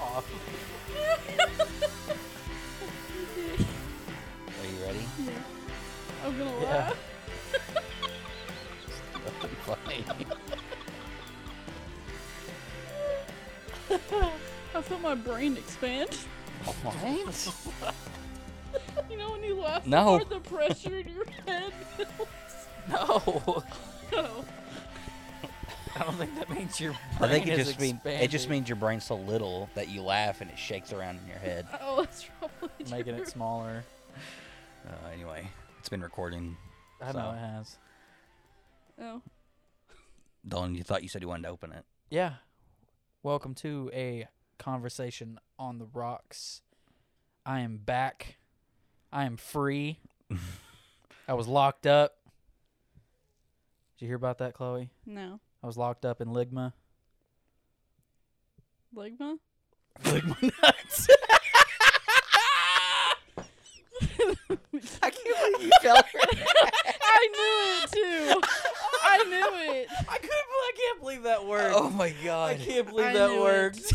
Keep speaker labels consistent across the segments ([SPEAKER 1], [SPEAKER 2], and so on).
[SPEAKER 1] off. Are you ready?
[SPEAKER 2] I'm gonna
[SPEAKER 1] Yeah.
[SPEAKER 2] laugh.
[SPEAKER 1] Funny.
[SPEAKER 2] I felt my brain expand.
[SPEAKER 1] What?
[SPEAKER 2] You know when you laugh so
[SPEAKER 1] No.
[SPEAKER 2] hard, the pressure in your head builds.
[SPEAKER 1] No.
[SPEAKER 2] Oh,
[SPEAKER 3] I don't think that means your
[SPEAKER 1] I
[SPEAKER 3] brain
[SPEAKER 1] think it
[SPEAKER 3] is
[SPEAKER 1] just means it just
[SPEAKER 3] expanding,
[SPEAKER 1] means your brain's so little that you laugh and it shakes around in your head.
[SPEAKER 2] oh, that's probably
[SPEAKER 3] making
[SPEAKER 2] true.
[SPEAKER 3] it smaller.
[SPEAKER 1] Uh, anyway, it's been recording.
[SPEAKER 3] I
[SPEAKER 1] So-
[SPEAKER 3] know it has.
[SPEAKER 2] Oh,
[SPEAKER 1] Dylan, you thought you said you wanted to open it.
[SPEAKER 3] Yeah. Welcome to a conversation on the rocks. I am back. I am free. I was locked up. Did you hear about that, Chloe?
[SPEAKER 2] no.
[SPEAKER 3] I was locked up in Ligma.
[SPEAKER 2] Ligma?
[SPEAKER 3] Ligma nuts. I can't believe you fell.
[SPEAKER 2] I knew it too! I knew it!
[SPEAKER 3] I couldn't. I can't believe that worked.
[SPEAKER 1] Oh my
[SPEAKER 3] I
[SPEAKER 1] god.
[SPEAKER 3] can't believe
[SPEAKER 2] I
[SPEAKER 3] that
[SPEAKER 2] knew it.
[SPEAKER 3] worked.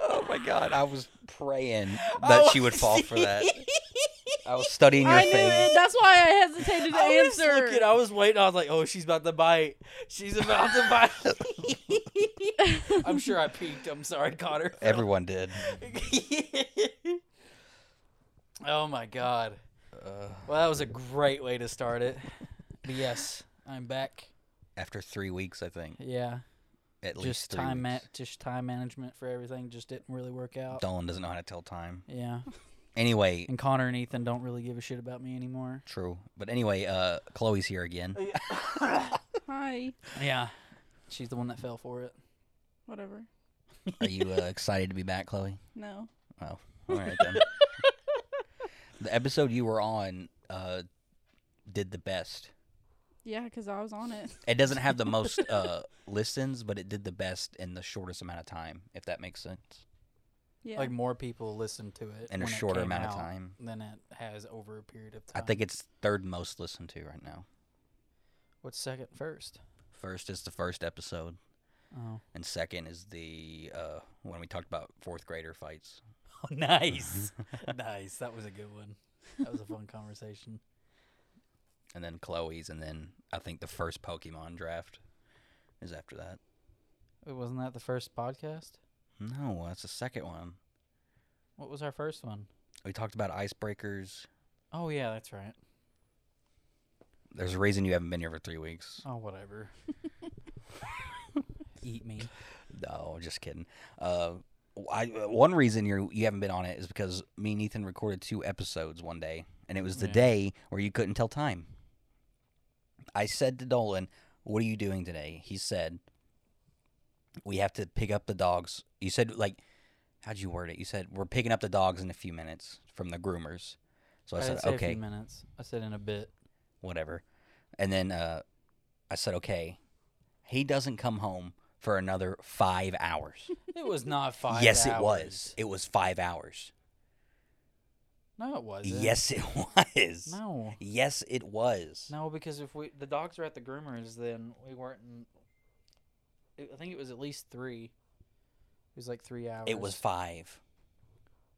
[SPEAKER 1] Oh my god. I was praying that
[SPEAKER 3] Oh,
[SPEAKER 1] she would fall for that. Oh, I was studying your
[SPEAKER 2] I knew
[SPEAKER 1] face.
[SPEAKER 2] it! That's why I hesitated to
[SPEAKER 3] I was
[SPEAKER 2] answer.
[SPEAKER 3] looking. I was waiting. I was like, "Oh, she's about to bite. She's about to bite." I'm sure I peeked. I'm sorry, Connor.
[SPEAKER 1] Everyone did.
[SPEAKER 3] oh my god.
[SPEAKER 1] Uh,
[SPEAKER 3] Well, that was a great way to start it. But yes, I'm back.
[SPEAKER 1] after three weeks, I think.
[SPEAKER 3] Yeah,
[SPEAKER 1] At least
[SPEAKER 3] just
[SPEAKER 1] three
[SPEAKER 3] time, ma-
[SPEAKER 1] weeks.
[SPEAKER 3] just time management for everything just didn't really work out.
[SPEAKER 1] Dylan doesn't know how to tell time.
[SPEAKER 3] Yeah,
[SPEAKER 1] Anyway,
[SPEAKER 3] and Connor and Ethan don't really give a shit about me anymore.
[SPEAKER 1] true. But anyway, uh, Chloe's here again.
[SPEAKER 2] Hi.
[SPEAKER 3] Yeah, she's the one that fell for it.
[SPEAKER 2] Whatever.
[SPEAKER 1] Are you uh, excited to be back, Chloe?
[SPEAKER 2] No.
[SPEAKER 1] All right then. the episode you were on uh, did the best.
[SPEAKER 2] Yeah, because I was on it.
[SPEAKER 1] It doesn't have the most uh, listens, but it did the best in the shortest amount of time, if that makes sense.
[SPEAKER 2] Yeah.
[SPEAKER 3] Like more people listened to it
[SPEAKER 1] In a
[SPEAKER 3] when it
[SPEAKER 1] shorter
[SPEAKER 3] came
[SPEAKER 1] amount of
[SPEAKER 3] out Oh.
[SPEAKER 1] time.
[SPEAKER 3] than it has over a period of
[SPEAKER 1] I
[SPEAKER 3] time.
[SPEAKER 1] think it's third most listened to right now.
[SPEAKER 3] What's second first?
[SPEAKER 1] First is the first episode,
[SPEAKER 3] Oh,
[SPEAKER 1] and second is the uh, when we talked about fourth grader fights.
[SPEAKER 3] Oh, nice,
[SPEAKER 1] Mm-hmm.
[SPEAKER 3] nice. That was a good one. That was a fun conversation.
[SPEAKER 1] and then Chloe's, and then I think the first Pokemon draft is after that.
[SPEAKER 3] Wait, wasn't that the first podcast?
[SPEAKER 1] No, that's the second one.
[SPEAKER 3] What was our first one?
[SPEAKER 1] We talked about icebreakers.
[SPEAKER 3] Oh yeah, that's right.
[SPEAKER 1] There's a reason you haven't been here for three weeks.
[SPEAKER 3] Oh whatever. Eat me.
[SPEAKER 1] No, just kidding. Uh, I, one reason you you haven't been on it is because me and Ethan recorded two episodes one day, and it was the
[SPEAKER 3] Yeah.
[SPEAKER 1] day where you couldn't tell time. I said to Dolan, "What are you doing today?" He said, "We have to pick up the dogs." You said, "Like, how'd you word it?" You said, "We're picking up the dogs in a few minutes from the groomers." So I,
[SPEAKER 3] I
[SPEAKER 1] said,
[SPEAKER 3] didn't say a
[SPEAKER 1] "Okay,
[SPEAKER 3] few minutes. I said in a bit.
[SPEAKER 1] whatever," and then uh, I said, "Okay." He doesn't come home for another five hours.
[SPEAKER 3] It was not five.
[SPEAKER 1] yes, it
[SPEAKER 3] hours.
[SPEAKER 1] was. It was five hours.
[SPEAKER 3] No, it wasn't.
[SPEAKER 1] Yes, it was.
[SPEAKER 3] No.
[SPEAKER 1] Yes, it was.
[SPEAKER 3] No, because if we the dogs were at the groomers, then we weren't. In, I- I think it was at least three. It was like three hours.
[SPEAKER 1] it was five.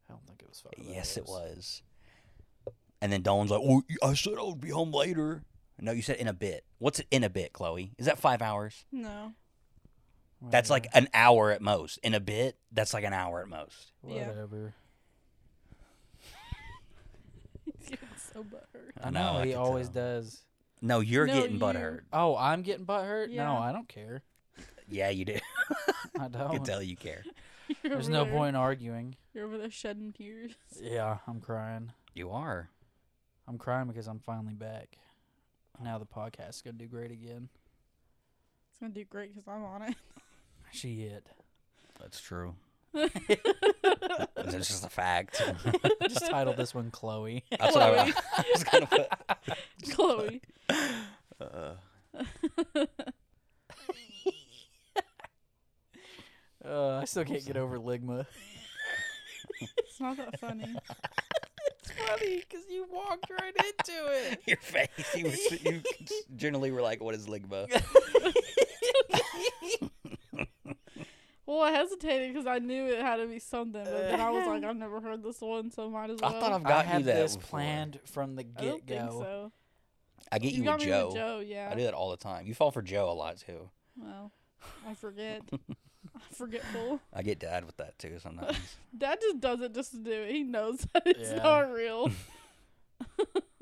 [SPEAKER 3] I don't think it was five.
[SPEAKER 1] Yes, it was. And then Dolan's like, "Oh, I said I would be home later." No, you said in a bit. What's in a bit, Chloe? Is that five hours?
[SPEAKER 2] no.
[SPEAKER 1] That's like an hour at most. In a bit, that's like an hour at most.
[SPEAKER 2] Yeah.
[SPEAKER 3] whatever.
[SPEAKER 2] He's getting so butthurt.
[SPEAKER 1] I
[SPEAKER 3] I
[SPEAKER 1] know,
[SPEAKER 3] know
[SPEAKER 1] I
[SPEAKER 3] he
[SPEAKER 1] could
[SPEAKER 3] always
[SPEAKER 1] tell.
[SPEAKER 3] does.
[SPEAKER 1] No, you're
[SPEAKER 2] No,
[SPEAKER 1] getting
[SPEAKER 2] you-
[SPEAKER 1] butthurt.
[SPEAKER 3] Oh, I'm getting butt hurt.
[SPEAKER 2] Yeah.
[SPEAKER 3] No, I don't care.
[SPEAKER 1] Yeah, you do.
[SPEAKER 3] I
[SPEAKER 1] I can
[SPEAKER 3] don't.
[SPEAKER 1] tell you care.
[SPEAKER 2] You're
[SPEAKER 3] There's
[SPEAKER 2] over
[SPEAKER 3] no
[SPEAKER 2] there-
[SPEAKER 3] point in arguing.
[SPEAKER 2] You're over there shedding tears.
[SPEAKER 3] Yeah, I'm crying.
[SPEAKER 1] You are.
[SPEAKER 3] I'm crying because I'm finally back. Now the podcast's gonna do great again.
[SPEAKER 2] It's gonna do great because I'm on it.
[SPEAKER 3] She it.
[SPEAKER 1] That's true. That's just a fact.
[SPEAKER 3] Just title this one Chloe.
[SPEAKER 1] That's what I, I was gonna put.
[SPEAKER 2] Chloe.
[SPEAKER 1] Uh,
[SPEAKER 3] Uh, I still can't get over Ligma.
[SPEAKER 2] It's not that funny.
[SPEAKER 3] It's funny. funny because you walked right into it.
[SPEAKER 1] Your face. You, were, you generally were like, "What is ligma?"
[SPEAKER 2] Well, I hesitated because I knew it had to be something, but then I was like, I've never heard this one, so might as
[SPEAKER 1] Uh-huh. I
[SPEAKER 2] well.
[SPEAKER 1] thought I've
[SPEAKER 3] I
[SPEAKER 1] gotten you
[SPEAKER 3] had
[SPEAKER 1] that
[SPEAKER 3] this
[SPEAKER 1] before.
[SPEAKER 3] planned from the
[SPEAKER 2] I don't
[SPEAKER 3] get
[SPEAKER 2] think
[SPEAKER 3] go.
[SPEAKER 2] so.
[SPEAKER 1] I get you,
[SPEAKER 2] got
[SPEAKER 1] with,
[SPEAKER 2] me
[SPEAKER 1] Joe.
[SPEAKER 2] with Joe, yeah.
[SPEAKER 1] I do that all the time. You fall for Joe a lot too.
[SPEAKER 2] Well, I forget. I'm forgetful.
[SPEAKER 1] I get dad with that too sometimes.
[SPEAKER 2] Dad just does it just to do it. He knows that it's
[SPEAKER 3] Yeah.
[SPEAKER 2] not real.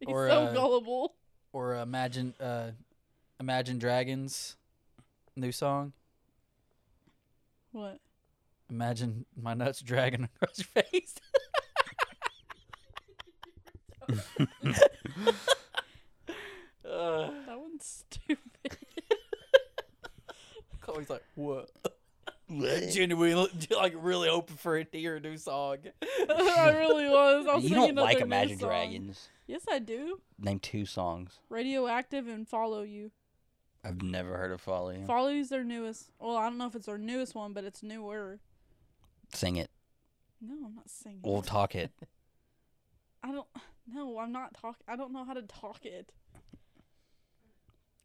[SPEAKER 2] He's
[SPEAKER 3] Or,
[SPEAKER 2] so
[SPEAKER 3] uh,
[SPEAKER 2] gullible.
[SPEAKER 3] Or imagine, uh, Imagine Dragons, new song.
[SPEAKER 2] What?
[SPEAKER 3] Imagine my nuts dragging across your face. uh,
[SPEAKER 2] That one's stupid.
[SPEAKER 3] Chloe's like, what?
[SPEAKER 1] you
[SPEAKER 3] Genuinely, like, really hoping for it to hear a new song.
[SPEAKER 2] I really was. I was
[SPEAKER 1] don't
[SPEAKER 2] thinking of
[SPEAKER 1] like
[SPEAKER 2] their new
[SPEAKER 1] Imagine
[SPEAKER 2] song.
[SPEAKER 1] Dragons.
[SPEAKER 2] Yes, I do.
[SPEAKER 1] Name two songs.
[SPEAKER 2] Radioactive and Follow You.
[SPEAKER 1] I've never heard of Folly.
[SPEAKER 2] Follow You's their newest. Well, I don't know if it's their newest one, but it's newer.
[SPEAKER 1] Sing it.
[SPEAKER 2] No, I'm not singing.
[SPEAKER 1] We'll talk it.
[SPEAKER 2] I don't. No, I'm not talking. I don't know how to talk it.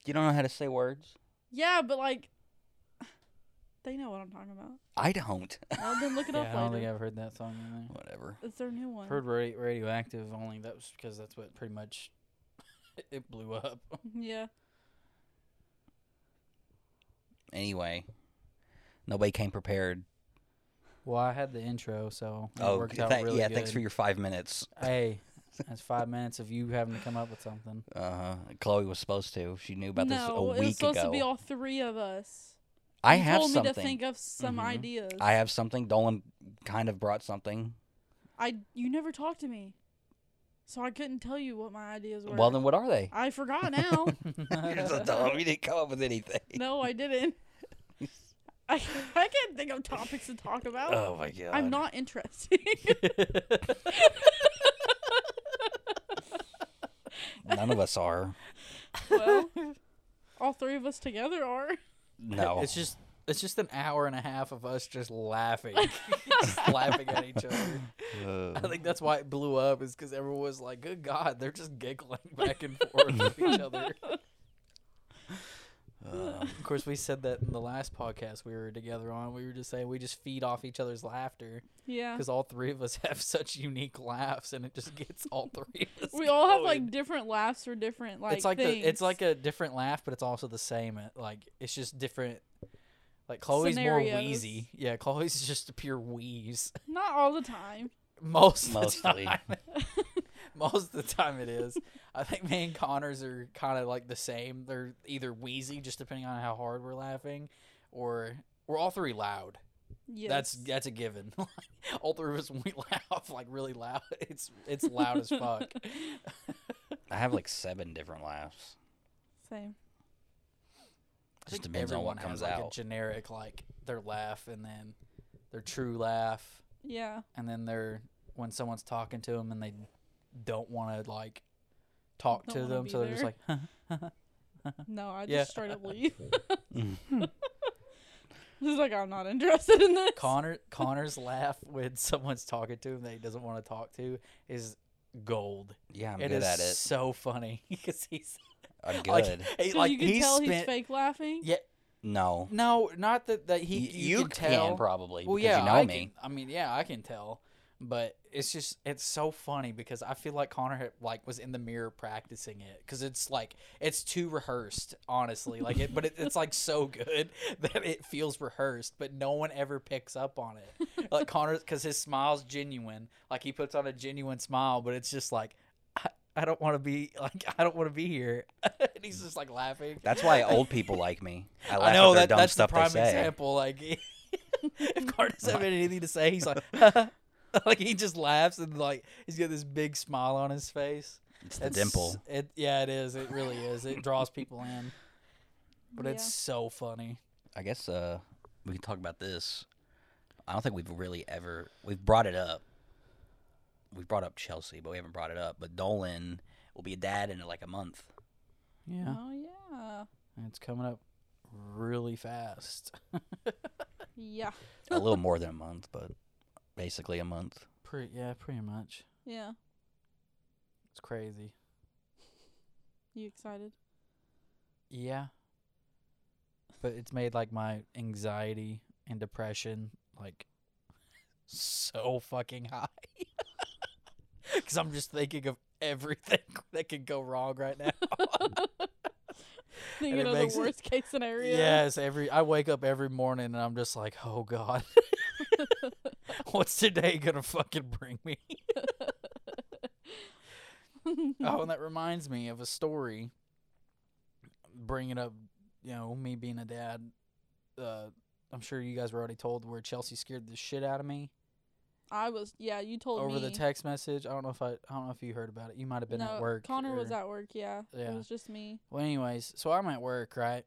[SPEAKER 1] You don't know how to say words?
[SPEAKER 2] Yeah, but like, they know what I'm talking about.
[SPEAKER 1] I don't.
[SPEAKER 2] Well, then look it
[SPEAKER 3] Yeah, I
[SPEAKER 2] up
[SPEAKER 3] don't think
[SPEAKER 2] later.
[SPEAKER 3] I've heard that song either.
[SPEAKER 1] Whatever.
[SPEAKER 2] It's their new one.
[SPEAKER 3] I've heard ra- radioactive only that was because that's what pretty much it blew up.
[SPEAKER 2] Yeah.
[SPEAKER 1] Anyway, nobody came prepared.
[SPEAKER 3] Well, I had the intro, so it
[SPEAKER 1] oh,
[SPEAKER 3] worked out
[SPEAKER 1] tha-
[SPEAKER 3] really
[SPEAKER 1] yeah.
[SPEAKER 3] good.
[SPEAKER 1] Thanks for your five minutes.
[SPEAKER 3] Hey, that's five minutes of you having to come up with something.
[SPEAKER 1] Uh, Chloe was supposed to. She knew about this a
[SPEAKER 2] no,
[SPEAKER 1] week
[SPEAKER 2] it was supposed
[SPEAKER 1] ago.
[SPEAKER 2] to be all three of us.
[SPEAKER 1] I
[SPEAKER 2] You
[SPEAKER 1] have
[SPEAKER 2] told
[SPEAKER 1] something.
[SPEAKER 2] me to think of some
[SPEAKER 1] Mhm.
[SPEAKER 2] ideas.
[SPEAKER 1] I have something. Dolan kind of brought something.
[SPEAKER 2] I you never talked to me, so I couldn't tell you what my ideas were.
[SPEAKER 1] Well, then what are they?
[SPEAKER 2] I forgot now.
[SPEAKER 1] You're so dumb. You didn't come up with anything.
[SPEAKER 2] no, I didn't. I, I can't think of topics to talk about.
[SPEAKER 1] Oh my god.
[SPEAKER 2] I'm not interesting.
[SPEAKER 1] None of us are.
[SPEAKER 2] well, all three of us together are.
[SPEAKER 1] No.
[SPEAKER 3] It's just it's just an hour and a half of us just laughing, just laughing at each other. I
[SPEAKER 1] Uh,
[SPEAKER 3] think that's why it blew up is because everyone was like, "Good God, they're just giggling back and forth with each other."
[SPEAKER 1] uh,
[SPEAKER 3] Of course, we said that in the last podcast we were together on. We were just saying we just feed off each other's laughter
[SPEAKER 2] Yeah.
[SPEAKER 3] because all three of us have such unique laughs, and it just gets all three of us.
[SPEAKER 2] We all have
[SPEAKER 3] going.
[SPEAKER 2] like different laughs for different like
[SPEAKER 3] it's like
[SPEAKER 2] things.
[SPEAKER 3] the, it's like a different laugh, but it's also the same. It- Like it's just different. Like Chloe's more
[SPEAKER 2] Scenarios.
[SPEAKER 3] wheezy. Yeah, Chloe's just a pure wheeze.
[SPEAKER 2] not all the time.
[SPEAKER 3] Most
[SPEAKER 1] Mostly.
[SPEAKER 3] Mostly. the time. Most of the time it is. I think me and Connor's are kind of like the same. They're either wheezy, just depending on how hard we're laughing, or we're all three loud.
[SPEAKER 2] Yes.
[SPEAKER 3] That's that's a given. all three of us when we laugh like really loud. It's it's loud as fuck.
[SPEAKER 1] I have like seven different laughs.
[SPEAKER 2] same.
[SPEAKER 3] I
[SPEAKER 1] Just
[SPEAKER 3] think
[SPEAKER 1] depends on what
[SPEAKER 3] everyone
[SPEAKER 1] comes
[SPEAKER 3] has, like, A
[SPEAKER 1] out.
[SPEAKER 3] generic like their laugh and then their true laugh
[SPEAKER 2] Yeah.
[SPEAKER 3] and then their when someone's talking to them and they don't want to like talk
[SPEAKER 2] Don't
[SPEAKER 3] to
[SPEAKER 2] wanna
[SPEAKER 3] them,
[SPEAKER 2] be
[SPEAKER 3] so they're just
[SPEAKER 2] there.
[SPEAKER 3] like, huh.
[SPEAKER 2] No, I
[SPEAKER 3] Yeah. Mm.
[SPEAKER 2] just straight up leave.
[SPEAKER 1] Mhm.
[SPEAKER 2] Just like I'm not interested in this.
[SPEAKER 3] Connor Connor's laugh when someone's talking to him that he doesn't want to talk to is gold.
[SPEAKER 1] Yeah, I'm
[SPEAKER 3] It
[SPEAKER 1] good
[SPEAKER 3] is
[SPEAKER 1] at it.
[SPEAKER 3] so funny because he's
[SPEAKER 1] I'm good.
[SPEAKER 3] like, he,
[SPEAKER 2] 'Cause
[SPEAKER 3] like
[SPEAKER 2] you can
[SPEAKER 3] he's
[SPEAKER 2] tell he's
[SPEAKER 3] spent-
[SPEAKER 2] fake laughing.
[SPEAKER 3] Yeah,
[SPEAKER 1] no.
[SPEAKER 3] no, not that that he
[SPEAKER 1] Y-
[SPEAKER 3] you, can, tell.
[SPEAKER 1] probably
[SPEAKER 3] Well,
[SPEAKER 1] because
[SPEAKER 3] yeah,
[SPEAKER 1] you know
[SPEAKER 3] I
[SPEAKER 1] me.
[SPEAKER 3] Can, I mean, yeah, I can tell, but it's just it's so funny because I feel like Connor had, like was in the mirror practicing it because it's like it's too rehearsed, honestly. Like it, but it, it's like so good that it feels rehearsed, but no one ever picks up on it. Like Connor, because his smile's genuine. Like he puts on a genuine smile, but it's just like. I, I don't want to be like I don't want to be here. and he's just like laughing.
[SPEAKER 1] That's why old people like me. I laugh
[SPEAKER 3] I know
[SPEAKER 1] at their
[SPEAKER 3] that
[SPEAKER 1] dumb
[SPEAKER 3] that's
[SPEAKER 1] stuff
[SPEAKER 3] the prime
[SPEAKER 1] they say.
[SPEAKER 3] example. Like, if Carter doesn't have anything to say, he's like, like he just laughs and like he's got this big smile on his face.
[SPEAKER 1] It's the dimple.
[SPEAKER 3] It yeah, it is. It really is. It draws people in, but it's
[SPEAKER 2] Yeah.
[SPEAKER 3] so funny.
[SPEAKER 1] I guess uh, we can talk about this. I don't think we've really ever we've brought it up. We've brought up Chelsea, but we haven't brought it up. But Dolan will be a dad in like a month.
[SPEAKER 3] Yeah,
[SPEAKER 2] Oh yeah.
[SPEAKER 3] it's coming up really fast.
[SPEAKER 2] Yeah.
[SPEAKER 1] a little more than a month, but basically a month.
[SPEAKER 3] Pretty yeah, pretty much.
[SPEAKER 2] Yeah.
[SPEAKER 3] It's crazy.
[SPEAKER 2] You excited?
[SPEAKER 3] Yeah. But it's made like my anxiety and depression like so fucking high. Cuz I'm just thinking of everything that could go wrong right now.
[SPEAKER 2] Thinking
[SPEAKER 3] it
[SPEAKER 2] of
[SPEAKER 3] makes
[SPEAKER 2] the
[SPEAKER 3] it-
[SPEAKER 2] worst case scenario.
[SPEAKER 3] Yes, every I wake up every morning and I'm just like, "Oh god. What's today going to fucking bring me?" Oh, and that reminds me of a story. Bringing up, you know, me being a dad. Uh, I'm sure you guys were already told where Chelsea scared the shit out of me
[SPEAKER 2] I was. Yeah, you told
[SPEAKER 3] over
[SPEAKER 2] me.
[SPEAKER 3] the text message. I don't know if I, I don't know if you heard about it. You might have been
[SPEAKER 2] no,
[SPEAKER 3] at work.
[SPEAKER 2] Connor was
[SPEAKER 3] or-
[SPEAKER 2] at work. Yeah.
[SPEAKER 3] Yeah.
[SPEAKER 2] It was just me.
[SPEAKER 3] Well, anyways, so I'm at work, right?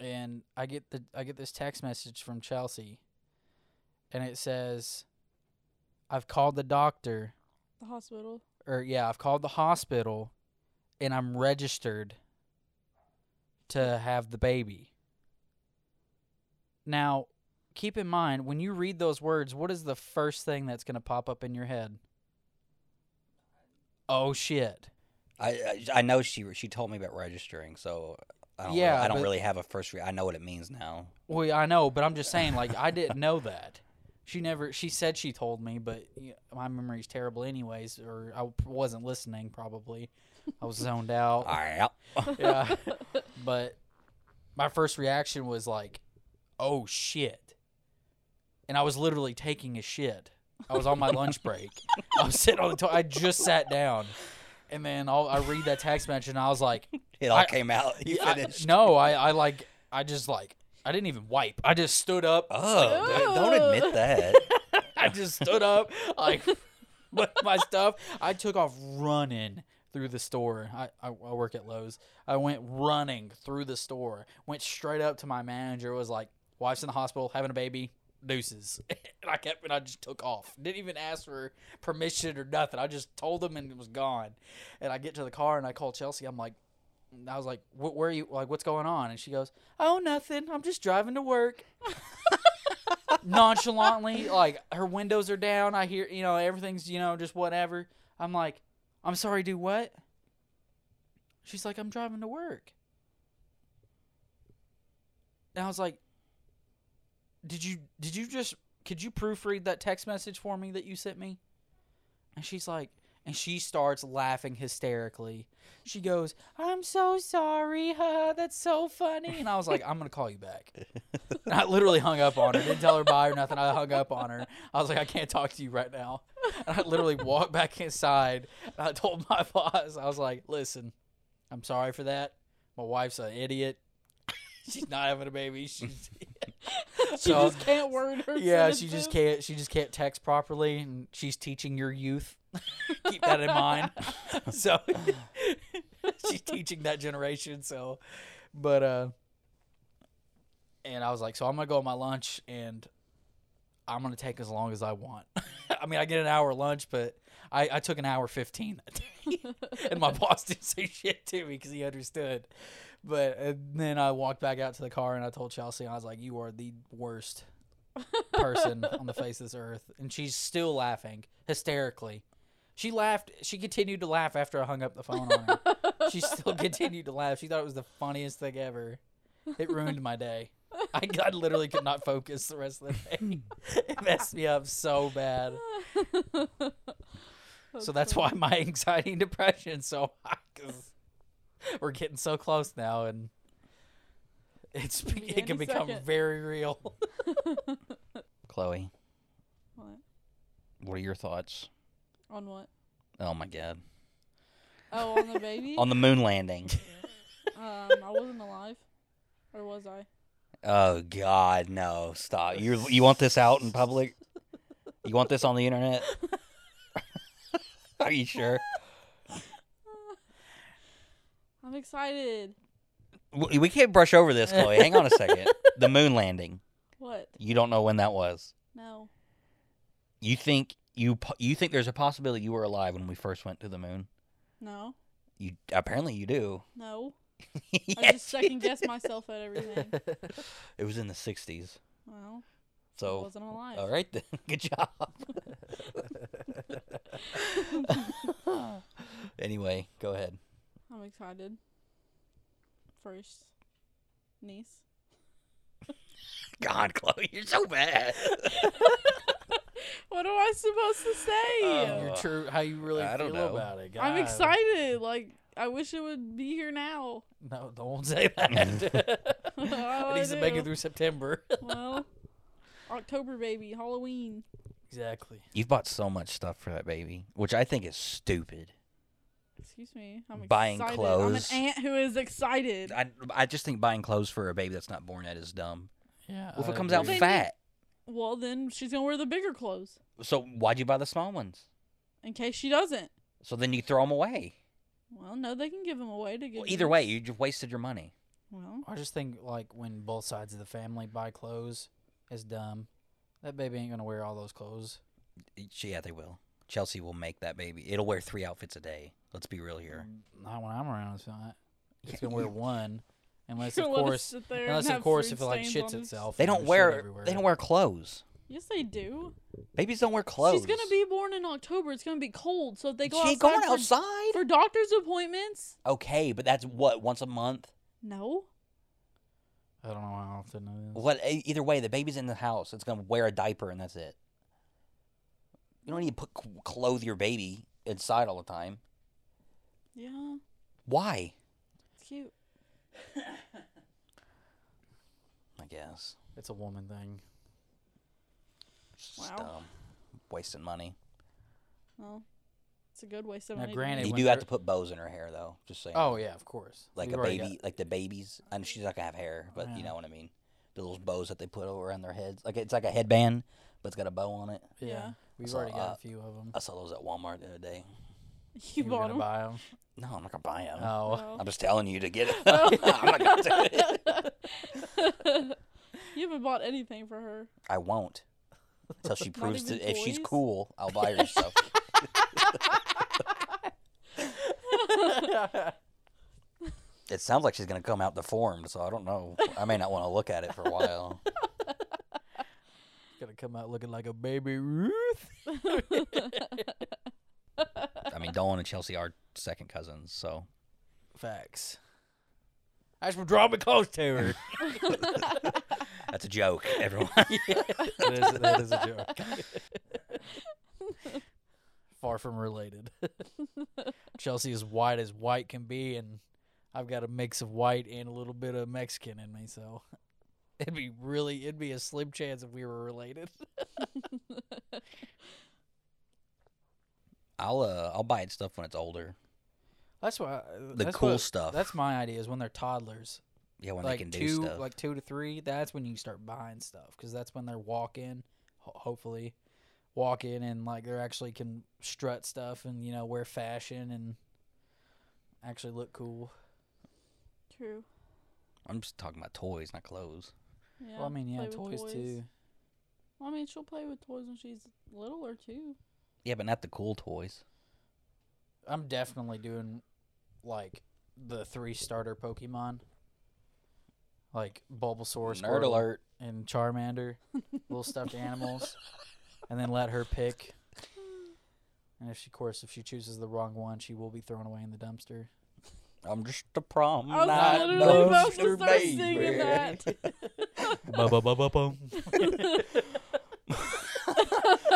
[SPEAKER 3] And I get the I get this text message from Chelsea, and it says, "I've called the doctor."
[SPEAKER 2] The hospital.
[SPEAKER 3] or yeah, I've called the hospital and I'm registered to have the baby. Now, keep in mind when you read those words, what is the first thing that's going to pop up in your head? Oh shit.
[SPEAKER 1] I, I I know she she told me about registering, so I don't
[SPEAKER 3] Yeah,
[SPEAKER 1] really, I don't
[SPEAKER 3] but-
[SPEAKER 1] really have a first. Re- I know what it means now.
[SPEAKER 3] Well, I know, but I'm just saying like I didn't know that. She never she said she told me, but you my memory's terrible anyways or I wasn't listening probably. I was zoned out.
[SPEAKER 1] All right,
[SPEAKER 3] yeah. But my first reaction was like, "Oh shit!" And I was literally taking a shit. I was on my lunch break. I was sitting on the toilet. I just sat down, and then all, I read that text message, and I was like,
[SPEAKER 1] it all
[SPEAKER 3] I-
[SPEAKER 1] came out. You
[SPEAKER 3] I-
[SPEAKER 1] finished.
[SPEAKER 3] "No, I, I like, I just like, I didn't even wipe. I just stood up.
[SPEAKER 1] oh, dude, don't
[SPEAKER 2] Ew.
[SPEAKER 1] admit that.
[SPEAKER 3] I just stood up, like, with my stuff. I took off running through the store. I, I, I work at Lowe's. I went running through the store, went straight up to my manager, was like, wife's in the hospital, having a baby, deuces. and I kept, and I just took off. Didn't even ask for permission or nothing. I just told them and it was gone. And I get to the car and I call Chelsea. I'm like, I was like, "Wh- where are you? Like, what's going on? And she goes, oh, nothing. I'm just driving to work nonchalantly, like her windows are down. I hear, you know, everything's, you know, just whatever. I'm like, I'm sorry, do what? She's like, I'm driving to work. And I was like, Did you did you just could you proofread that text message for me that you sent me? And she's like, and she starts laughing hysterically. She goes, "I'm so sorry, huh? That's so funny." And I was like, "I'm gonna call you back." And I literally hung up on her. Didn't tell her bye or nothing. I hung up on her. I was like, I can't talk to you right now. And I literally walked back inside and I told my boss, I was like, listen, I'm sorry for that. My wife's an idiot. She's not having a baby. She's
[SPEAKER 2] She
[SPEAKER 3] So-
[SPEAKER 2] just can't word her.
[SPEAKER 3] yeah, she just
[SPEAKER 2] sentences.
[SPEAKER 3] can't she just can't text properly and she's teaching your youth. Keep that in mind. so she's teaching that generation, so but uh and I was like, so I'm gonna go on my lunch and I'm gonna take as long as I want. I mean I get an hour lunch, but I, I took an hour fifteen that day. and my boss didn't say shit to me because he understood. But and then I walked back out to the car and I told Chelsea, I was like, You are the worst person on the face of this earth, and she's still laughing hysterically. She laughed. She continued to laugh after I hung up the phone on her. she still continued to laugh. She thought it was the funniest thing ever. It ruined my day. I, I literally could not focus the rest of the day. It messed me up so bad.
[SPEAKER 2] Oh,
[SPEAKER 3] so that's why my anxiety and depression is so high. Cause we're getting so close now, and it's it
[SPEAKER 2] any
[SPEAKER 3] can become
[SPEAKER 2] second.
[SPEAKER 3] very real.
[SPEAKER 1] Chloe,
[SPEAKER 2] What?
[SPEAKER 1] what are your thoughts?
[SPEAKER 2] On what?
[SPEAKER 1] Oh my god,
[SPEAKER 2] Oh, on the baby.
[SPEAKER 1] on the moon landing.
[SPEAKER 2] um, I wasn't alive, or was I?
[SPEAKER 1] Oh God, no! Stop. You you want this out in public? You want this on the internet? Are you sure?
[SPEAKER 2] I'm excited.
[SPEAKER 1] We we can't brush over this, Chloe. Hang on a second. The moon landing.
[SPEAKER 2] What?
[SPEAKER 1] You don't know when that was.
[SPEAKER 2] No.
[SPEAKER 1] You think you po- you think there's a possibility you were alive when we first went to the moon?
[SPEAKER 2] No.
[SPEAKER 1] You apparently you do.
[SPEAKER 2] No. I
[SPEAKER 1] Yes,
[SPEAKER 2] just second guess myself at everything.
[SPEAKER 1] it was in the '60s.
[SPEAKER 2] Well, I
[SPEAKER 1] So,
[SPEAKER 2] wasn't alive.
[SPEAKER 1] all right then. Good job. anyway, go ahead.
[SPEAKER 2] I'm excited. First niece.
[SPEAKER 1] God, Chloe, you're so bad.
[SPEAKER 2] What am I supposed to say?
[SPEAKER 1] Oh,
[SPEAKER 3] Your true, how you really
[SPEAKER 1] I
[SPEAKER 3] feel
[SPEAKER 1] don't know.
[SPEAKER 3] about it.
[SPEAKER 2] I'm
[SPEAKER 3] God.
[SPEAKER 2] excited. Like I wish it would be here now.
[SPEAKER 3] No, don't say that.
[SPEAKER 2] Oh,
[SPEAKER 3] it
[SPEAKER 2] I
[SPEAKER 3] needs to make
[SPEAKER 2] do.
[SPEAKER 3] it through September.
[SPEAKER 2] well, October baby, Halloween.
[SPEAKER 3] exactly.
[SPEAKER 1] You've bought so much stuff for that baby, which I think is stupid.
[SPEAKER 2] Excuse me. I'm
[SPEAKER 1] Buying
[SPEAKER 2] excited.
[SPEAKER 1] clothes.
[SPEAKER 2] I'm an aunt who is excited.
[SPEAKER 1] I, I just think buying clothes for a baby that's not born yet is dumb.
[SPEAKER 3] Yeah.
[SPEAKER 1] Well, if
[SPEAKER 3] I
[SPEAKER 2] Uh,
[SPEAKER 1] it comes out
[SPEAKER 3] agree.
[SPEAKER 2] agree.
[SPEAKER 1] fat,
[SPEAKER 2] Well, then she's gonna wear the bigger clothes
[SPEAKER 1] so why'd you buy the small ones?
[SPEAKER 2] in case she doesn't.
[SPEAKER 1] So then you throw them away.
[SPEAKER 2] Well, no, they can give them away to get.
[SPEAKER 1] Well, either way, you just wasted your money.
[SPEAKER 2] Well,
[SPEAKER 3] I just think like when both sides of the family buy clothes, it's dumb. That baby ain't gonna wear all those clothes.
[SPEAKER 1] Yeah, they will. Chelsea will make that baby. It'll wear three outfits a day. Let's be real here.
[SPEAKER 3] Not when I'm around. It's not.
[SPEAKER 1] Yeah,
[SPEAKER 3] It's gonna wear one, unless
[SPEAKER 2] You're
[SPEAKER 3] of
[SPEAKER 2] gonna let it
[SPEAKER 3] course,
[SPEAKER 2] sit there and
[SPEAKER 3] unless of
[SPEAKER 2] have
[SPEAKER 3] course
[SPEAKER 2] food
[SPEAKER 3] if it like
[SPEAKER 2] stains
[SPEAKER 3] shits
[SPEAKER 2] on it.
[SPEAKER 3] itself.
[SPEAKER 1] They
[SPEAKER 3] and
[SPEAKER 1] don't
[SPEAKER 3] there's shit
[SPEAKER 1] wear.
[SPEAKER 3] everywhere.
[SPEAKER 1] They don't wear clothes.
[SPEAKER 2] Yes, they do.
[SPEAKER 1] Babies don't wear clothes.
[SPEAKER 2] She's gonna be born in October. It's gonna be cold, so if they go
[SPEAKER 1] she
[SPEAKER 2] outside
[SPEAKER 1] ain't going
[SPEAKER 2] for,
[SPEAKER 1] outside.
[SPEAKER 2] for doctor's appointments.
[SPEAKER 1] Okay, but that's what once a month.
[SPEAKER 2] No,
[SPEAKER 3] I don't know how often it is.
[SPEAKER 1] What? e- Either way, the baby's in the house. It's gonna wear a diaper, and that's it. You don't need to put c- clothe your baby inside all the time.
[SPEAKER 2] yeah,
[SPEAKER 1] Why?
[SPEAKER 2] it's cute.
[SPEAKER 1] I guess.
[SPEAKER 3] It's a woman thing.
[SPEAKER 1] It's just
[SPEAKER 2] Wow.
[SPEAKER 1] dumb. Wasting money.
[SPEAKER 2] Well, it's a good waste of
[SPEAKER 3] Now,
[SPEAKER 2] money. to
[SPEAKER 3] granted-
[SPEAKER 2] me.
[SPEAKER 1] you
[SPEAKER 3] when
[SPEAKER 1] do have
[SPEAKER 3] they're-
[SPEAKER 1] to put bows in her hair, though. Just saying.
[SPEAKER 3] Oh yeah, of course.
[SPEAKER 1] like
[SPEAKER 3] We've
[SPEAKER 1] a
[SPEAKER 3] already
[SPEAKER 1] baby, like the babies. I know she's not gonna have hair, but you
[SPEAKER 3] Yeah.
[SPEAKER 1] know what I mean. The little bows that they put around their heads, like it's like a headband, but it's got a bow on it.
[SPEAKER 3] got- yeah.
[SPEAKER 2] Yeah.
[SPEAKER 3] We've
[SPEAKER 1] So,
[SPEAKER 3] already got
[SPEAKER 1] uh,
[SPEAKER 3] a few of them.
[SPEAKER 1] I saw those at Walmart the other day.
[SPEAKER 2] you
[SPEAKER 3] were
[SPEAKER 2] bought
[SPEAKER 3] gonna
[SPEAKER 2] them.
[SPEAKER 3] buy them.
[SPEAKER 1] No, I'm not gonna buy them.
[SPEAKER 3] Oh,
[SPEAKER 1] I'm just telling you to get it.
[SPEAKER 2] Oh.
[SPEAKER 1] I'm not gonna do it.
[SPEAKER 2] you haven't bought anything for her.
[SPEAKER 1] I won't until she proves
[SPEAKER 2] even
[SPEAKER 1] that if she's
[SPEAKER 2] toys?
[SPEAKER 1] cool, I'll buy her stuff. it sounds like she's gonna come out deformed, so I don't know. I may not want to look at it for a while.
[SPEAKER 3] gonna come out looking like a baby Ruth.
[SPEAKER 1] I mean, Dolan and Chelsea are second cousins, so
[SPEAKER 3] Facts. I just draw me close to her.
[SPEAKER 1] that's a joke. Everyone,
[SPEAKER 3] that, is, that is a joke. Far from related. Chelsea is white as white can be, and I've got a mix of white and a little bit of Mexican in me, so it'd be really it'd be a slim chance if we were related.
[SPEAKER 1] I'll uh, I'll buy it stuff when it's older.
[SPEAKER 3] That's why
[SPEAKER 1] The cool stuff.
[SPEAKER 3] That's my idea is when they're toddlers,
[SPEAKER 1] Yeah, when
[SPEAKER 3] like
[SPEAKER 1] they can
[SPEAKER 3] two,
[SPEAKER 1] do stuff.
[SPEAKER 3] like two to three. That's when you start buying stuff because that's when they're walking, ho- hopefully, walk in and like they're actually can strut stuff and you know wear fashion and actually look cool.
[SPEAKER 2] True.
[SPEAKER 1] I'm just talking about toys, not clothes.
[SPEAKER 2] Yeah.
[SPEAKER 3] well, I mean, yeah,
[SPEAKER 2] play with
[SPEAKER 3] toys, too.
[SPEAKER 2] Well, I mean, she'll play with toys when she's littler too.
[SPEAKER 1] Yeah, but not the cool toys.
[SPEAKER 3] I'm definitely doing like the three starter Pokemon, like Bulbasaur,
[SPEAKER 1] Nerd
[SPEAKER 3] Squirtle,
[SPEAKER 1] alert.
[SPEAKER 3] and Charmander, little stuffed animals, and then let her pick. And if she, of course, if she chooses the wrong one, she will be thrown away in the dumpster.
[SPEAKER 1] I'm just a prom
[SPEAKER 2] Oh, I was
[SPEAKER 1] night
[SPEAKER 2] literally about
[SPEAKER 1] dumpster
[SPEAKER 2] to start singing
[SPEAKER 1] baby.
[SPEAKER 2] that.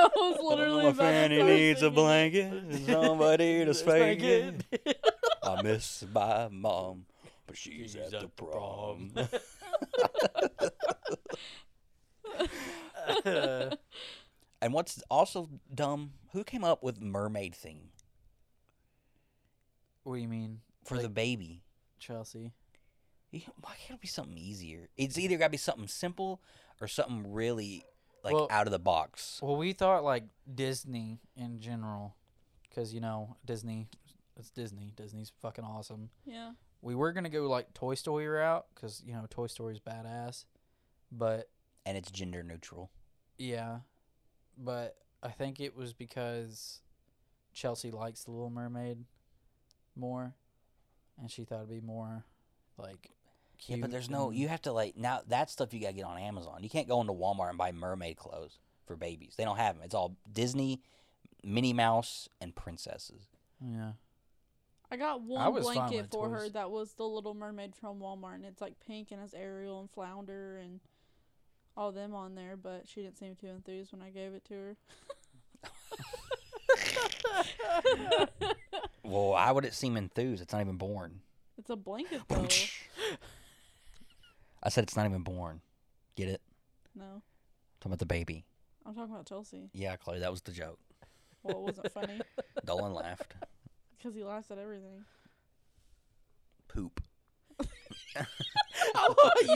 [SPEAKER 2] I was literally
[SPEAKER 1] My
[SPEAKER 2] about to
[SPEAKER 1] fanny
[SPEAKER 2] start
[SPEAKER 1] needs a
[SPEAKER 2] singing.
[SPEAKER 1] blanket, and somebody to spank it. I miss my mom, but she's, at, the prom. and what's also dumb? Who came up with mermaid theme
[SPEAKER 3] what do you mean,
[SPEAKER 1] for the baby?
[SPEAKER 3] Chelsea?
[SPEAKER 1] Yeah, Why can't it be something easier? It's either got to be something simple or something really like
[SPEAKER 3] Well-
[SPEAKER 1] out of the box.
[SPEAKER 3] Well, we thought like Disney in general, because you know Disney, it's Disney. Disney's fucking awesome.
[SPEAKER 2] Yeah.
[SPEAKER 3] We were gonna go like Toy Story route, because you know Toy Story's badass, but
[SPEAKER 1] And it's gender neutral.
[SPEAKER 3] Yeah, but I think it was because Chelsea likes The Little Mermaid more, and she thought it'd be more like
[SPEAKER 1] Yeah,
[SPEAKER 3] cute.
[SPEAKER 1] but there's no.
[SPEAKER 3] and-
[SPEAKER 1] You have to like now. That stuff you gotta get on Amazon. You can't go into Walmart and buy mermaid clothes for babies. They don't have them. It's all Disney, Minnie Mouse, and princesses.
[SPEAKER 3] Yeah.
[SPEAKER 2] I got one
[SPEAKER 3] was fine
[SPEAKER 2] blanket
[SPEAKER 3] with
[SPEAKER 2] for her
[SPEAKER 3] toys.
[SPEAKER 2] that was the Little Mermaid from Walmart, and it's like pink and has Ariel and Flounder and all them on there. But she didn't seem too enthused when I gave it to her.
[SPEAKER 1] Well, I would it seem enthused. It's not even born.
[SPEAKER 2] it's a blanket though.
[SPEAKER 1] I said it's not even born. Get it?
[SPEAKER 2] No,
[SPEAKER 1] Talking about the baby.
[SPEAKER 2] I'm talking about Chelsea.
[SPEAKER 1] Yeah, Chloe, that was the joke.
[SPEAKER 2] Well, it wasn't funny
[SPEAKER 1] Dolan laughed.
[SPEAKER 2] because he laughs at everything.
[SPEAKER 1] Poop.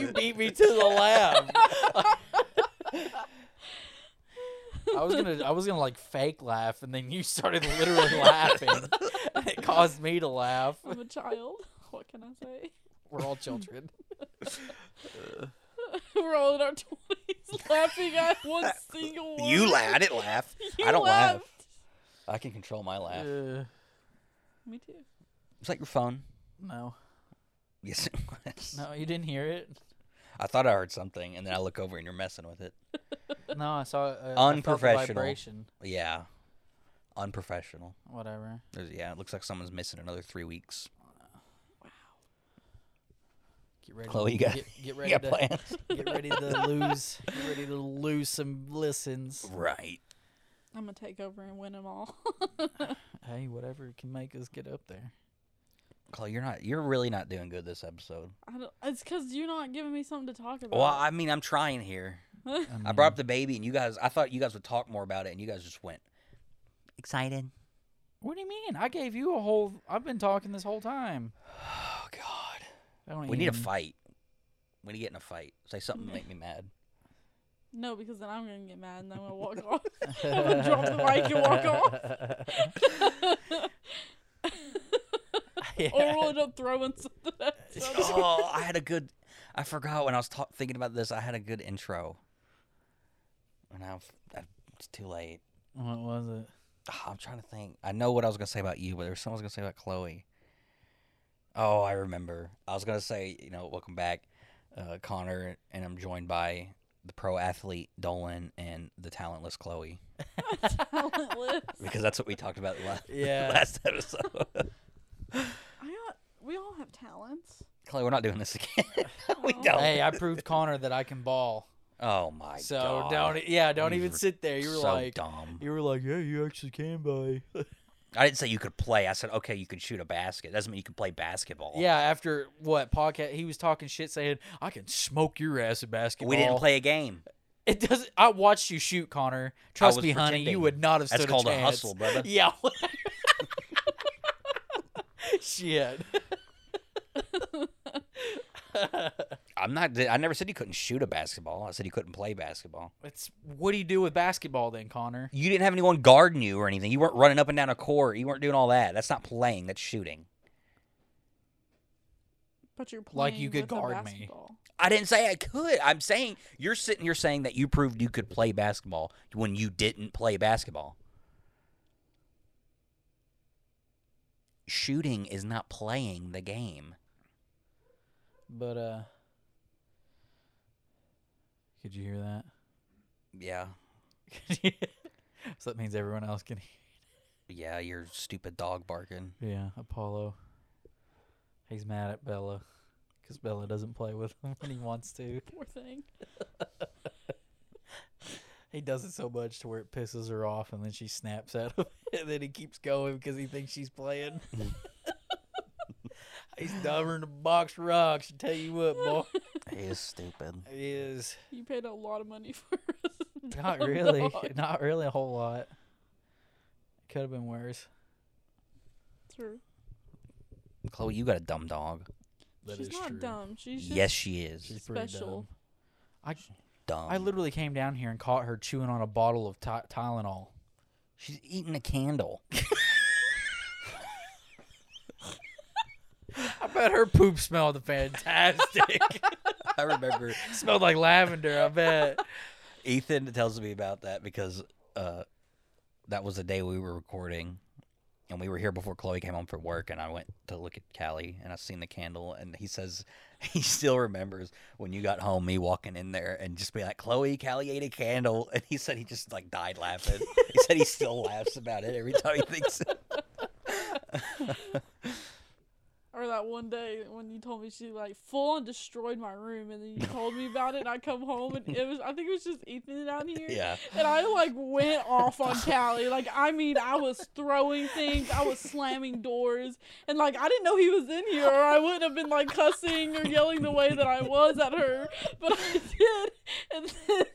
[SPEAKER 3] you beat me to the laugh. I was gonna, I was gonna like fake laugh, and then you started literally laughing. and it caused me to laugh.
[SPEAKER 2] I'm a child. What can I say?
[SPEAKER 3] We're all children.
[SPEAKER 2] We're all in our twenties, laughing at one single one.
[SPEAKER 1] You laugh. I didn't laugh.
[SPEAKER 2] You
[SPEAKER 1] I don't laugh.
[SPEAKER 2] laughed.
[SPEAKER 1] I can control my laugh.
[SPEAKER 3] Uh,
[SPEAKER 2] Me too.
[SPEAKER 1] Is that your phone?
[SPEAKER 3] no,
[SPEAKER 1] Yes, it was.
[SPEAKER 3] no, you didn't hear it.
[SPEAKER 1] I thought I heard something, and then I look over and you're messing with it.
[SPEAKER 3] No, I saw it. Uh, I felt the
[SPEAKER 1] Unprofessional.
[SPEAKER 3] vibration.
[SPEAKER 1] Yeah. Unprofessional.
[SPEAKER 3] Whatever.
[SPEAKER 1] There's, yeah, it looks like someone's missing another three weeks.
[SPEAKER 3] Get ready.
[SPEAKER 1] Chloe, you got,
[SPEAKER 3] get, get
[SPEAKER 1] you
[SPEAKER 3] ready
[SPEAKER 1] got
[SPEAKER 3] to
[SPEAKER 1] plans?
[SPEAKER 3] get ready to lose. Get ready to lose some listens.
[SPEAKER 1] right.
[SPEAKER 2] I'm gonna take over and win them all.
[SPEAKER 3] Hey, whatever can make us get up there.
[SPEAKER 1] Chloe, you're not. You're really not doing good this episode.
[SPEAKER 2] I don't, it's because you're not giving me something to talk about.
[SPEAKER 1] Well, I mean, I'm trying here. I brought up the baby, and you guys. I thought you guys would talk more about it, and you guys just went excited.
[SPEAKER 3] What do you mean? I gave you a whole. I've been talking this whole time.
[SPEAKER 1] Oh God.
[SPEAKER 3] I don't
[SPEAKER 1] We need a
[SPEAKER 3] even-
[SPEAKER 1] fight. We need to get in a fight. Say something to make me mad.
[SPEAKER 2] no, because then I'm gonna get mad and I'm gonna walk off. I'm gonna drop the mic and walk off.
[SPEAKER 3] Yeah.
[SPEAKER 2] Or we'll end up throwing something at each other.
[SPEAKER 1] oh, I had a good. I forgot when I was ta- thinking about this. I had a good intro, and now I- it's too late.
[SPEAKER 3] What was it?
[SPEAKER 1] Ah, I'm trying to think. I know what I was gonna say about you, but there was something I was gonna say about Chloe. Oh, I remember. I was gonna say, you know, welcome back, uh, Connor, and I'm joined by the pro athlete Dolan and the talentless Chloe
[SPEAKER 2] Talentless.
[SPEAKER 1] because that's what we talked about la-
[SPEAKER 3] Yeah.
[SPEAKER 1] last episode.
[SPEAKER 2] I got, we all have talents.
[SPEAKER 1] Chloe, we're not doing this again. we
[SPEAKER 2] Oh.
[SPEAKER 1] don't.
[SPEAKER 3] Hey, I proved Connor that I can ball.
[SPEAKER 1] Oh my
[SPEAKER 3] so
[SPEAKER 1] god.
[SPEAKER 3] don't. e, Yeah, don't
[SPEAKER 1] You
[SPEAKER 3] even
[SPEAKER 1] were
[SPEAKER 3] sit there. You were
[SPEAKER 1] so
[SPEAKER 3] like.
[SPEAKER 1] dumb.
[SPEAKER 3] You were like, yeah, you actually can buy.
[SPEAKER 1] I didn't say you could play. I said, okay, you can shoot a basket. Doesn't mean you can play basketball.
[SPEAKER 3] yeah, after what podcast? He was talking shit, saying, "I can smoke your ass in basketball."
[SPEAKER 1] We didn't play a game.
[SPEAKER 3] It doesn't. I watched you shoot, Connor. Trust
[SPEAKER 1] was
[SPEAKER 3] me, honey, you
[SPEAKER 1] pretending.
[SPEAKER 3] would not have stood
[SPEAKER 1] That's called
[SPEAKER 3] a
[SPEAKER 1] a,
[SPEAKER 3] chance.
[SPEAKER 1] hustle, brother.
[SPEAKER 3] Yeah. Shit.
[SPEAKER 1] I'm not. I never said you couldn't shoot a basketball. I said you couldn't play basketball.
[SPEAKER 3] It's what do you do with basketball then, Connor?
[SPEAKER 1] You didn't have anyone guarding you or anything. You weren't running up and down a court. You weren't doing all that. That's not playing. That's shooting.
[SPEAKER 2] But you're playing
[SPEAKER 3] Like, you could
[SPEAKER 2] with a
[SPEAKER 3] guard me.
[SPEAKER 2] basketball.
[SPEAKER 1] I didn't say I could. I'm saying you're sitting here saying that you proved you could play basketball when you didn't play basketball. Shooting is not playing the game.
[SPEAKER 3] But uh Could you hear that?
[SPEAKER 1] Yeah.
[SPEAKER 3] so that means everyone else can hear.
[SPEAKER 1] Yeah, your stupid dog barking.
[SPEAKER 3] Yeah, Apollo. He's mad at Bella cuz Bella doesn't play with him when he wants to.
[SPEAKER 2] Poor thing.
[SPEAKER 3] He does it so much to where it pisses her off and then she snaps at him and then he keeps going because he thinks she's playing. He's dumber than a box of rocks, I tell you what, boy.
[SPEAKER 1] He is stupid.
[SPEAKER 3] He is
[SPEAKER 2] You paid a lot of money for us.
[SPEAKER 3] Not really. Not really a whole lot. Could have been worse.
[SPEAKER 2] True.
[SPEAKER 1] Chloe, you got a dumb dog.
[SPEAKER 2] She's not dumb. She's just
[SPEAKER 1] yes, she is.
[SPEAKER 3] She's pretty
[SPEAKER 2] special.
[SPEAKER 3] dumb.
[SPEAKER 1] dumb.
[SPEAKER 3] I, I literally came down here and caught her chewing on a bottle of ty- Tylenol.
[SPEAKER 1] She's eating a candle.
[SPEAKER 3] I bet her poop smelled fantastic.
[SPEAKER 1] I remember
[SPEAKER 3] smelled like lavender, I bet.
[SPEAKER 1] Ethan tells me about that because uh, that was the day we were recording, and we were here before Chloe came home from work, and I went to look at Callie, and I seen the candle, and he says he still remembers when you got home, me walking in there, and just be like, "Chloe, Callie ate a candle," and he said he just like died laughing. he said he still laughs about it every time he thinks.
[SPEAKER 2] Or that one day when you told me she like full on destroyed my room, and then you told me about it, and I come home and it was I think it was just Ethan down here.
[SPEAKER 1] yeah,
[SPEAKER 2] And I like went off on Callie. Like I mean, I was throwing things, I was slamming doors, and like I didn't know he was in here, or I wouldn't have been like cussing or yelling the way that I was at her. But I did, and then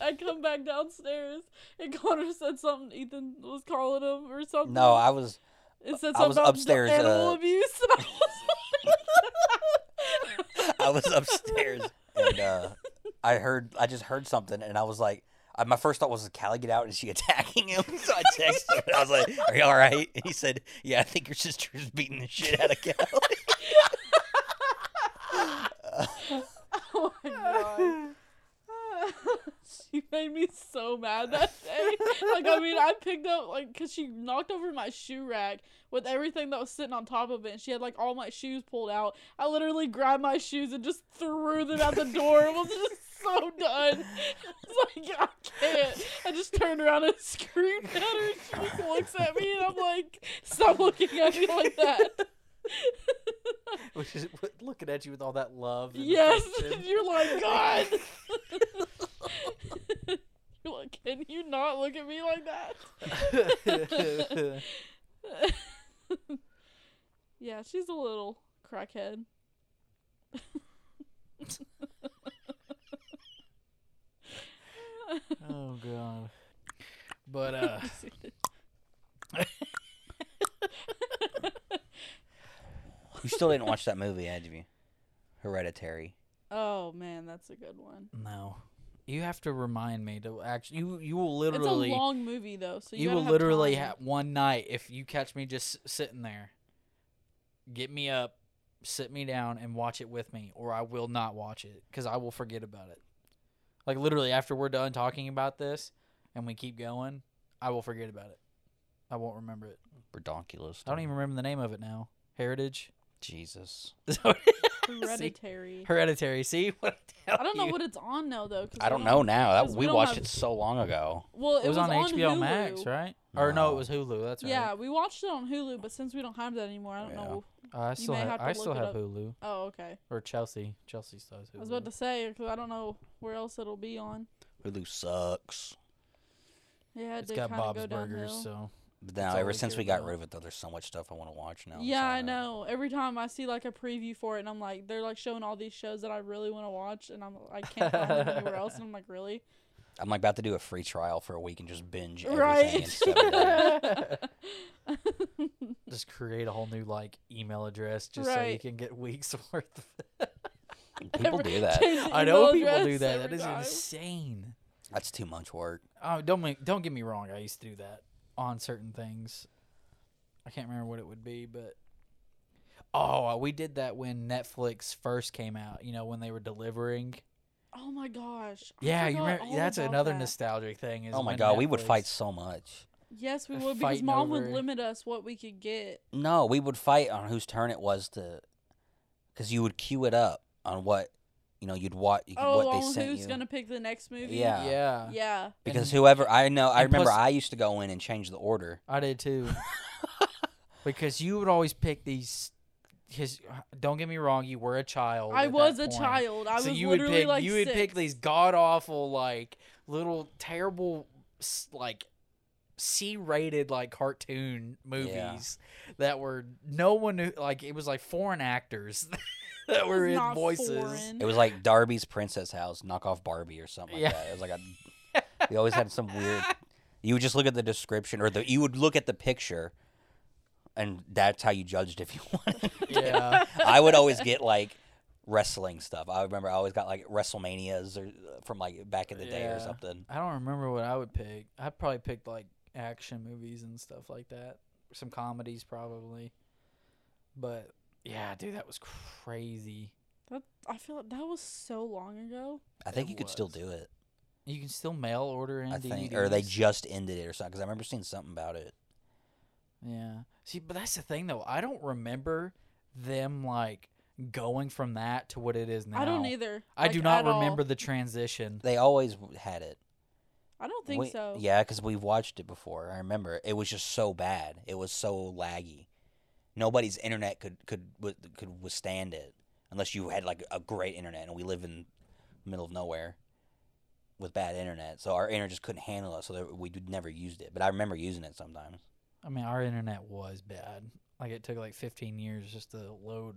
[SPEAKER 2] I come back downstairs, and Connor said something. Ethan was calling him or something.
[SPEAKER 1] no, I was
[SPEAKER 2] it said
[SPEAKER 1] I was
[SPEAKER 2] something about
[SPEAKER 1] upstairs,
[SPEAKER 2] Animal
[SPEAKER 1] uh,
[SPEAKER 2] abuse, and I was.
[SPEAKER 1] I was upstairs and uh, I heard I just heard something and I was like I, my first thought was "Did Callie get out and she attacking him so I texted him and I was like are you all right and he said yeah I think your sister's beating the shit out of Callie
[SPEAKER 2] Oh my god. she made me so mad that day. Like, I mean, I picked up, like, because she knocked over my shoe rack with everything that was sitting on top of it, and she had, like, all my shoes pulled out. I literally grabbed my shoes and just threw them out the door. I was just so done. I was like, I can't. I just turned around and screamed at her, and she just looks at me, and I'm like, stop looking at me like that.
[SPEAKER 3] Which is looking at you with all that love. and
[SPEAKER 2] Yes,
[SPEAKER 3] affection.
[SPEAKER 2] you're like God. you're like, can you not look at me like that? yeah, she's a little crackhead.
[SPEAKER 3] oh god. But uh,
[SPEAKER 1] you still didn't watch that movie had you Hereditary
[SPEAKER 2] oh man, that's a good one.
[SPEAKER 3] no, you have to remind me to actually. You you will
[SPEAKER 2] It's a
[SPEAKER 3] literally
[SPEAKER 2] long movie though, so you,
[SPEAKER 3] you
[SPEAKER 2] gotta
[SPEAKER 3] will
[SPEAKER 2] have
[SPEAKER 3] literally
[SPEAKER 2] time.
[SPEAKER 3] have one night if you catch me just s- sitting there. Get me up, sit me down, and watch it with me, or I will not watch it because I will forget about it. Like literally, after we're done talking about this, and we keep going, I will forget about it. I won't remember it.
[SPEAKER 1] Redonkulous
[SPEAKER 3] I don't even remember the name of it now. Heritage.
[SPEAKER 1] Jesus
[SPEAKER 2] Hereditary.
[SPEAKER 3] Hereditary. See what? I,
[SPEAKER 2] I don't know what it's on now though. 'cause
[SPEAKER 1] I
[SPEAKER 2] we
[SPEAKER 1] don't know now that
[SPEAKER 2] 'cause
[SPEAKER 1] we
[SPEAKER 2] we don't
[SPEAKER 1] watched
[SPEAKER 2] have-
[SPEAKER 1] it so long ago
[SPEAKER 2] Well, it,
[SPEAKER 3] It was, on, HBO
[SPEAKER 2] Hulu.
[SPEAKER 3] Max, right? Or no, it was Hulu. That's right.
[SPEAKER 2] yeah, we watched it on Hulu, but since we don't have that anymore, I don't
[SPEAKER 1] Yeah.
[SPEAKER 2] know.
[SPEAKER 3] Uh, I still
[SPEAKER 2] may
[SPEAKER 3] have,
[SPEAKER 2] have to
[SPEAKER 3] I
[SPEAKER 2] look
[SPEAKER 3] still
[SPEAKER 2] it
[SPEAKER 3] have
[SPEAKER 2] up.
[SPEAKER 3] Hulu
[SPEAKER 2] Oh, okay.
[SPEAKER 3] or Chelsea. Chelsea still has Hulu.
[SPEAKER 2] I was about to say because I don't know where else it'll be on.
[SPEAKER 1] Hulu sucks
[SPEAKER 2] Yeah, it
[SPEAKER 3] it's
[SPEAKER 2] did
[SPEAKER 3] got
[SPEAKER 2] kind of
[SPEAKER 3] Bob's
[SPEAKER 2] go
[SPEAKER 3] Burgers,
[SPEAKER 2] downhill.
[SPEAKER 3] so
[SPEAKER 1] but now
[SPEAKER 3] all
[SPEAKER 1] ever
[SPEAKER 3] we
[SPEAKER 1] since
[SPEAKER 3] care
[SPEAKER 1] we got
[SPEAKER 3] about.
[SPEAKER 1] rid of it though there's so much stuff I want to watch now that's
[SPEAKER 2] yeah,
[SPEAKER 1] on
[SPEAKER 2] I
[SPEAKER 1] there.
[SPEAKER 2] know. Every time I see like a preview for it, and I'm like, they're like showing all these shows that I really want to watch, and I'm I can't find them anywhere else, and I'm like, really?
[SPEAKER 1] I'm like about to do a free trial for a week and just binge everything in
[SPEAKER 2] Right.
[SPEAKER 1] seven days.
[SPEAKER 3] just create a whole new like email address just so you
[SPEAKER 2] Right.
[SPEAKER 3] can get weeks worth.
[SPEAKER 1] People
[SPEAKER 2] Every-
[SPEAKER 1] do that.
[SPEAKER 2] change the
[SPEAKER 3] I
[SPEAKER 2] email
[SPEAKER 3] know people do
[SPEAKER 2] address
[SPEAKER 3] that.
[SPEAKER 2] every
[SPEAKER 3] That is
[SPEAKER 2] time.
[SPEAKER 3] insane.
[SPEAKER 1] That's too much work.
[SPEAKER 3] Oh, don't make, don't get me wrong. I used to do that on certain things. I can't remember what it would be, but oh, we did that when Netflix first came out. You know when they were delivering.
[SPEAKER 2] Oh my gosh. I
[SPEAKER 3] Yeah, you
[SPEAKER 2] forgot
[SPEAKER 3] remember,
[SPEAKER 2] all
[SPEAKER 3] that's
[SPEAKER 2] about
[SPEAKER 3] another
[SPEAKER 2] that.
[SPEAKER 3] nostalgic thing. Is
[SPEAKER 1] Oh my
[SPEAKER 3] when
[SPEAKER 1] god, we would
[SPEAKER 3] Netflix-
[SPEAKER 1] fight so much.
[SPEAKER 2] Yes, we
[SPEAKER 3] Uh,
[SPEAKER 2] would because
[SPEAKER 3] fighting
[SPEAKER 2] mom would
[SPEAKER 3] over-
[SPEAKER 2] limit us what we could get.
[SPEAKER 1] No, we would fight on whose turn it was to, because you would queue it up on what, you know, you'd watch
[SPEAKER 2] Oh,
[SPEAKER 1] what they
[SPEAKER 2] on
[SPEAKER 1] sent
[SPEAKER 2] who's
[SPEAKER 1] you.
[SPEAKER 2] gonna pick the next movie?
[SPEAKER 1] Yeah.
[SPEAKER 3] Yeah,
[SPEAKER 2] Yeah.
[SPEAKER 1] Because
[SPEAKER 3] And-
[SPEAKER 1] whoever I know, I
[SPEAKER 3] and
[SPEAKER 1] remember
[SPEAKER 3] plus-
[SPEAKER 1] I used to go in and change the order.
[SPEAKER 3] I did too. because you would always pick these. Because don't get me wrong, you were a child.
[SPEAKER 2] I
[SPEAKER 3] at
[SPEAKER 2] was a
[SPEAKER 3] that point.
[SPEAKER 2] child. I
[SPEAKER 3] so
[SPEAKER 2] was
[SPEAKER 3] you would
[SPEAKER 2] literally
[SPEAKER 3] pick
[SPEAKER 2] like
[SPEAKER 3] you would pick
[SPEAKER 2] six.
[SPEAKER 3] these god awful like little terrible s- like C-rated like cartoon movies that were no one knew like it was like foreign actors that
[SPEAKER 2] It was
[SPEAKER 3] were in
[SPEAKER 2] not
[SPEAKER 3] voices.
[SPEAKER 2] foreign.
[SPEAKER 1] It was like Darby's Princess House, knockoff Barbie or something like
[SPEAKER 3] Yeah.
[SPEAKER 1] that. It was like a, we always had some weird. You would just look at the description, or the you would look at the picture, and that's how you judged if you wanted.
[SPEAKER 3] Yeah.
[SPEAKER 1] I would always get like wrestling stuff. I remember I always got like WrestleManias or uh, from like back in the day
[SPEAKER 3] Yeah.
[SPEAKER 1] or something.
[SPEAKER 3] I don't remember what I would pick. I probably picked like action movies and stuff like that. Some comedies probably. But yeah, dude, that was crazy.
[SPEAKER 2] That I feel like that was so long ago.
[SPEAKER 1] I think
[SPEAKER 3] It
[SPEAKER 1] you could still
[SPEAKER 3] was.
[SPEAKER 1] do it.
[SPEAKER 3] You can still mail order in
[SPEAKER 1] I think, or they
[SPEAKER 3] DVDs.
[SPEAKER 1] just ended it or something. Because I remember seeing something about it.
[SPEAKER 3] Yeah. See, but that's the thing though. I don't remember them like going from that to what it is now.
[SPEAKER 2] I don't either.
[SPEAKER 3] I do
[SPEAKER 2] like,
[SPEAKER 3] not
[SPEAKER 2] at all.
[SPEAKER 3] remember the transition.
[SPEAKER 1] They always had it.
[SPEAKER 2] I don't think
[SPEAKER 1] We-
[SPEAKER 2] so.
[SPEAKER 1] Yeah, because we've watched it before. I remember it. it was just so bad. It was so laggy. Nobody's internet could could wi- could withstand it unless you had like a great internet. And we live in the middle of nowhere with bad internet, so our internet just couldn't handle it. So there, we d- never used it. But I remember using it sometimes.
[SPEAKER 3] I mean, our internet was bad. Like it took like 15 years just to load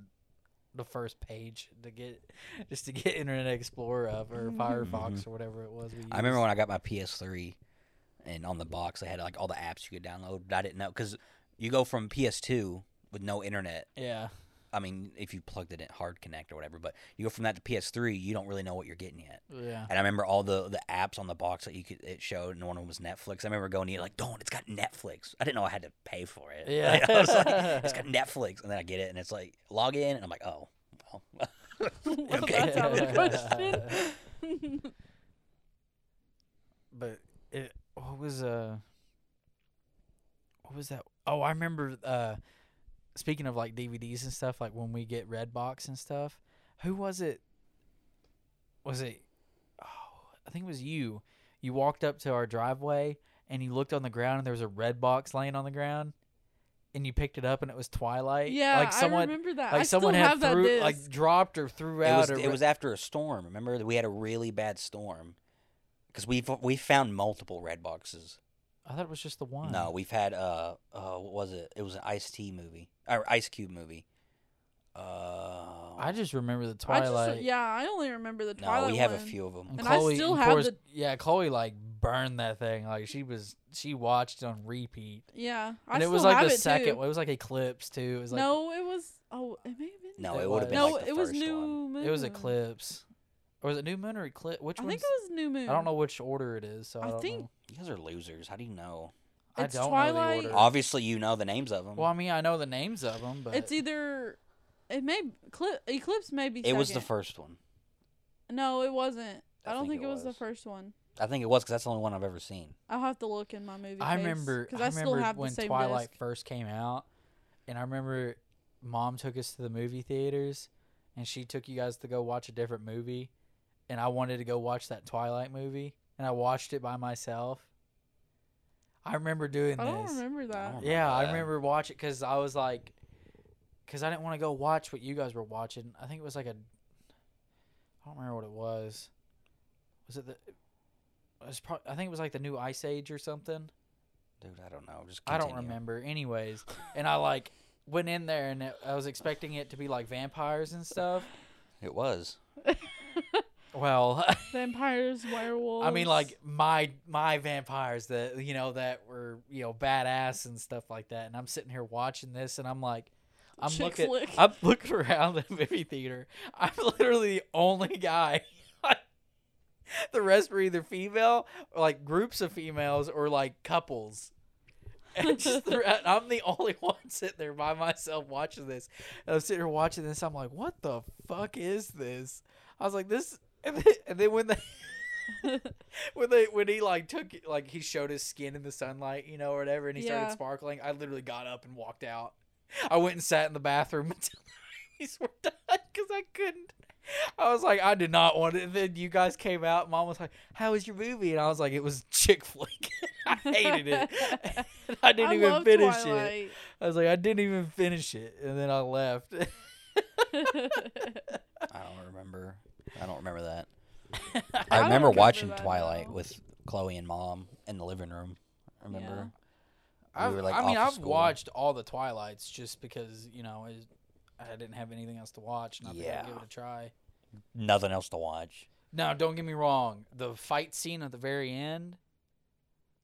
[SPEAKER 3] the first page to get just to get Internet Explorer up or
[SPEAKER 2] Mhm.
[SPEAKER 3] Firefox or whatever it was. We
[SPEAKER 1] I remember when I got my PS3, and on the box they had like all the apps you could download. But I didn't know because you go from PS2 with no internet
[SPEAKER 3] Yeah.
[SPEAKER 1] I mean, if you plugged it in hard connect or whatever, but you go from that to PS3, you don't really know what you're getting yet.
[SPEAKER 3] Yeah.
[SPEAKER 1] And I remember all the the apps on the box that you could it showed, and one of them was Netflix. I remember going to it like, "Don't, it's got Netflix." I didn't know I had to pay for it.
[SPEAKER 3] Yeah.
[SPEAKER 1] Like, I was like, "It's got Netflix," and then I get it, and it's like, "Log in," and I'm like, "Oh, well,
[SPEAKER 2] Well,
[SPEAKER 1] Okay.
[SPEAKER 2] that's out of the question.
[SPEAKER 3] but it what was uh what was that oh i remember uh speaking of like dvds and stuff like when we get redbox and stuff who was it was it oh i think it was you you walked up to our driveway and you looked on the ground and there was a red box laying on the ground and you picked it up and it was twilight
[SPEAKER 2] yeah,
[SPEAKER 3] like someone
[SPEAKER 2] I remember that.
[SPEAKER 3] like
[SPEAKER 2] I
[SPEAKER 3] someone
[SPEAKER 2] still
[SPEAKER 3] had
[SPEAKER 2] have that
[SPEAKER 3] threw,
[SPEAKER 2] disc.
[SPEAKER 3] like dropped or threw
[SPEAKER 1] it
[SPEAKER 3] out
[SPEAKER 1] was
[SPEAKER 3] a
[SPEAKER 1] it
[SPEAKER 3] re-
[SPEAKER 1] was after a storm. Remember, that we had a really bad storm because we've we found multiple red boxes.
[SPEAKER 3] i thought it was just the one
[SPEAKER 1] No, we've had uh uh what was it? It was an Ice T movie or Ice Cube movie. Uh,
[SPEAKER 3] i just remember the
[SPEAKER 2] I
[SPEAKER 3] twilight
[SPEAKER 2] just- yeah, I only remember the Twilight
[SPEAKER 1] No, we have a
[SPEAKER 2] one.
[SPEAKER 1] few of them.
[SPEAKER 2] And I still have the-
[SPEAKER 3] yeah, Chloe like burned that thing. Like she was she watched on repeat.
[SPEAKER 2] Yeah, I
[SPEAKER 3] And it
[SPEAKER 2] still
[SPEAKER 3] was like
[SPEAKER 2] have
[SPEAKER 3] the
[SPEAKER 2] it
[SPEAKER 3] second
[SPEAKER 2] Too.
[SPEAKER 3] it was like Eclipse too. It was like
[SPEAKER 2] no, it was. Oh, it may have been.
[SPEAKER 1] No,
[SPEAKER 3] It
[SPEAKER 1] it would have been
[SPEAKER 2] no,
[SPEAKER 1] like the
[SPEAKER 2] it was
[SPEAKER 1] first
[SPEAKER 2] New
[SPEAKER 1] one.
[SPEAKER 2] Moon.
[SPEAKER 3] it was Eclipse. Or was it New Moon or Eclipse? Which
[SPEAKER 2] I
[SPEAKER 3] one?
[SPEAKER 2] think it was New Moon.
[SPEAKER 3] I don't know which order it is, so I,
[SPEAKER 2] I
[SPEAKER 3] don't
[SPEAKER 2] think-
[SPEAKER 3] know.
[SPEAKER 1] You guys are losers. How do you know?
[SPEAKER 3] I
[SPEAKER 2] It's
[SPEAKER 3] don't know
[SPEAKER 2] Twilight-
[SPEAKER 3] the order.
[SPEAKER 1] Obviously, you know the names of them.
[SPEAKER 3] well, I mean, I know the names of them, but
[SPEAKER 2] It's either. It may Cli- Eclipse may be.
[SPEAKER 1] it was the
[SPEAKER 2] second.
[SPEAKER 1] first one.
[SPEAKER 2] No, it wasn't.
[SPEAKER 1] I
[SPEAKER 2] I, don't
[SPEAKER 1] think
[SPEAKER 2] think,
[SPEAKER 1] it
[SPEAKER 2] it was.
[SPEAKER 1] was.
[SPEAKER 2] the first one.
[SPEAKER 1] I think it was because that's the only one I've ever seen.
[SPEAKER 2] I'll have to look in my movie.
[SPEAKER 3] I remember
[SPEAKER 2] because
[SPEAKER 3] I,
[SPEAKER 2] I,
[SPEAKER 3] remember
[SPEAKER 2] still have
[SPEAKER 3] when
[SPEAKER 2] the same
[SPEAKER 3] Twilight
[SPEAKER 2] disc.
[SPEAKER 3] first came out, and I remember mom took us to the movie theaters, and she took you guys to go watch a different movie, and I wanted to go watch that Twilight movie, and I watched it by myself. I remember doing
[SPEAKER 2] I don't
[SPEAKER 3] this.
[SPEAKER 2] remember that.
[SPEAKER 1] don't
[SPEAKER 3] Yeah, I
[SPEAKER 1] that.
[SPEAKER 3] remember watching because I was like, because I didn't want to go watch what you guys were watching. I think it was like a, I don't remember what it was. Was it the? It was probably, I think it was like the new Ice Age or something.
[SPEAKER 1] Dude, I don't know. Just
[SPEAKER 3] I don't
[SPEAKER 1] continue.
[SPEAKER 3] remember. Anyways, and I like went in there and it, I was expecting it to be like vampires and stuff.
[SPEAKER 1] It was.
[SPEAKER 3] Well,
[SPEAKER 2] Vampires, werewolves.
[SPEAKER 3] I mean like my my vampires that you know that were you know badass and stuff like that. And I'm sitting here watching this and I'm like. I'm
[SPEAKER 2] Chick
[SPEAKER 3] looking.
[SPEAKER 2] flick.
[SPEAKER 3] I'm looking around the movie theater. I'm literally the only guy. the rest were either female, or like groups of females, or like couples. And it's just the- and I'm the only one sitting there by myself watching this. And I'm sitting here watching this. I'm like, what the fuck is this? I was like, this. And then, and then when they. when they when he like took like he showed his skin in the sunlight you know or whatever and he
[SPEAKER 2] Yeah.
[SPEAKER 3] started sparkling i literally got up and walked out i went and sat in the bathroom until these were done because i couldn't i was like i did not want it and then you guys came out mom was like how was your movie and i was like it was chick flick i hated it And i didn't
[SPEAKER 2] I
[SPEAKER 3] even
[SPEAKER 2] love
[SPEAKER 3] finish it
[SPEAKER 2] Twilight.
[SPEAKER 3] I was like, I didn't even finish it, and then I left.
[SPEAKER 1] I don't remember. I don't remember that.
[SPEAKER 2] I
[SPEAKER 1] I
[SPEAKER 2] don't
[SPEAKER 1] remember
[SPEAKER 2] remember
[SPEAKER 1] watching
[SPEAKER 2] that,
[SPEAKER 1] Twilight
[SPEAKER 2] no.
[SPEAKER 1] with Chloe and Mom in the living room. I remember.
[SPEAKER 3] I,
[SPEAKER 1] were, like,
[SPEAKER 3] I mean,
[SPEAKER 1] off of
[SPEAKER 3] I've
[SPEAKER 1] school.
[SPEAKER 3] watched all the Twilights just because you know it, I didn't have anything else to watch, and I yeah.
[SPEAKER 1] Yeah.
[SPEAKER 3] think I'd give it a try.
[SPEAKER 1] Nothing else to watch.
[SPEAKER 3] Now, don't get me wrong, the fight scene at the very end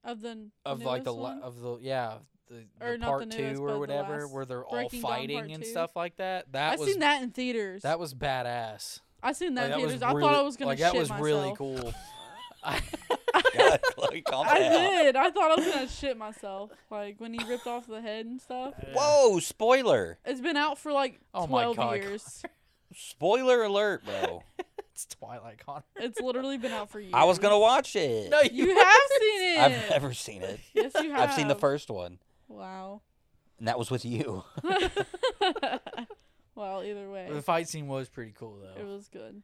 [SPEAKER 2] of the
[SPEAKER 3] of like the
[SPEAKER 2] newest
[SPEAKER 3] la-
[SPEAKER 2] one?
[SPEAKER 3] of the yeah the,
[SPEAKER 2] Or
[SPEAKER 3] the
[SPEAKER 2] not the
[SPEAKER 3] part
[SPEAKER 2] newest,
[SPEAKER 3] two
[SPEAKER 2] but
[SPEAKER 3] or
[SPEAKER 2] the
[SPEAKER 3] whatever
[SPEAKER 2] last
[SPEAKER 3] where they're all
[SPEAKER 2] Breaking Dawn Part
[SPEAKER 3] fighting and
[SPEAKER 2] Two.
[SPEAKER 3] stuff like that. That
[SPEAKER 2] I
[SPEAKER 3] was
[SPEAKER 2] seen that in theaters.
[SPEAKER 3] that was badass.
[SPEAKER 2] I seen that
[SPEAKER 3] Like,
[SPEAKER 2] in
[SPEAKER 3] that was
[SPEAKER 2] theaters. I
[SPEAKER 3] really-
[SPEAKER 2] thought I was gonna
[SPEAKER 3] like
[SPEAKER 2] shit
[SPEAKER 3] that was
[SPEAKER 2] myself.
[SPEAKER 3] really cool. I-
[SPEAKER 1] God, Chloe, calm
[SPEAKER 2] I
[SPEAKER 1] down.
[SPEAKER 2] did. I thought I was gonna shit myself. Like when he ripped off the head and stuff.
[SPEAKER 1] Whoa! Spoiler!
[SPEAKER 2] It's been out for like
[SPEAKER 3] Oh my
[SPEAKER 2] twelve
[SPEAKER 3] God,
[SPEAKER 2] years.
[SPEAKER 1] Spoiler alert, bro.
[SPEAKER 3] it's Twilight Connor.
[SPEAKER 2] It's literally been out for years.
[SPEAKER 1] I was gonna watch it.
[SPEAKER 3] No,
[SPEAKER 2] You
[SPEAKER 3] you
[SPEAKER 2] have seen it.
[SPEAKER 1] I've never seen it.
[SPEAKER 2] Yes, you have.
[SPEAKER 1] I've seen the first one.
[SPEAKER 2] Wow.
[SPEAKER 1] and that was with you.
[SPEAKER 2] well, either way,
[SPEAKER 3] The fight scene was pretty cool though.
[SPEAKER 2] it was good.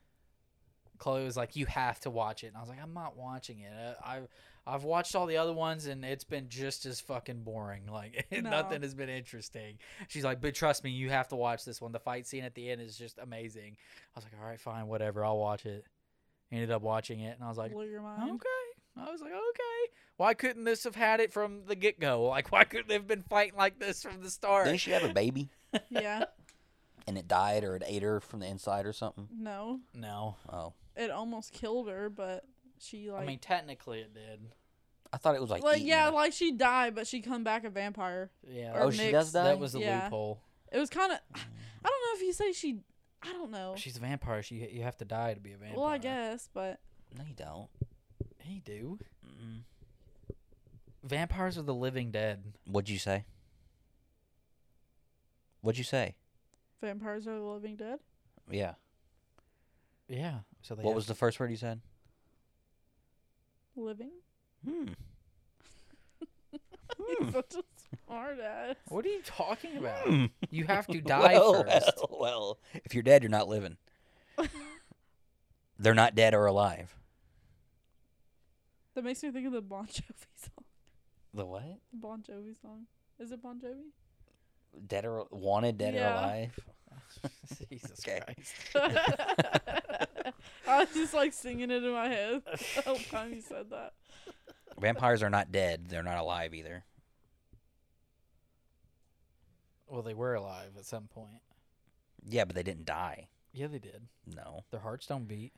[SPEAKER 3] Chloe was like, "You have to watch it," and I was like, "I'm not watching it. Uh, I've I've watched all the other ones, and it's been just as fucking boring. Like
[SPEAKER 2] No.
[SPEAKER 3] nothing has been interesting." She's like, "But trust me, you have to watch this one. The fight scene at the end is just amazing." I was like, "All right, fine, whatever. I'll watch it." Ended up watching it, and I was like,
[SPEAKER 2] Blow your mind.
[SPEAKER 3] "Okay." I was like, "Okay, why couldn't this have had it from the get go? Like, why couldn't they have been fighting like this from the start?"
[SPEAKER 1] Didn't she have a baby
[SPEAKER 2] Yeah.
[SPEAKER 1] and it died or it ate her from the inside or something?
[SPEAKER 2] No,
[SPEAKER 3] no,
[SPEAKER 1] Oh,
[SPEAKER 2] it almost killed her, but she like
[SPEAKER 3] I mean technically it did.
[SPEAKER 1] I thought it was like,
[SPEAKER 2] like
[SPEAKER 1] eating
[SPEAKER 2] yeah,
[SPEAKER 1] her.
[SPEAKER 2] like she died, but she come back a vampire.
[SPEAKER 3] Yeah,
[SPEAKER 2] or
[SPEAKER 1] oh she does
[SPEAKER 2] mixed.
[SPEAKER 1] die.
[SPEAKER 3] that was the
[SPEAKER 2] Yeah.
[SPEAKER 3] loophole.
[SPEAKER 2] It was kind of. I don't know if you say she. I don't know.
[SPEAKER 3] She's a vampire. She you have to die to be a vampire.
[SPEAKER 2] Well, I guess, but
[SPEAKER 1] no, you don't.
[SPEAKER 3] he do.
[SPEAKER 1] Mm.
[SPEAKER 3] Vampires are the living dead.
[SPEAKER 1] What'd you say? What'd you say?
[SPEAKER 2] vampires are the living dead.
[SPEAKER 1] Yeah.
[SPEAKER 3] Yeah. So they
[SPEAKER 1] what
[SPEAKER 3] have-
[SPEAKER 1] was the first word you said?
[SPEAKER 2] Living.
[SPEAKER 1] Hmm.
[SPEAKER 2] He's such a smart ass.
[SPEAKER 3] What are you talking about?
[SPEAKER 1] Hmm.
[SPEAKER 3] you have to die
[SPEAKER 1] well,
[SPEAKER 3] first.
[SPEAKER 1] Well, well, if you're dead, you're not living. They're not dead or alive.
[SPEAKER 2] That makes me think of the Bon Jovi song.
[SPEAKER 1] The what?
[SPEAKER 2] The Bon Jovi song. Is it Bon Jovi?
[SPEAKER 1] Dead or wanted, dead or
[SPEAKER 2] Yeah.
[SPEAKER 1] alive?
[SPEAKER 3] Jesus
[SPEAKER 1] Okay.
[SPEAKER 3] Christ.
[SPEAKER 2] I was just like singing it in my head the whole time you said that.
[SPEAKER 1] Vampires are not dead. They're not alive either.
[SPEAKER 3] Well, they were alive at some point.
[SPEAKER 1] Yeah, but they didn't die.
[SPEAKER 3] Yeah, they did.
[SPEAKER 1] No.
[SPEAKER 3] Their hearts don't beat.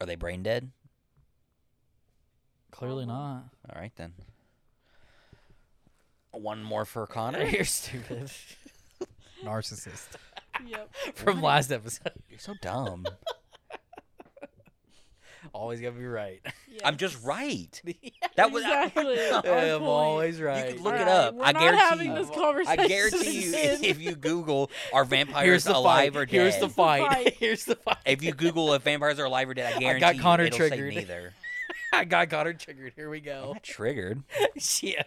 [SPEAKER 1] Are they brain dead?
[SPEAKER 3] Clearly
[SPEAKER 2] Probably.
[SPEAKER 3] not.
[SPEAKER 1] All right then. One more for Connor.
[SPEAKER 3] You're stupid. Narcissist.
[SPEAKER 2] Yep.
[SPEAKER 3] From last episode.
[SPEAKER 1] You're so dumb.
[SPEAKER 3] Always gotta be right.
[SPEAKER 1] I'm just right.
[SPEAKER 3] I'm
[SPEAKER 1] That was
[SPEAKER 2] Exactly. Our point.
[SPEAKER 3] always right.
[SPEAKER 1] could look
[SPEAKER 2] All
[SPEAKER 1] it up.
[SPEAKER 2] We're
[SPEAKER 1] I
[SPEAKER 2] not
[SPEAKER 1] guarantee
[SPEAKER 2] having
[SPEAKER 1] you.
[SPEAKER 2] this
[SPEAKER 3] I
[SPEAKER 1] I
[SPEAKER 2] conversation.
[SPEAKER 1] guarantee you,
[SPEAKER 2] again.
[SPEAKER 1] if you Google are vampires
[SPEAKER 3] Here's the
[SPEAKER 1] alive
[SPEAKER 3] fight.
[SPEAKER 1] or dead,
[SPEAKER 3] Here's the fight.
[SPEAKER 2] fight.
[SPEAKER 3] Here's the fight.
[SPEAKER 1] if you Google if vampires are alive or dead, I guarantee
[SPEAKER 3] got Connor
[SPEAKER 1] you it'll
[SPEAKER 3] triggered.
[SPEAKER 1] say neither.
[SPEAKER 3] I got got her triggered. Here we
[SPEAKER 1] I'm
[SPEAKER 3] go.
[SPEAKER 1] not triggered.
[SPEAKER 3] Shit.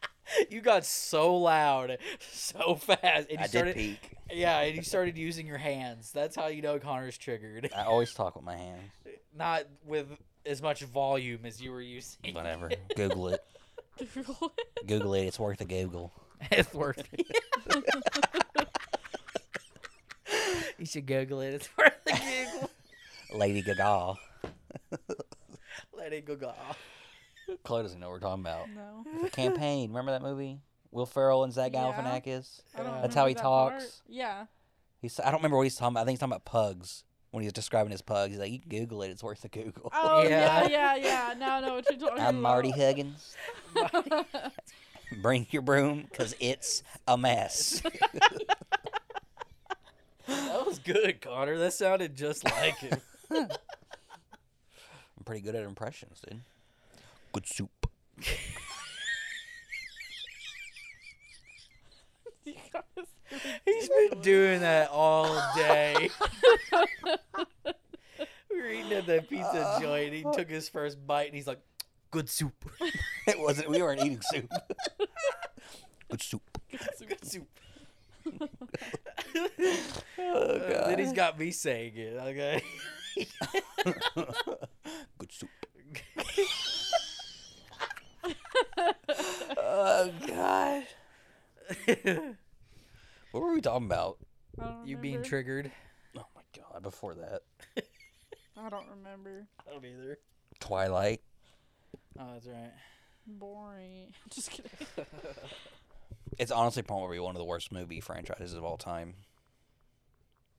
[SPEAKER 3] you got so loud, so fast, and you
[SPEAKER 1] I
[SPEAKER 3] started.
[SPEAKER 1] did peek.
[SPEAKER 3] Yeah, and you started using your hands. That's how you know Connor's triggered.
[SPEAKER 1] I always talk with my hands.
[SPEAKER 3] Not with as much volume as you were using.
[SPEAKER 1] Whatever. Google it.
[SPEAKER 2] Google it.
[SPEAKER 1] Google it. It's worth a Google.
[SPEAKER 3] it's worth it. you should Google it. It's worth the Google.
[SPEAKER 1] Lady Gaga.
[SPEAKER 3] Let it go.
[SPEAKER 1] Chloe doesn't know what we're talking about.
[SPEAKER 2] No.
[SPEAKER 1] The campaign. Remember that movie? Will Ferrell and Zach
[SPEAKER 2] Yeah.
[SPEAKER 1] Galifianakis.
[SPEAKER 2] I don't
[SPEAKER 1] That's how
[SPEAKER 2] remember
[SPEAKER 1] he
[SPEAKER 2] that
[SPEAKER 1] talks.
[SPEAKER 2] part. Yeah.
[SPEAKER 1] He's. I don't remember what he's talking about. I think he's talking about pugs when he's describing his pugs. He's like, you can Google it. It's worth a Google.
[SPEAKER 2] Oh
[SPEAKER 3] Yeah.
[SPEAKER 2] yeah, yeah, yeah. Now I know what you're talking about.
[SPEAKER 1] I'm Marty Huggins. Bring your broom, cause it's a mess.
[SPEAKER 3] That was good, Connor. That sounded just like it.
[SPEAKER 1] I'm pretty good at impressions, dude. Good soup.
[SPEAKER 2] You guys-
[SPEAKER 3] He's been doing that all day. we were eating at that pizza joint. He took his first bite and he's like, "Good soup,
[SPEAKER 1] It wasn't. We weren't eating soup. Good soup.
[SPEAKER 3] good soup."
[SPEAKER 1] Oh
[SPEAKER 3] Uh, then he's got me saying it. Okay.
[SPEAKER 1] Good soup. oh God. What were we talking about?
[SPEAKER 2] I don't
[SPEAKER 3] you being
[SPEAKER 2] remember.
[SPEAKER 3] triggered?
[SPEAKER 1] Oh my God! Before that,
[SPEAKER 2] I don't remember.
[SPEAKER 3] I don't either.
[SPEAKER 1] Twilight.
[SPEAKER 3] Oh, that's right.
[SPEAKER 2] Boring. Just kidding.
[SPEAKER 1] It's honestly probably one of the worst movie franchises of all time.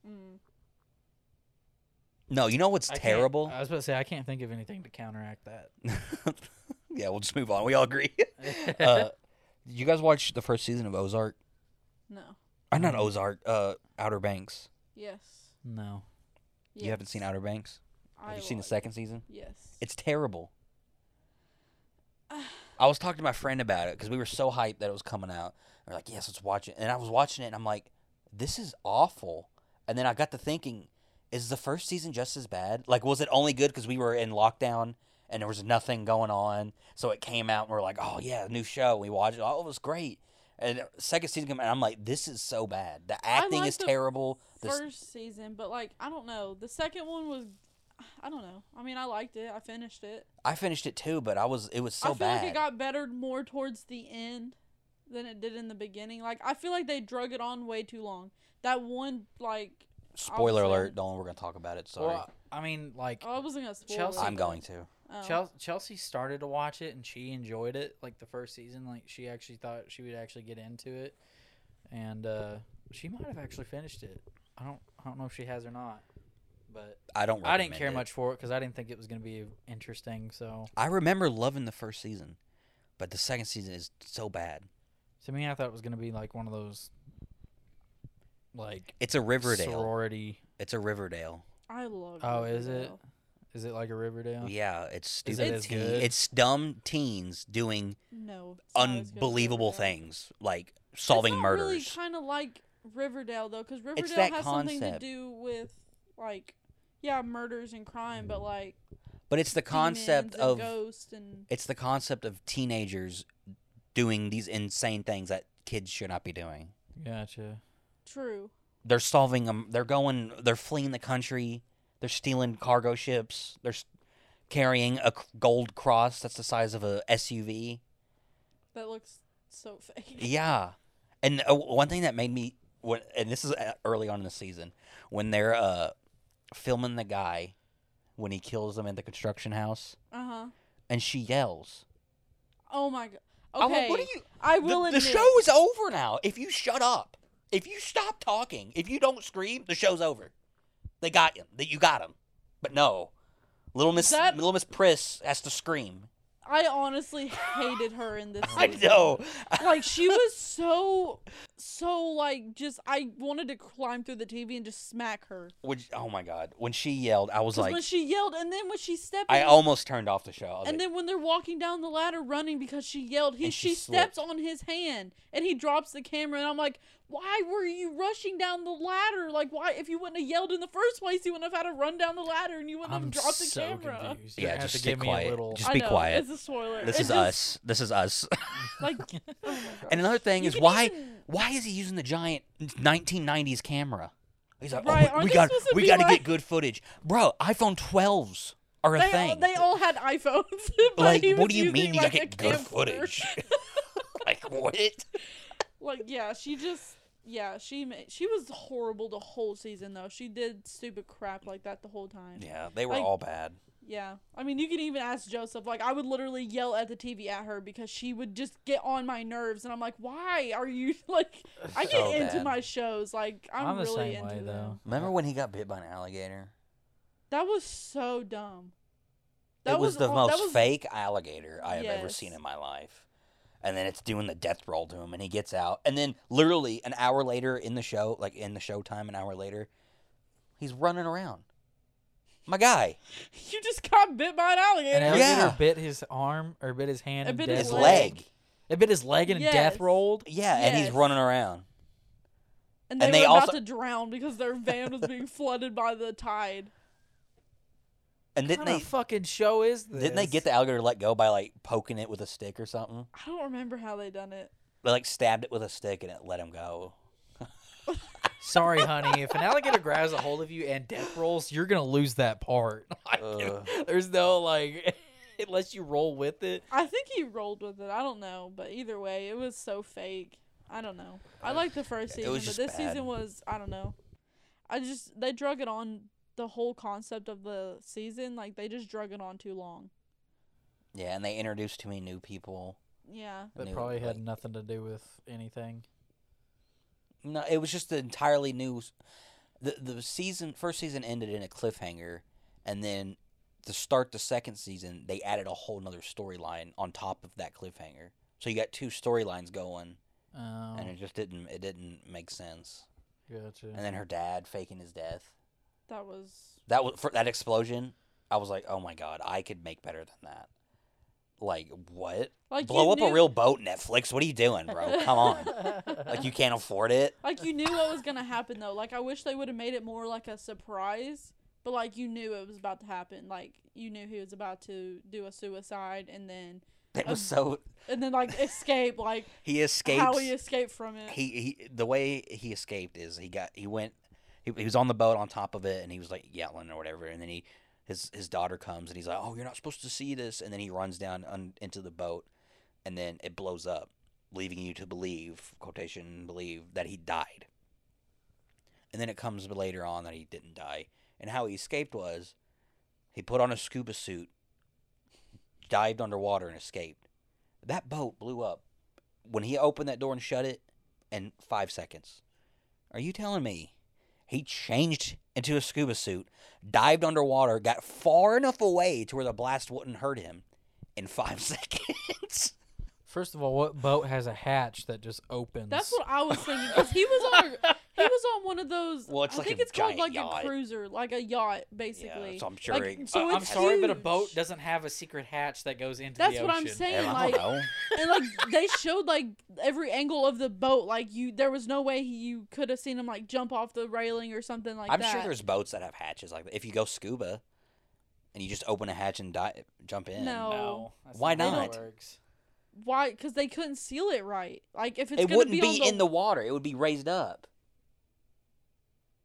[SPEAKER 2] Mm.
[SPEAKER 1] No, you know what's
[SPEAKER 3] I can't-
[SPEAKER 1] terrible?
[SPEAKER 3] I was about to say I can't think of anything to counteract that. uh,
[SPEAKER 1] yeah, we'll just move on. We all agree. uh, did you guys watch the first season of Ozark?
[SPEAKER 2] No.
[SPEAKER 1] Or
[SPEAKER 3] Mm-hmm.
[SPEAKER 1] not Ozark. Uh, Outer Banks.
[SPEAKER 2] Yes.
[SPEAKER 3] no.
[SPEAKER 1] You haven't seen
[SPEAKER 2] Yes.
[SPEAKER 1] Outer Banks? Have
[SPEAKER 2] I
[SPEAKER 1] you seen the
[SPEAKER 2] was.
[SPEAKER 1] second season?
[SPEAKER 2] Yes.
[SPEAKER 1] It's terrible. I was talking to my friend about it because we were so hyped that it was coming out. We are like, yes, let's watch it. And I was watching it and I'm like, this is awful. And then I got to thinking, is the first season just as bad? Like, was it only good because we were in lockdown and there was nothing going on. So it came out and we are like, oh yeah, new show. We watched it. Oh, it was great. And the second season came out, and I'm like, this is so bad. The acting
[SPEAKER 2] liked
[SPEAKER 1] is
[SPEAKER 2] the
[SPEAKER 1] terrible. The s-
[SPEAKER 2] First season, but like I don't know. The second one was, I don't know. I mean, I liked it. I finished it.
[SPEAKER 1] I finished it too, but I was it was
[SPEAKER 2] I
[SPEAKER 1] so
[SPEAKER 2] feel
[SPEAKER 1] bad.
[SPEAKER 2] like it got better more towards the end than it did in the beginning. Like I feel like they drug it on way too long. That one like
[SPEAKER 1] Spoiler
[SPEAKER 2] obviously-
[SPEAKER 1] alert, Dolan. We're gonna talk about it. Sorry,
[SPEAKER 3] Well, I mean, like
[SPEAKER 2] oh, I wasn't gonna spoil.
[SPEAKER 3] Chelsea-
[SPEAKER 2] it,
[SPEAKER 1] I'm
[SPEAKER 2] but-
[SPEAKER 1] going to.
[SPEAKER 2] oh.
[SPEAKER 3] Chel- Chelsea started to watch it and she enjoyed it. Like the first season, like she actually thought she would actually get into it, and uh, she might have actually finished it. I don't, I don't know if she has or not, but
[SPEAKER 1] I don't.
[SPEAKER 3] I didn't
[SPEAKER 1] recommend
[SPEAKER 3] care
[SPEAKER 1] it.
[SPEAKER 3] much for it because I didn't think it was going to be interesting. So
[SPEAKER 1] I remember loving the first season, but the second season is so bad.
[SPEAKER 3] to me, I thought it was going to be like one of those, like
[SPEAKER 1] It's a Riverdale.
[SPEAKER 3] sorority.
[SPEAKER 1] It's a Riverdale.
[SPEAKER 2] I love.
[SPEAKER 3] Oh, is it?
[SPEAKER 2] Riverdale.
[SPEAKER 3] Is it like a Riverdale?
[SPEAKER 1] Yeah, it's
[SPEAKER 3] Is
[SPEAKER 1] stupid.
[SPEAKER 3] it
[SPEAKER 1] It's,
[SPEAKER 3] as good?
[SPEAKER 1] it's dumb teens doing
[SPEAKER 2] No. it's not as good as
[SPEAKER 1] unbelievable
[SPEAKER 2] Riverdale.
[SPEAKER 1] things, like solving
[SPEAKER 2] it's not Really
[SPEAKER 1] murders.
[SPEAKER 2] kind of like Riverdale though, because Riverdale
[SPEAKER 1] that
[SPEAKER 2] has something to
[SPEAKER 1] concept.
[SPEAKER 2] do with like, yeah, murders and crime, but like
[SPEAKER 1] but it's the concept of
[SPEAKER 2] demons and ghosts and
[SPEAKER 1] it's the concept of teenagers doing these insane things that kids should not be doing.
[SPEAKER 3] Gotcha.
[SPEAKER 2] true.
[SPEAKER 1] They're solving them. They're going. They're fleeing the country. They're stealing cargo ships. They're s- carrying a c- gold cross that's the size of a SUV.
[SPEAKER 2] That looks so fake.
[SPEAKER 1] Yeah, and uh, one thing that made me when and this is uh, early on in the season when they're uh filming the guy when he kills them at the construction house
[SPEAKER 2] Uh huh.
[SPEAKER 1] and she yells.
[SPEAKER 2] Oh my god.
[SPEAKER 1] I'm
[SPEAKER 2] Okay.
[SPEAKER 1] like, what are you?
[SPEAKER 2] I
[SPEAKER 1] the-
[SPEAKER 2] will
[SPEAKER 1] the,
[SPEAKER 2] admit.
[SPEAKER 1] show is over now. If you shut up, if you stop talking, if you don't scream, the show's over. They got him. That you got him. But no, little Miss
[SPEAKER 2] That-
[SPEAKER 1] Little Miss Priss has to scream.
[SPEAKER 2] I honestly hated her in this.
[SPEAKER 1] I
[SPEAKER 2] season.
[SPEAKER 1] know.
[SPEAKER 2] Like she was so, so like just I wanted to climb through the TV and just smack her.
[SPEAKER 1] Which oh my god, when she yelled, I was
[SPEAKER 2] Because
[SPEAKER 1] like,
[SPEAKER 2] when she yelled and then when she stepped,
[SPEAKER 1] I
[SPEAKER 2] in-
[SPEAKER 1] almost turned off the show. I was
[SPEAKER 2] And
[SPEAKER 1] like,
[SPEAKER 2] then when they're walking down the ladder running because she yelled, he
[SPEAKER 1] And she
[SPEAKER 2] she steps on his hand and he drops the camera and I'm like, why were you rushing down the ladder? Like why if you wouldn't have yelled in the first place, you wouldn't have had to run down the ladder and you wouldn't
[SPEAKER 3] I'm
[SPEAKER 2] have dropped the
[SPEAKER 3] so
[SPEAKER 2] camera.
[SPEAKER 3] confused. You're
[SPEAKER 1] Yeah,
[SPEAKER 3] gonna have
[SPEAKER 1] just
[SPEAKER 3] to
[SPEAKER 1] stay
[SPEAKER 3] give me
[SPEAKER 1] quiet.
[SPEAKER 3] a little.
[SPEAKER 1] Just-
[SPEAKER 2] I
[SPEAKER 1] be
[SPEAKER 2] know,
[SPEAKER 1] quiet.
[SPEAKER 2] It's a spoiler.
[SPEAKER 1] this
[SPEAKER 2] It
[SPEAKER 1] is
[SPEAKER 2] just,
[SPEAKER 1] us. This is us.
[SPEAKER 2] Like, oh my gosh.
[SPEAKER 1] and another thing
[SPEAKER 2] You
[SPEAKER 1] is
[SPEAKER 2] can
[SPEAKER 1] why
[SPEAKER 2] even-
[SPEAKER 1] why is he using the giant 1990s camera? He's like,
[SPEAKER 2] Right,
[SPEAKER 1] oh, we-
[SPEAKER 2] aren't
[SPEAKER 1] we
[SPEAKER 2] you
[SPEAKER 1] got
[SPEAKER 2] supposed to
[SPEAKER 1] we
[SPEAKER 2] be
[SPEAKER 1] got to
[SPEAKER 2] like-
[SPEAKER 1] get good footage, bro. iPhone 12s are a
[SPEAKER 2] they
[SPEAKER 1] thing.
[SPEAKER 2] all, they all had iPhones. but
[SPEAKER 1] like,
[SPEAKER 2] he
[SPEAKER 1] what
[SPEAKER 2] was
[SPEAKER 1] do you
[SPEAKER 2] using,
[SPEAKER 1] mean you
[SPEAKER 2] like,
[SPEAKER 1] got
[SPEAKER 2] a
[SPEAKER 1] to get good
[SPEAKER 2] camcorder.
[SPEAKER 1] footage? like what?
[SPEAKER 2] Like yeah, she just yeah she ma- she was horrible the whole season though. She did stupid crap like that the whole time.
[SPEAKER 1] Yeah, they were
[SPEAKER 2] Like-
[SPEAKER 1] all bad.
[SPEAKER 2] Yeah. I mean, you can even ask Joseph. Like, I would literally yell at the TV at her because she would just get on my nerves. And I'm like, why are you, like, I get
[SPEAKER 1] So
[SPEAKER 2] into
[SPEAKER 1] bad.
[SPEAKER 2] my shows. Like, I'm,
[SPEAKER 3] I'm the
[SPEAKER 2] really
[SPEAKER 3] same
[SPEAKER 2] into
[SPEAKER 3] way,
[SPEAKER 2] them.
[SPEAKER 3] though.
[SPEAKER 1] Remember when he got bit by an alligator?
[SPEAKER 2] That was so dumb.
[SPEAKER 1] it was, the
[SPEAKER 2] on-
[SPEAKER 1] most fake alligator I have ever
[SPEAKER 2] Yes.
[SPEAKER 1] seen in my life. And then it's doing the death roll to him, and he gets out. And then, literally an hour later in the show, like in the showtime, an hour later, he's running around. My guy,
[SPEAKER 2] You just got bit by an alligator.
[SPEAKER 3] An alligator
[SPEAKER 1] Yeah.
[SPEAKER 3] bit his arm or bit his hand.
[SPEAKER 2] It
[SPEAKER 3] and
[SPEAKER 2] bit
[SPEAKER 3] death
[SPEAKER 2] his
[SPEAKER 1] his
[SPEAKER 2] leg.
[SPEAKER 1] leg.
[SPEAKER 3] It bit his leg and
[SPEAKER 2] Yes.
[SPEAKER 3] death rolled.
[SPEAKER 1] Yeah, and he's
[SPEAKER 2] Yes.
[SPEAKER 1] running around.
[SPEAKER 2] and they
[SPEAKER 1] and they
[SPEAKER 2] were
[SPEAKER 1] also-
[SPEAKER 2] about to drown because their van was being flooded by the tide.
[SPEAKER 1] And didn't
[SPEAKER 3] what kind
[SPEAKER 1] they
[SPEAKER 3] of fucking show is this?
[SPEAKER 1] didn't they get the alligator let go by like poking it with a stick or something?
[SPEAKER 2] I don't remember how they done it.
[SPEAKER 1] They like stabbed it with a stick and it let him go.
[SPEAKER 3] Sorry, honey. If an alligator grabs a hold of you and death rolls, you're gonna lose that part. Like,
[SPEAKER 1] Ugh.
[SPEAKER 3] There's no like, unless you roll with it.
[SPEAKER 2] I think he rolled with it. I don't know, but either way, it was so fake. I don't know. I liked the first
[SPEAKER 1] It
[SPEAKER 2] season,
[SPEAKER 1] was
[SPEAKER 2] but
[SPEAKER 1] just
[SPEAKER 2] this
[SPEAKER 1] bad.
[SPEAKER 2] season was I don't know. I just they drug it on the whole concept of the season. Like they just drug it on too long.
[SPEAKER 1] Yeah, and they introduced too many new people.
[SPEAKER 2] Yeah.
[SPEAKER 1] That
[SPEAKER 3] That
[SPEAKER 1] They were
[SPEAKER 3] probably
[SPEAKER 1] probably
[SPEAKER 3] had
[SPEAKER 1] had like-
[SPEAKER 3] nothing to do with anything.
[SPEAKER 1] No, it was just an entirely new. s- The the season first season ended in a cliffhanger, and then to start the second season, they added a whole nother storyline on top of that cliffhanger. So you got two storylines going,
[SPEAKER 3] Oh,
[SPEAKER 1] and it just didn't it didn't make sense.
[SPEAKER 3] gotcha.
[SPEAKER 1] And then her dad faking his death.
[SPEAKER 2] That was
[SPEAKER 1] That was for that explosion. I was like, oh my god, I could make better than that. Like what?
[SPEAKER 2] like you
[SPEAKER 1] Blow up
[SPEAKER 2] knew,
[SPEAKER 1] a real boat, Netflix. What are you doing, bro? Come on. like you can't afford it.
[SPEAKER 2] like you knew what was gonna happen though. Like I wish they would have made it more like a surprise but like you knew it was about to happen. Like you knew he was about to do a suicide and then
[SPEAKER 1] That was
[SPEAKER 2] Um,
[SPEAKER 1] so.
[SPEAKER 2] and then like escape. Like
[SPEAKER 1] He escapes.
[SPEAKER 2] how he escaped from it.
[SPEAKER 1] he he the way he escaped is he got he went he, he was on the boat on top of it and he was like yelling or whatever and then he his his daughter comes and he's like oh you're not supposed to see this and then he runs down un, into the boat and then it blows up leaving you to believe quotation believe that he died and then it comes later on that he didn't die and how he escaped was he put on a scuba suit dived underwater and escaped that boat blew up when he opened that door and shut it in five seconds. Are you telling me he changed into a scuba suit, dived underwater, got far enough away to where the blast wouldn't hurt him in five seconds?
[SPEAKER 3] First of all, what boat has a hatch that just opens?
[SPEAKER 2] That's what I was thinking because he was on a, he was on one of those.
[SPEAKER 1] Well, it's
[SPEAKER 2] I
[SPEAKER 1] like
[SPEAKER 2] think
[SPEAKER 1] a
[SPEAKER 2] it's called
[SPEAKER 1] giant
[SPEAKER 2] like
[SPEAKER 1] yacht.
[SPEAKER 2] a cruiser, like a yacht, basically.
[SPEAKER 1] yeah, so I'm sure.
[SPEAKER 2] Like,
[SPEAKER 1] he-
[SPEAKER 2] so
[SPEAKER 3] I- I'm
[SPEAKER 2] it's
[SPEAKER 3] sorry, but a
[SPEAKER 2] huge.
[SPEAKER 3] boat doesn't have a secret hatch that goes into
[SPEAKER 2] That's
[SPEAKER 3] the
[SPEAKER 2] what I'm
[SPEAKER 3] ocean.
[SPEAKER 1] I
[SPEAKER 2] saying.
[SPEAKER 1] don't
[SPEAKER 2] Like,
[SPEAKER 1] know.
[SPEAKER 2] and like they showed like every angle of the boat. Like you, there was no way he, you could have seen him like jump off the railing or something like
[SPEAKER 1] I'm
[SPEAKER 2] that.
[SPEAKER 1] sure there's boats that have hatches like that. If you go scuba and you just open a hatch and di- jump in,
[SPEAKER 2] No.
[SPEAKER 3] No, that's
[SPEAKER 1] Why
[SPEAKER 3] how it
[SPEAKER 1] not?
[SPEAKER 3] works.
[SPEAKER 2] Why? Because they couldn't seal it right. Like if it's
[SPEAKER 1] it
[SPEAKER 2] gonna
[SPEAKER 1] wouldn't be,
[SPEAKER 2] on the,
[SPEAKER 1] in the water. It would be raised up.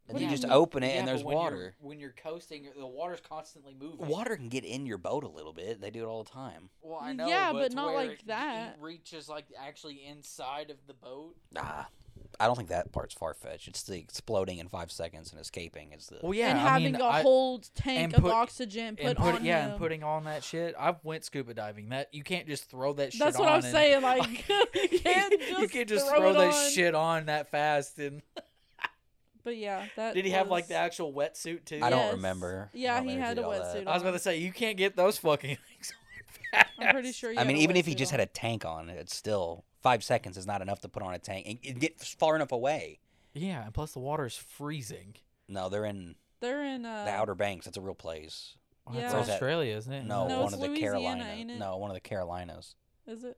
[SPEAKER 1] And
[SPEAKER 3] What
[SPEAKER 1] you
[SPEAKER 3] do you
[SPEAKER 1] just
[SPEAKER 3] mean?
[SPEAKER 1] open it
[SPEAKER 3] Yeah,
[SPEAKER 1] and there's
[SPEAKER 3] but when you're-
[SPEAKER 1] water.
[SPEAKER 3] When you're coasting, the water's constantly moving.
[SPEAKER 1] Water can get in your boat a little bit. They do it all the time.
[SPEAKER 3] Well, I
[SPEAKER 2] Mm,
[SPEAKER 3] know.
[SPEAKER 2] yeah, but
[SPEAKER 3] to
[SPEAKER 2] not
[SPEAKER 3] where
[SPEAKER 2] like
[SPEAKER 3] it- it
[SPEAKER 2] that.
[SPEAKER 3] reaches like actually inside of the boat.
[SPEAKER 1] Nah, I don't think that part's far fetched. It's the exploding in five seconds and escaping is the.
[SPEAKER 3] Well, yeah,
[SPEAKER 2] and
[SPEAKER 3] I
[SPEAKER 2] having
[SPEAKER 3] mean,
[SPEAKER 2] a
[SPEAKER 3] I-
[SPEAKER 2] whole tank
[SPEAKER 3] and
[SPEAKER 2] of
[SPEAKER 3] put-
[SPEAKER 2] oxygen put,
[SPEAKER 3] and put,
[SPEAKER 2] on
[SPEAKER 3] yeah,
[SPEAKER 2] him.
[SPEAKER 3] and putting on that shit. I went scuba diving. That you can't just throw that shit.
[SPEAKER 2] That's what
[SPEAKER 3] on
[SPEAKER 2] I'm
[SPEAKER 3] and-
[SPEAKER 2] saying. Like you can't just,
[SPEAKER 3] you can't just
[SPEAKER 2] throw,
[SPEAKER 3] throw,
[SPEAKER 2] it
[SPEAKER 3] that
[SPEAKER 2] on.
[SPEAKER 3] shit on that fast. And
[SPEAKER 2] But yeah, that
[SPEAKER 3] did he have like
[SPEAKER 2] was-
[SPEAKER 3] the actual wetsuit too?
[SPEAKER 1] I don't
[SPEAKER 2] Yes.
[SPEAKER 1] remember. I
[SPEAKER 2] Yeah,
[SPEAKER 1] don't
[SPEAKER 2] he
[SPEAKER 1] remember
[SPEAKER 2] had
[SPEAKER 1] did
[SPEAKER 2] a
[SPEAKER 1] all that.
[SPEAKER 2] wetsuit.
[SPEAKER 3] I was
[SPEAKER 2] on.
[SPEAKER 3] gonna say you can't get those fucking things. On
[SPEAKER 2] I'm pretty sure. He
[SPEAKER 1] I
[SPEAKER 2] had
[SPEAKER 1] mean,
[SPEAKER 2] a
[SPEAKER 1] even if he
[SPEAKER 2] wetsuit
[SPEAKER 1] just
[SPEAKER 2] on.
[SPEAKER 1] had a tank on, it's still five seconds is not enough to put on a tank and, and get far enough away.
[SPEAKER 3] Yeah, and plus the water is freezing.
[SPEAKER 1] No, they're in
[SPEAKER 2] They're in uh,
[SPEAKER 1] the Outer Banks. That's a real place.
[SPEAKER 3] Oh, that's
[SPEAKER 2] Yeah.
[SPEAKER 3] Australia, isn't it?
[SPEAKER 1] No,
[SPEAKER 2] No,
[SPEAKER 1] one
[SPEAKER 2] it's
[SPEAKER 1] of the
[SPEAKER 2] Louisiana,
[SPEAKER 1] Carolinas.
[SPEAKER 2] ain't it?
[SPEAKER 1] No, one of the Carolinas.
[SPEAKER 2] Is it?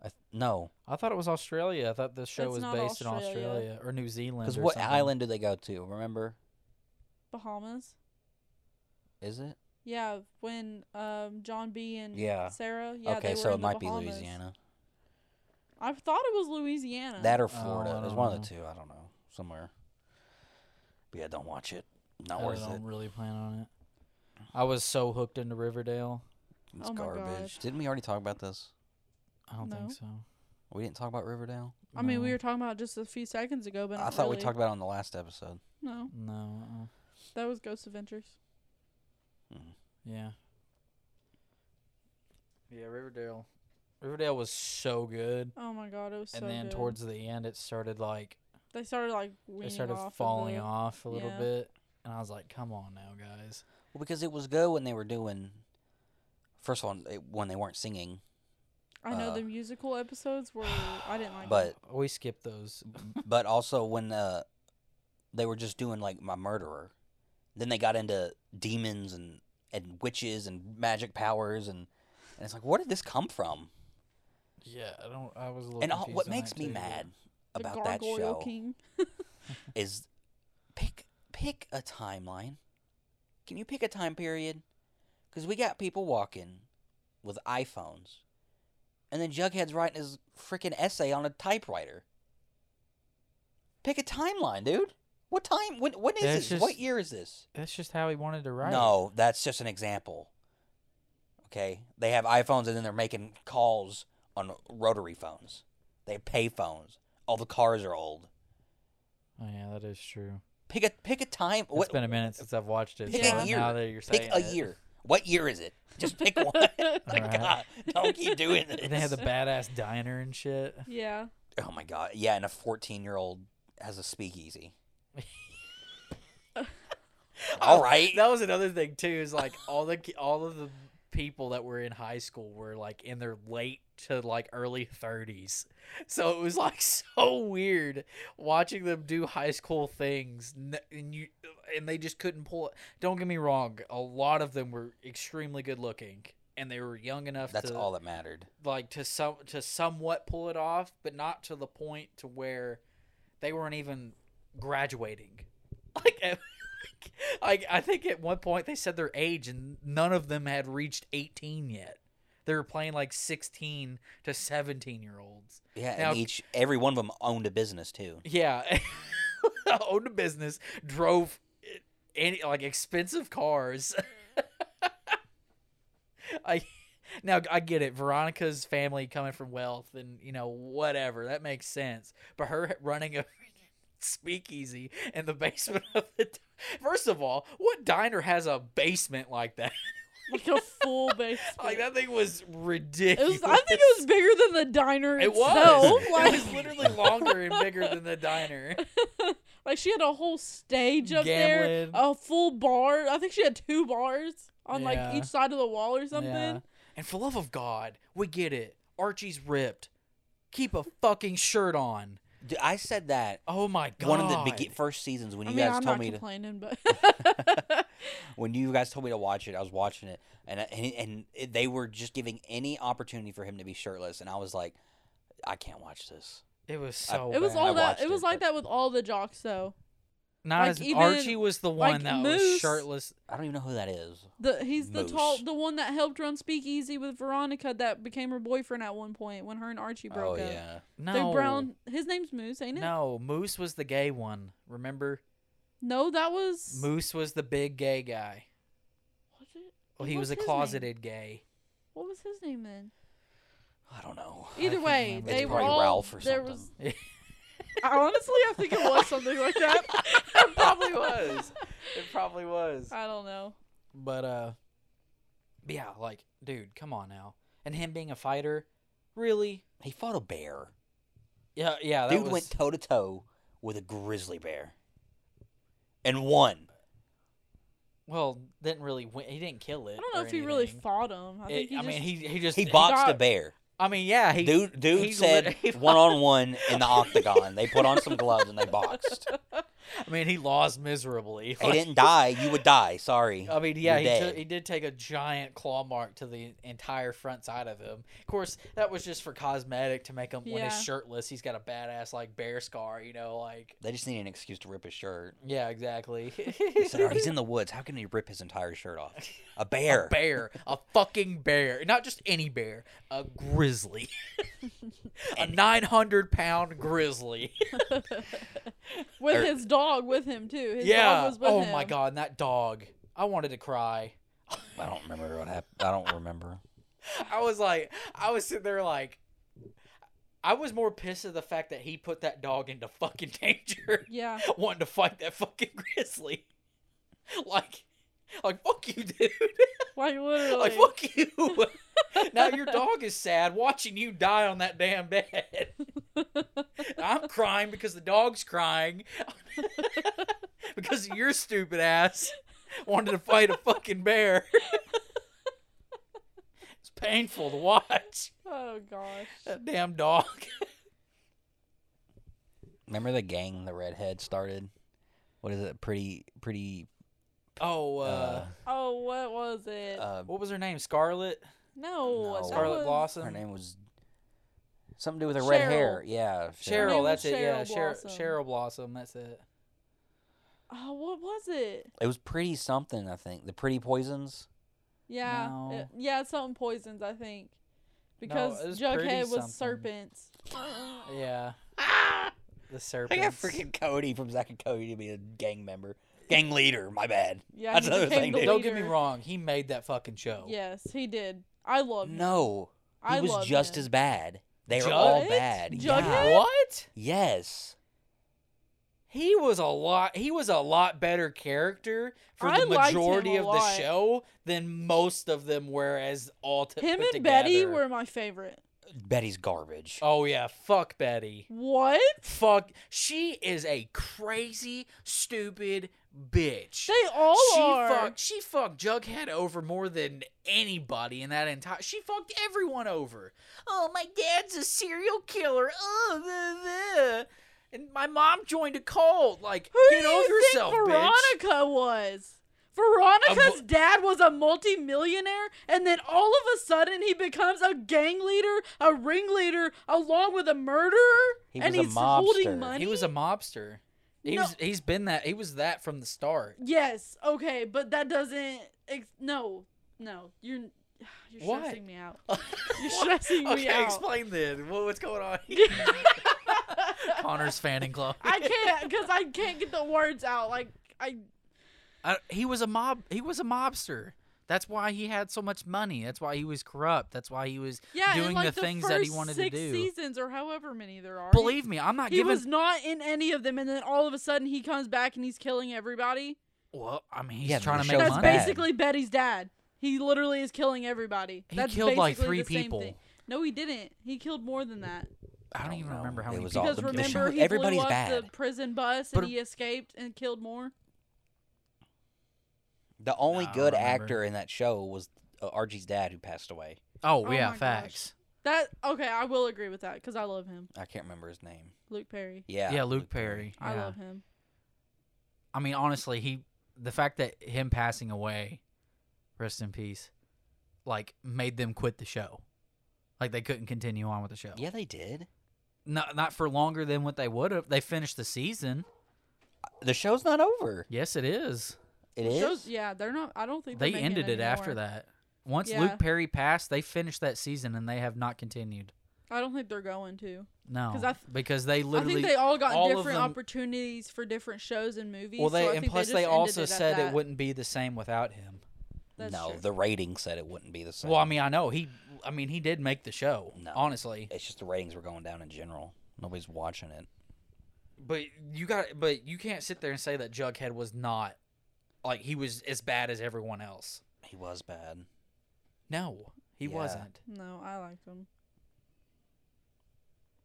[SPEAKER 1] I th- no,
[SPEAKER 3] I thought it was Australia. I thought this show
[SPEAKER 2] It's
[SPEAKER 3] was
[SPEAKER 2] not
[SPEAKER 3] based in
[SPEAKER 2] Australia.
[SPEAKER 3] Australia or New Zealand.
[SPEAKER 1] because
[SPEAKER 3] or
[SPEAKER 1] what
[SPEAKER 3] something.
[SPEAKER 1] island do they go to? Remember?
[SPEAKER 2] Bahamas.
[SPEAKER 1] Is it?
[SPEAKER 2] Yeah, when um John B and
[SPEAKER 1] Yeah.
[SPEAKER 2] Sarah. Yeah,
[SPEAKER 1] okay,
[SPEAKER 2] they
[SPEAKER 1] so
[SPEAKER 2] were
[SPEAKER 1] it
[SPEAKER 2] in the
[SPEAKER 1] might
[SPEAKER 2] Bahamas.
[SPEAKER 1] be Louisiana.
[SPEAKER 2] I thought it was Louisiana.
[SPEAKER 1] That or
[SPEAKER 3] Oh, I
[SPEAKER 1] Florida. There's
[SPEAKER 3] don't
[SPEAKER 1] one of the
[SPEAKER 3] know.
[SPEAKER 1] two. I don't know. Somewhere. But yeah, don't watch it. Not
[SPEAKER 3] I
[SPEAKER 1] worth
[SPEAKER 3] don't
[SPEAKER 1] it.
[SPEAKER 3] really plan on it. I was so hooked into Riverdale.
[SPEAKER 1] It's
[SPEAKER 2] Oh my
[SPEAKER 1] garbage.
[SPEAKER 2] gosh.
[SPEAKER 1] Didn't we already talk about this?
[SPEAKER 3] I don't
[SPEAKER 2] No.
[SPEAKER 3] think so.
[SPEAKER 1] We didn't talk about Riverdale.
[SPEAKER 2] I mean, we
[SPEAKER 3] No.
[SPEAKER 2] were talking about it just a few seconds ago, but
[SPEAKER 1] I
[SPEAKER 2] not
[SPEAKER 1] thought we
[SPEAKER 2] really.
[SPEAKER 1] talked about it on the last episode.
[SPEAKER 2] No,
[SPEAKER 3] No. Uh-uh.
[SPEAKER 2] that was Ghost Adventures.
[SPEAKER 3] Yeah. Yeah, Riverdale. Riverdale was so good,
[SPEAKER 2] Oh my god, it was so.
[SPEAKER 3] and then
[SPEAKER 2] good.
[SPEAKER 3] towards the end, it started like
[SPEAKER 2] they started like
[SPEAKER 3] it
[SPEAKER 2] weaning
[SPEAKER 3] started
[SPEAKER 2] off of
[SPEAKER 3] falling
[SPEAKER 2] the-
[SPEAKER 3] off a little
[SPEAKER 2] yeah.
[SPEAKER 3] bit, and I was like, "Come on now, guys."
[SPEAKER 1] Well, because it was good when they were doing. First of all, it, when they weren't singing,
[SPEAKER 2] I know
[SPEAKER 1] uh,
[SPEAKER 2] the musical episodes were. I didn't like.
[SPEAKER 1] but
[SPEAKER 3] We skipped those.
[SPEAKER 1] but also when uh, they were just doing like my murderer. Then they got into demons and and witches and magic powers and. And it's like, where did this come from?
[SPEAKER 3] Yeah, I don't. I was a little.
[SPEAKER 1] And all,
[SPEAKER 3] confused
[SPEAKER 1] what
[SPEAKER 3] on that
[SPEAKER 1] makes me
[SPEAKER 3] too.
[SPEAKER 1] mad
[SPEAKER 2] the
[SPEAKER 1] about that
[SPEAKER 2] Gargoyle
[SPEAKER 1] show
[SPEAKER 2] King.
[SPEAKER 1] is pick pick a timeline. Can you pick a time period? Because we got people walking with iPhones, and then Jughead's writing his freaking essay on a typewriter. Pick a timeline, dude. What time? When? When is
[SPEAKER 3] Yeah,
[SPEAKER 1] this?
[SPEAKER 3] it's
[SPEAKER 1] What
[SPEAKER 3] just-
[SPEAKER 1] year is this?
[SPEAKER 3] That's just how he wanted to write. it.
[SPEAKER 1] No, that's just an example. Okay, they have iPhones, and then they're making calls on rotary phones. They have pay phones. All the cars are old.
[SPEAKER 3] Oh yeah, that is true.
[SPEAKER 1] Pick a pick a time.
[SPEAKER 3] It's been a minute since I've watched it.
[SPEAKER 1] Pick
[SPEAKER 2] a
[SPEAKER 3] so
[SPEAKER 1] year.
[SPEAKER 3] Now that you're
[SPEAKER 1] Pick
[SPEAKER 3] saying
[SPEAKER 1] a
[SPEAKER 3] it.
[SPEAKER 1] year. What year is it? Just pick one. my
[SPEAKER 3] Alright.
[SPEAKER 1] God, don't keep doing this.
[SPEAKER 3] And they had the badass diner and shit.
[SPEAKER 2] Yeah,
[SPEAKER 1] oh my God, yeah, and a fourteen-year-old has a speakeasy. All right,
[SPEAKER 3] That was another thing too. Is like all the ki- all of the people that were in high school were like in their late to like early thirties, so it was like so weird watching them do high school things, n- and you and they just couldn't pull it. Don't get me wrong, a lot of them were extremely good looking, and they were young enough.
[SPEAKER 1] that's
[SPEAKER 3] to,
[SPEAKER 1] all that mattered.
[SPEAKER 3] like to some to somewhat pull it off, but not to the point to where they weren't even graduating. Like it Like I think at one point they said their age and none of them had reached 18 yet. They were playing like 16 to 17 year olds.
[SPEAKER 1] Yeah,
[SPEAKER 3] Now-
[SPEAKER 1] and each every one of them owned a business too.
[SPEAKER 3] Yeah. Owned a business, drove i- any like expensive cars. I now I get it. Veronica's family coming from wealth and you know whatever that makes sense. But her running a speakeasy in the basement of the first of all, what diner has a basement like that?
[SPEAKER 2] Like a full basement.
[SPEAKER 3] Like that thing was
[SPEAKER 2] It
[SPEAKER 3] ridiculous.
[SPEAKER 2] was, I think it was bigger than the diner
[SPEAKER 3] It was.
[SPEAKER 2] itself.
[SPEAKER 3] it was
[SPEAKER 2] Like,
[SPEAKER 3] literally longer and bigger than the diner.
[SPEAKER 2] like she had a whole stage up there,
[SPEAKER 3] Gambling.
[SPEAKER 2] a full bar. I think she had two bars on
[SPEAKER 3] Yeah.
[SPEAKER 2] like each side of the wall or something.
[SPEAKER 3] Yeah. And for love of God, we get it. Archie's ripped. Keep a fucking shirt on.
[SPEAKER 1] Dude, I said that
[SPEAKER 3] Oh my god.
[SPEAKER 1] one of the begi- first seasons when
[SPEAKER 2] I
[SPEAKER 1] you
[SPEAKER 2] mean,
[SPEAKER 1] guys
[SPEAKER 2] I'm
[SPEAKER 1] told
[SPEAKER 2] not
[SPEAKER 1] me to
[SPEAKER 2] complaining, but
[SPEAKER 1] when you guys told me to watch it, I was watching it, and I- and and it- they were just giving any opportunity for him to be shirtless, and I was like, I can't watch this.
[SPEAKER 3] It was so.
[SPEAKER 2] it was
[SPEAKER 1] bad.
[SPEAKER 3] bad.
[SPEAKER 1] I
[SPEAKER 2] all that.
[SPEAKER 1] watched
[SPEAKER 2] It was
[SPEAKER 1] it,
[SPEAKER 2] like
[SPEAKER 1] but-
[SPEAKER 2] that with all the jocks though.
[SPEAKER 3] Not
[SPEAKER 2] like,
[SPEAKER 3] as
[SPEAKER 2] even,
[SPEAKER 3] Archie was the one
[SPEAKER 2] like,
[SPEAKER 3] that was
[SPEAKER 2] Moose-
[SPEAKER 3] shirtless.
[SPEAKER 1] I don't even know who that is.
[SPEAKER 2] The he's the tall,
[SPEAKER 1] Moose.
[SPEAKER 2] the one that helped run Speakeasy with Veronica, that became her boyfriend at one point when her and Archie
[SPEAKER 1] Oh
[SPEAKER 2] broke up.
[SPEAKER 1] yeah,
[SPEAKER 3] No.
[SPEAKER 2] They're brown. His name's Moose, ain't it?
[SPEAKER 3] No, Moose was the gay one. Remember,
[SPEAKER 2] No, that was.
[SPEAKER 3] Moose was the big gay guy.
[SPEAKER 2] Was it?
[SPEAKER 3] Well, he
[SPEAKER 2] What
[SPEAKER 3] was a
[SPEAKER 2] his name?
[SPEAKER 3] closeted gay.
[SPEAKER 2] What was his name then?
[SPEAKER 1] I don't know.
[SPEAKER 3] I
[SPEAKER 2] Either
[SPEAKER 3] can't
[SPEAKER 2] way,
[SPEAKER 3] remember.
[SPEAKER 2] they
[SPEAKER 1] It's
[SPEAKER 2] were
[SPEAKER 1] probably
[SPEAKER 2] all.
[SPEAKER 1] Ralph or
[SPEAKER 2] there was.
[SPEAKER 1] something.
[SPEAKER 2] I- honestly, I think it was something like that.
[SPEAKER 3] it probably was. It probably was.
[SPEAKER 2] I don't know.
[SPEAKER 3] But uh but yeah, like, dude, come on now. And him being a fighter, really?
[SPEAKER 1] He fought a bear.
[SPEAKER 3] Yeah, yeah. That
[SPEAKER 1] Dude
[SPEAKER 3] was,
[SPEAKER 1] went toe to toe with a grizzly bear, and won.
[SPEAKER 3] well, didn't really win. He didn't kill it.
[SPEAKER 2] I don't know
[SPEAKER 3] or
[SPEAKER 2] if he really
[SPEAKER 3] anything.
[SPEAKER 2] fought him. I
[SPEAKER 3] I,
[SPEAKER 2] think he
[SPEAKER 3] I
[SPEAKER 2] just.
[SPEAKER 3] mean, he he just
[SPEAKER 1] He boxed a
[SPEAKER 3] got-
[SPEAKER 1] bear.
[SPEAKER 3] I mean, yeah, he
[SPEAKER 1] dude, dude
[SPEAKER 3] he
[SPEAKER 1] said
[SPEAKER 3] lit- he-
[SPEAKER 1] one on one in the octagon. They put on some gloves and they boxed.
[SPEAKER 3] I mean, he lost miserably.
[SPEAKER 1] He
[SPEAKER 3] Like,
[SPEAKER 1] didn't die. You would die. Sorry.
[SPEAKER 3] I mean, yeah, he,
[SPEAKER 1] You're
[SPEAKER 3] took
[SPEAKER 1] dead.
[SPEAKER 3] he did take a giant claw mark to the entire front side of him. Of course, that was just for cosmetic to make him when
[SPEAKER 2] Yeah.
[SPEAKER 3] he's shirtless, he's got a badass like bear scar, you know, like
[SPEAKER 1] They just need an excuse to rip his shirt.
[SPEAKER 3] yeah, exactly.
[SPEAKER 1] He said, "Oh, he's in the woods. How can he rip his entire shirt off? A bear.
[SPEAKER 3] A bear. A fucking bear. Not just any bear. A grizzly. a 900 pound grizzly.
[SPEAKER 2] with
[SPEAKER 1] or-
[SPEAKER 2] his dog with him too. His
[SPEAKER 3] yeah.
[SPEAKER 2] Dog was with
[SPEAKER 3] oh
[SPEAKER 2] him.
[SPEAKER 3] my God. And that dog. I wanted to cry.
[SPEAKER 1] I don't remember what happened. I don't remember.
[SPEAKER 3] I was like, I was sitting there like, I was more pissed at the fact that he put that dog into fucking danger,
[SPEAKER 2] Yeah.
[SPEAKER 3] wanting to fight that fucking grizzly. Like, like fuck you, dude.
[SPEAKER 2] Like literally.
[SPEAKER 3] Like fuck you. now your dog is sad watching you die on that damn bed. And I'm crying because the dog's crying because of your stupid ass wanted to fight a fucking bear. it's painful to watch.
[SPEAKER 2] oh gosh.
[SPEAKER 3] That damn dog.
[SPEAKER 1] Remember the gang the redhead started? What is it? Pretty, pretty.
[SPEAKER 3] Oh, uh,
[SPEAKER 1] Uh,
[SPEAKER 2] Oh, what was it?
[SPEAKER 1] uh,
[SPEAKER 3] what was her name? Scarlet.
[SPEAKER 2] no.
[SPEAKER 1] no.
[SPEAKER 2] that
[SPEAKER 1] Scarlet
[SPEAKER 2] was-
[SPEAKER 3] Scarlet Blossom.
[SPEAKER 1] her name was something to do with her red hair. Yeah,
[SPEAKER 2] Her name
[SPEAKER 3] Cheryl. That's
[SPEAKER 2] was
[SPEAKER 3] it. yeah,
[SPEAKER 2] Cheryl
[SPEAKER 3] Cheryl.
[SPEAKER 2] Blossom.
[SPEAKER 3] Cheryl Blossom. That's it.
[SPEAKER 2] Oh, what was it?
[SPEAKER 1] It was pretty something. I think the pretty poisons.
[SPEAKER 2] Yeah.
[SPEAKER 3] No.
[SPEAKER 2] it- yeah, it's something poisons, I think.
[SPEAKER 3] it
[SPEAKER 2] Because
[SPEAKER 3] was pretty
[SPEAKER 2] Jughead
[SPEAKER 3] something.
[SPEAKER 2] was serpents.
[SPEAKER 3] Yeah. The
[SPEAKER 1] I
[SPEAKER 3] serpent.
[SPEAKER 1] got freaking Cody from Zach and Cody to be a gang member, gang leader. My bad.
[SPEAKER 2] Yeah,
[SPEAKER 1] That's
[SPEAKER 2] he
[SPEAKER 1] another
[SPEAKER 2] became
[SPEAKER 1] thing,
[SPEAKER 2] the
[SPEAKER 1] dude.
[SPEAKER 3] Don't get me
[SPEAKER 2] leader.
[SPEAKER 3] wrong. He made that fucking show.
[SPEAKER 2] Yes, he did. I love him.
[SPEAKER 1] No, he
[SPEAKER 2] I
[SPEAKER 1] was
[SPEAKER 2] love
[SPEAKER 1] just
[SPEAKER 2] him.
[SPEAKER 1] as bad. They are
[SPEAKER 3] Jughead?
[SPEAKER 1] all bad. Yeah.
[SPEAKER 2] Jughead?
[SPEAKER 3] What?
[SPEAKER 1] Yes.
[SPEAKER 3] He was a lot. He was a lot better character for
[SPEAKER 2] I
[SPEAKER 3] the
[SPEAKER 2] liked him
[SPEAKER 3] majority
[SPEAKER 2] a
[SPEAKER 3] of the
[SPEAKER 2] lot.
[SPEAKER 3] show than most of them were as all to
[SPEAKER 2] Him
[SPEAKER 3] put
[SPEAKER 2] and Betty
[SPEAKER 3] together.
[SPEAKER 2] were my favorite.
[SPEAKER 1] Betty's garbage.
[SPEAKER 3] Oh yeah, fuck Betty.
[SPEAKER 2] What?
[SPEAKER 3] Fuck. She is a crazy, stupid bitch.
[SPEAKER 2] They all
[SPEAKER 3] she
[SPEAKER 2] are.
[SPEAKER 3] fucked. She fucked Jughead over more than anybody in that entire. She fucked everyone over. Oh, my dad's a serial killer. Oh, bleh, bleh. and my mom joined a cult. Like,
[SPEAKER 2] Who
[SPEAKER 3] get
[SPEAKER 2] do
[SPEAKER 3] over
[SPEAKER 2] you
[SPEAKER 3] yourself,
[SPEAKER 2] think
[SPEAKER 3] bitch.
[SPEAKER 2] Veronica was? Veronica's
[SPEAKER 3] A
[SPEAKER 2] dad was a multimillionaire, and then all of a sudden he becomes a gang leader, a ringleader, along with a murderer,
[SPEAKER 1] He
[SPEAKER 2] and
[SPEAKER 1] was a
[SPEAKER 2] he's
[SPEAKER 1] mobster.
[SPEAKER 2] holding money.
[SPEAKER 3] He was a mobster. He
[SPEAKER 2] No.
[SPEAKER 3] was he's been that he was that from the start.
[SPEAKER 2] Yes, okay, but that doesn't. Ex- no, no, you're you're
[SPEAKER 3] What?
[SPEAKER 2] stressing me out. You're stressing me
[SPEAKER 3] okay,
[SPEAKER 2] out.
[SPEAKER 3] explain then. What, what's going on? Connor's fanning club.
[SPEAKER 2] I can't because I can't get the words out. Like I
[SPEAKER 3] I, he was a mob. He was a mobster. That's why he had so much money. That's why he was corrupt. That's why he was
[SPEAKER 2] yeah, in,
[SPEAKER 3] doing
[SPEAKER 2] like,
[SPEAKER 3] the things that he
[SPEAKER 2] first
[SPEAKER 3] wanted
[SPEAKER 2] six
[SPEAKER 3] to do.
[SPEAKER 2] Seasons or however many there are.
[SPEAKER 3] Believe me, I'm not
[SPEAKER 2] he, he
[SPEAKER 3] giving.
[SPEAKER 2] was not in any of them, and then all of a sudden he comes back and he's killing everybody.
[SPEAKER 3] well, I mean, he's
[SPEAKER 1] Yeah, but
[SPEAKER 3] trying
[SPEAKER 1] the
[SPEAKER 3] to
[SPEAKER 1] show's
[SPEAKER 3] make
[SPEAKER 2] That's
[SPEAKER 3] money.
[SPEAKER 1] bad.
[SPEAKER 2] basically Betty's dad. He literally is killing everybody.
[SPEAKER 3] he
[SPEAKER 2] That's
[SPEAKER 3] killed like
[SPEAKER 2] basically
[SPEAKER 3] three
[SPEAKER 2] the same
[SPEAKER 3] people.
[SPEAKER 2] thing. No, he didn't. He killed more than that.
[SPEAKER 3] I don't
[SPEAKER 1] don't
[SPEAKER 3] even
[SPEAKER 1] know.
[SPEAKER 3] remember how
[SPEAKER 1] It
[SPEAKER 3] many.
[SPEAKER 1] was
[SPEAKER 3] people-
[SPEAKER 1] all
[SPEAKER 2] Because
[SPEAKER 1] the- the
[SPEAKER 2] remember,
[SPEAKER 1] show-
[SPEAKER 2] he
[SPEAKER 1] everybody's
[SPEAKER 2] blew up the
[SPEAKER 1] bad.
[SPEAKER 2] prison bus
[SPEAKER 3] But-
[SPEAKER 2] and he escaped and killed more.
[SPEAKER 1] The only
[SPEAKER 3] Nah, I
[SPEAKER 1] good
[SPEAKER 3] don't remember.
[SPEAKER 1] actor in that show was uh, Archie's dad, who passed away.
[SPEAKER 3] Oh,
[SPEAKER 2] Oh
[SPEAKER 3] yeah,
[SPEAKER 2] my gosh.
[SPEAKER 3] facts.
[SPEAKER 2] That okay, I will agree with that because I love him,
[SPEAKER 1] I can't remember his name.
[SPEAKER 2] Luke Perry.
[SPEAKER 1] Yeah,
[SPEAKER 3] Yeah, Luke, Perry.
[SPEAKER 2] I
[SPEAKER 3] yeah.
[SPEAKER 2] love him.
[SPEAKER 3] I mean, honestly, he the fact that him passing away, rest in peace, like made them quit the show. Like they couldn't continue on with the show.
[SPEAKER 1] Yeah, they did.
[SPEAKER 3] Not not for longer than what they would have. They finished the season.
[SPEAKER 1] The show's not over.
[SPEAKER 3] Yes, it is.
[SPEAKER 1] It
[SPEAKER 2] The
[SPEAKER 1] is.
[SPEAKER 2] shows- yeah, they're not. I don't think they're
[SPEAKER 3] They
[SPEAKER 2] making
[SPEAKER 3] ended it after
[SPEAKER 2] anymore.
[SPEAKER 3] that. Once
[SPEAKER 2] Yeah.
[SPEAKER 3] Luke Perry passed, they finished that season and they have not continued.
[SPEAKER 2] I don't think they're going to.
[SPEAKER 3] No,
[SPEAKER 2] 'Cause I th-
[SPEAKER 3] because they literally.
[SPEAKER 2] I think they all got
[SPEAKER 3] all of
[SPEAKER 2] different
[SPEAKER 3] them-
[SPEAKER 2] opportunities for different shows and movies.
[SPEAKER 3] well,
[SPEAKER 2] so I
[SPEAKER 3] they
[SPEAKER 2] think
[SPEAKER 3] and plus
[SPEAKER 2] just
[SPEAKER 3] they
[SPEAKER 2] ended
[SPEAKER 3] also
[SPEAKER 2] at
[SPEAKER 3] said
[SPEAKER 2] that.
[SPEAKER 3] it wouldn't be the same without him.
[SPEAKER 2] That's
[SPEAKER 1] no,
[SPEAKER 2] true.
[SPEAKER 1] the ratings said it wouldn't be the same.
[SPEAKER 3] Well, I mean, I know he. I mean, he did make the show.
[SPEAKER 1] No.
[SPEAKER 3] Honestly,
[SPEAKER 1] it's just the ratings were going down in general. Nobody's watching it.
[SPEAKER 3] But you got, but you can't sit there and say that Jughead was not, like he was as bad as everyone else.
[SPEAKER 1] He was bad.
[SPEAKER 3] No, he
[SPEAKER 1] Yeah.
[SPEAKER 3] wasn't.
[SPEAKER 2] No, I liked him.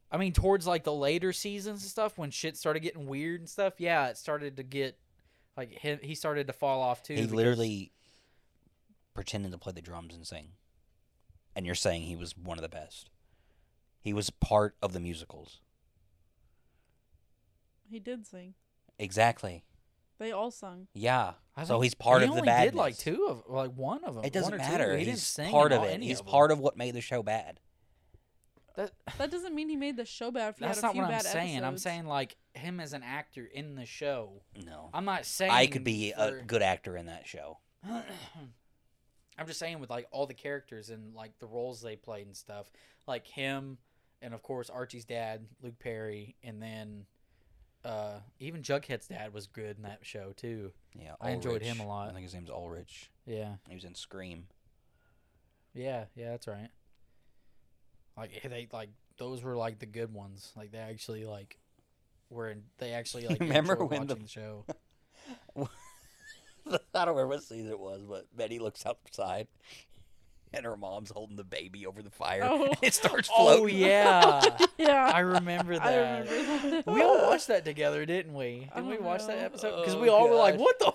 [SPEAKER 3] I mean, towards like the later seasons and stuff, when shit started getting weird and stuff, yeah, it started to get, like him, he started to fall off too.
[SPEAKER 1] he
[SPEAKER 3] because-
[SPEAKER 1] literally pretended to play the drums and sing. And you're saying he was one of the best. He was part of the musicals.
[SPEAKER 2] He did sing.
[SPEAKER 1] Exactly.
[SPEAKER 2] They all sung.
[SPEAKER 1] Yeah.
[SPEAKER 3] I
[SPEAKER 1] So
[SPEAKER 3] think
[SPEAKER 1] he's part
[SPEAKER 3] he
[SPEAKER 1] of the
[SPEAKER 3] only
[SPEAKER 1] badness.
[SPEAKER 3] did like two of, like one of them.
[SPEAKER 1] It doesn't
[SPEAKER 3] one or two.
[SPEAKER 1] matter.
[SPEAKER 3] He
[SPEAKER 1] He's
[SPEAKER 3] didn't sing
[SPEAKER 1] part
[SPEAKER 3] in
[SPEAKER 1] of
[SPEAKER 3] all-
[SPEAKER 1] it.
[SPEAKER 3] any
[SPEAKER 1] He's
[SPEAKER 3] of 'em.
[SPEAKER 1] part of what made the show bad.
[SPEAKER 3] That,
[SPEAKER 2] That doesn't mean he made the show bad if he
[SPEAKER 3] that's
[SPEAKER 2] had a
[SPEAKER 3] not
[SPEAKER 2] few
[SPEAKER 3] what I'm
[SPEAKER 2] bad
[SPEAKER 3] saying. I'm
[SPEAKER 2] episodes.
[SPEAKER 3] saying like him as an actor in the show.
[SPEAKER 1] No.
[SPEAKER 3] I'm not saying
[SPEAKER 1] I could be a
[SPEAKER 3] for-
[SPEAKER 1] good actor in that show.
[SPEAKER 3] I'm just saying with like all the characters and like the roles they played and stuff, like him and of course Archie's dad, Luke Perry, and then uh even Jughead's dad was good in that show too.
[SPEAKER 1] Yeah.
[SPEAKER 3] I enjoyed him
[SPEAKER 1] Ulrich.
[SPEAKER 3] a lot.
[SPEAKER 1] I think his name's Ulrich.
[SPEAKER 3] Yeah.
[SPEAKER 1] He was in Scream.
[SPEAKER 3] Yeah, yeah, that's right. Like eh, they like those were like the good ones. Like they actually like were in, they actually like
[SPEAKER 1] Remember
[SPEAKER 3] enjoyed
[SPEAKER 1] when the-
[SPEAKER 3] watching the show.
[SPEAKER 1] I don't remember what season it was, but Betty looks outside and her mom's holding the baby over the fire.
[SPEAKER 2] Oh.
[SPEAKER 1] And it starts floating.
[SPEAKER 3] Oh yeah.
[SPEAKER 2] Yeah.
[SPEAKER 3] I remember that.
[SPEAKER 2] I remember that.
[SPEAKER 3] We all watched that together, didn't we?
[SPEAKER 2] I
[SPEAKER 3] Didn't we
[SPEAKER 2] don't
[SPEAKER 3] watch that
[SPEAKER 2] know.
[SPEAKER 3] episode? Because
[SPEAKER 1] Oh,
[SPEAKER 3] we all were like,
[SPEAKER 1] God.
[SPEAKER 3] "What the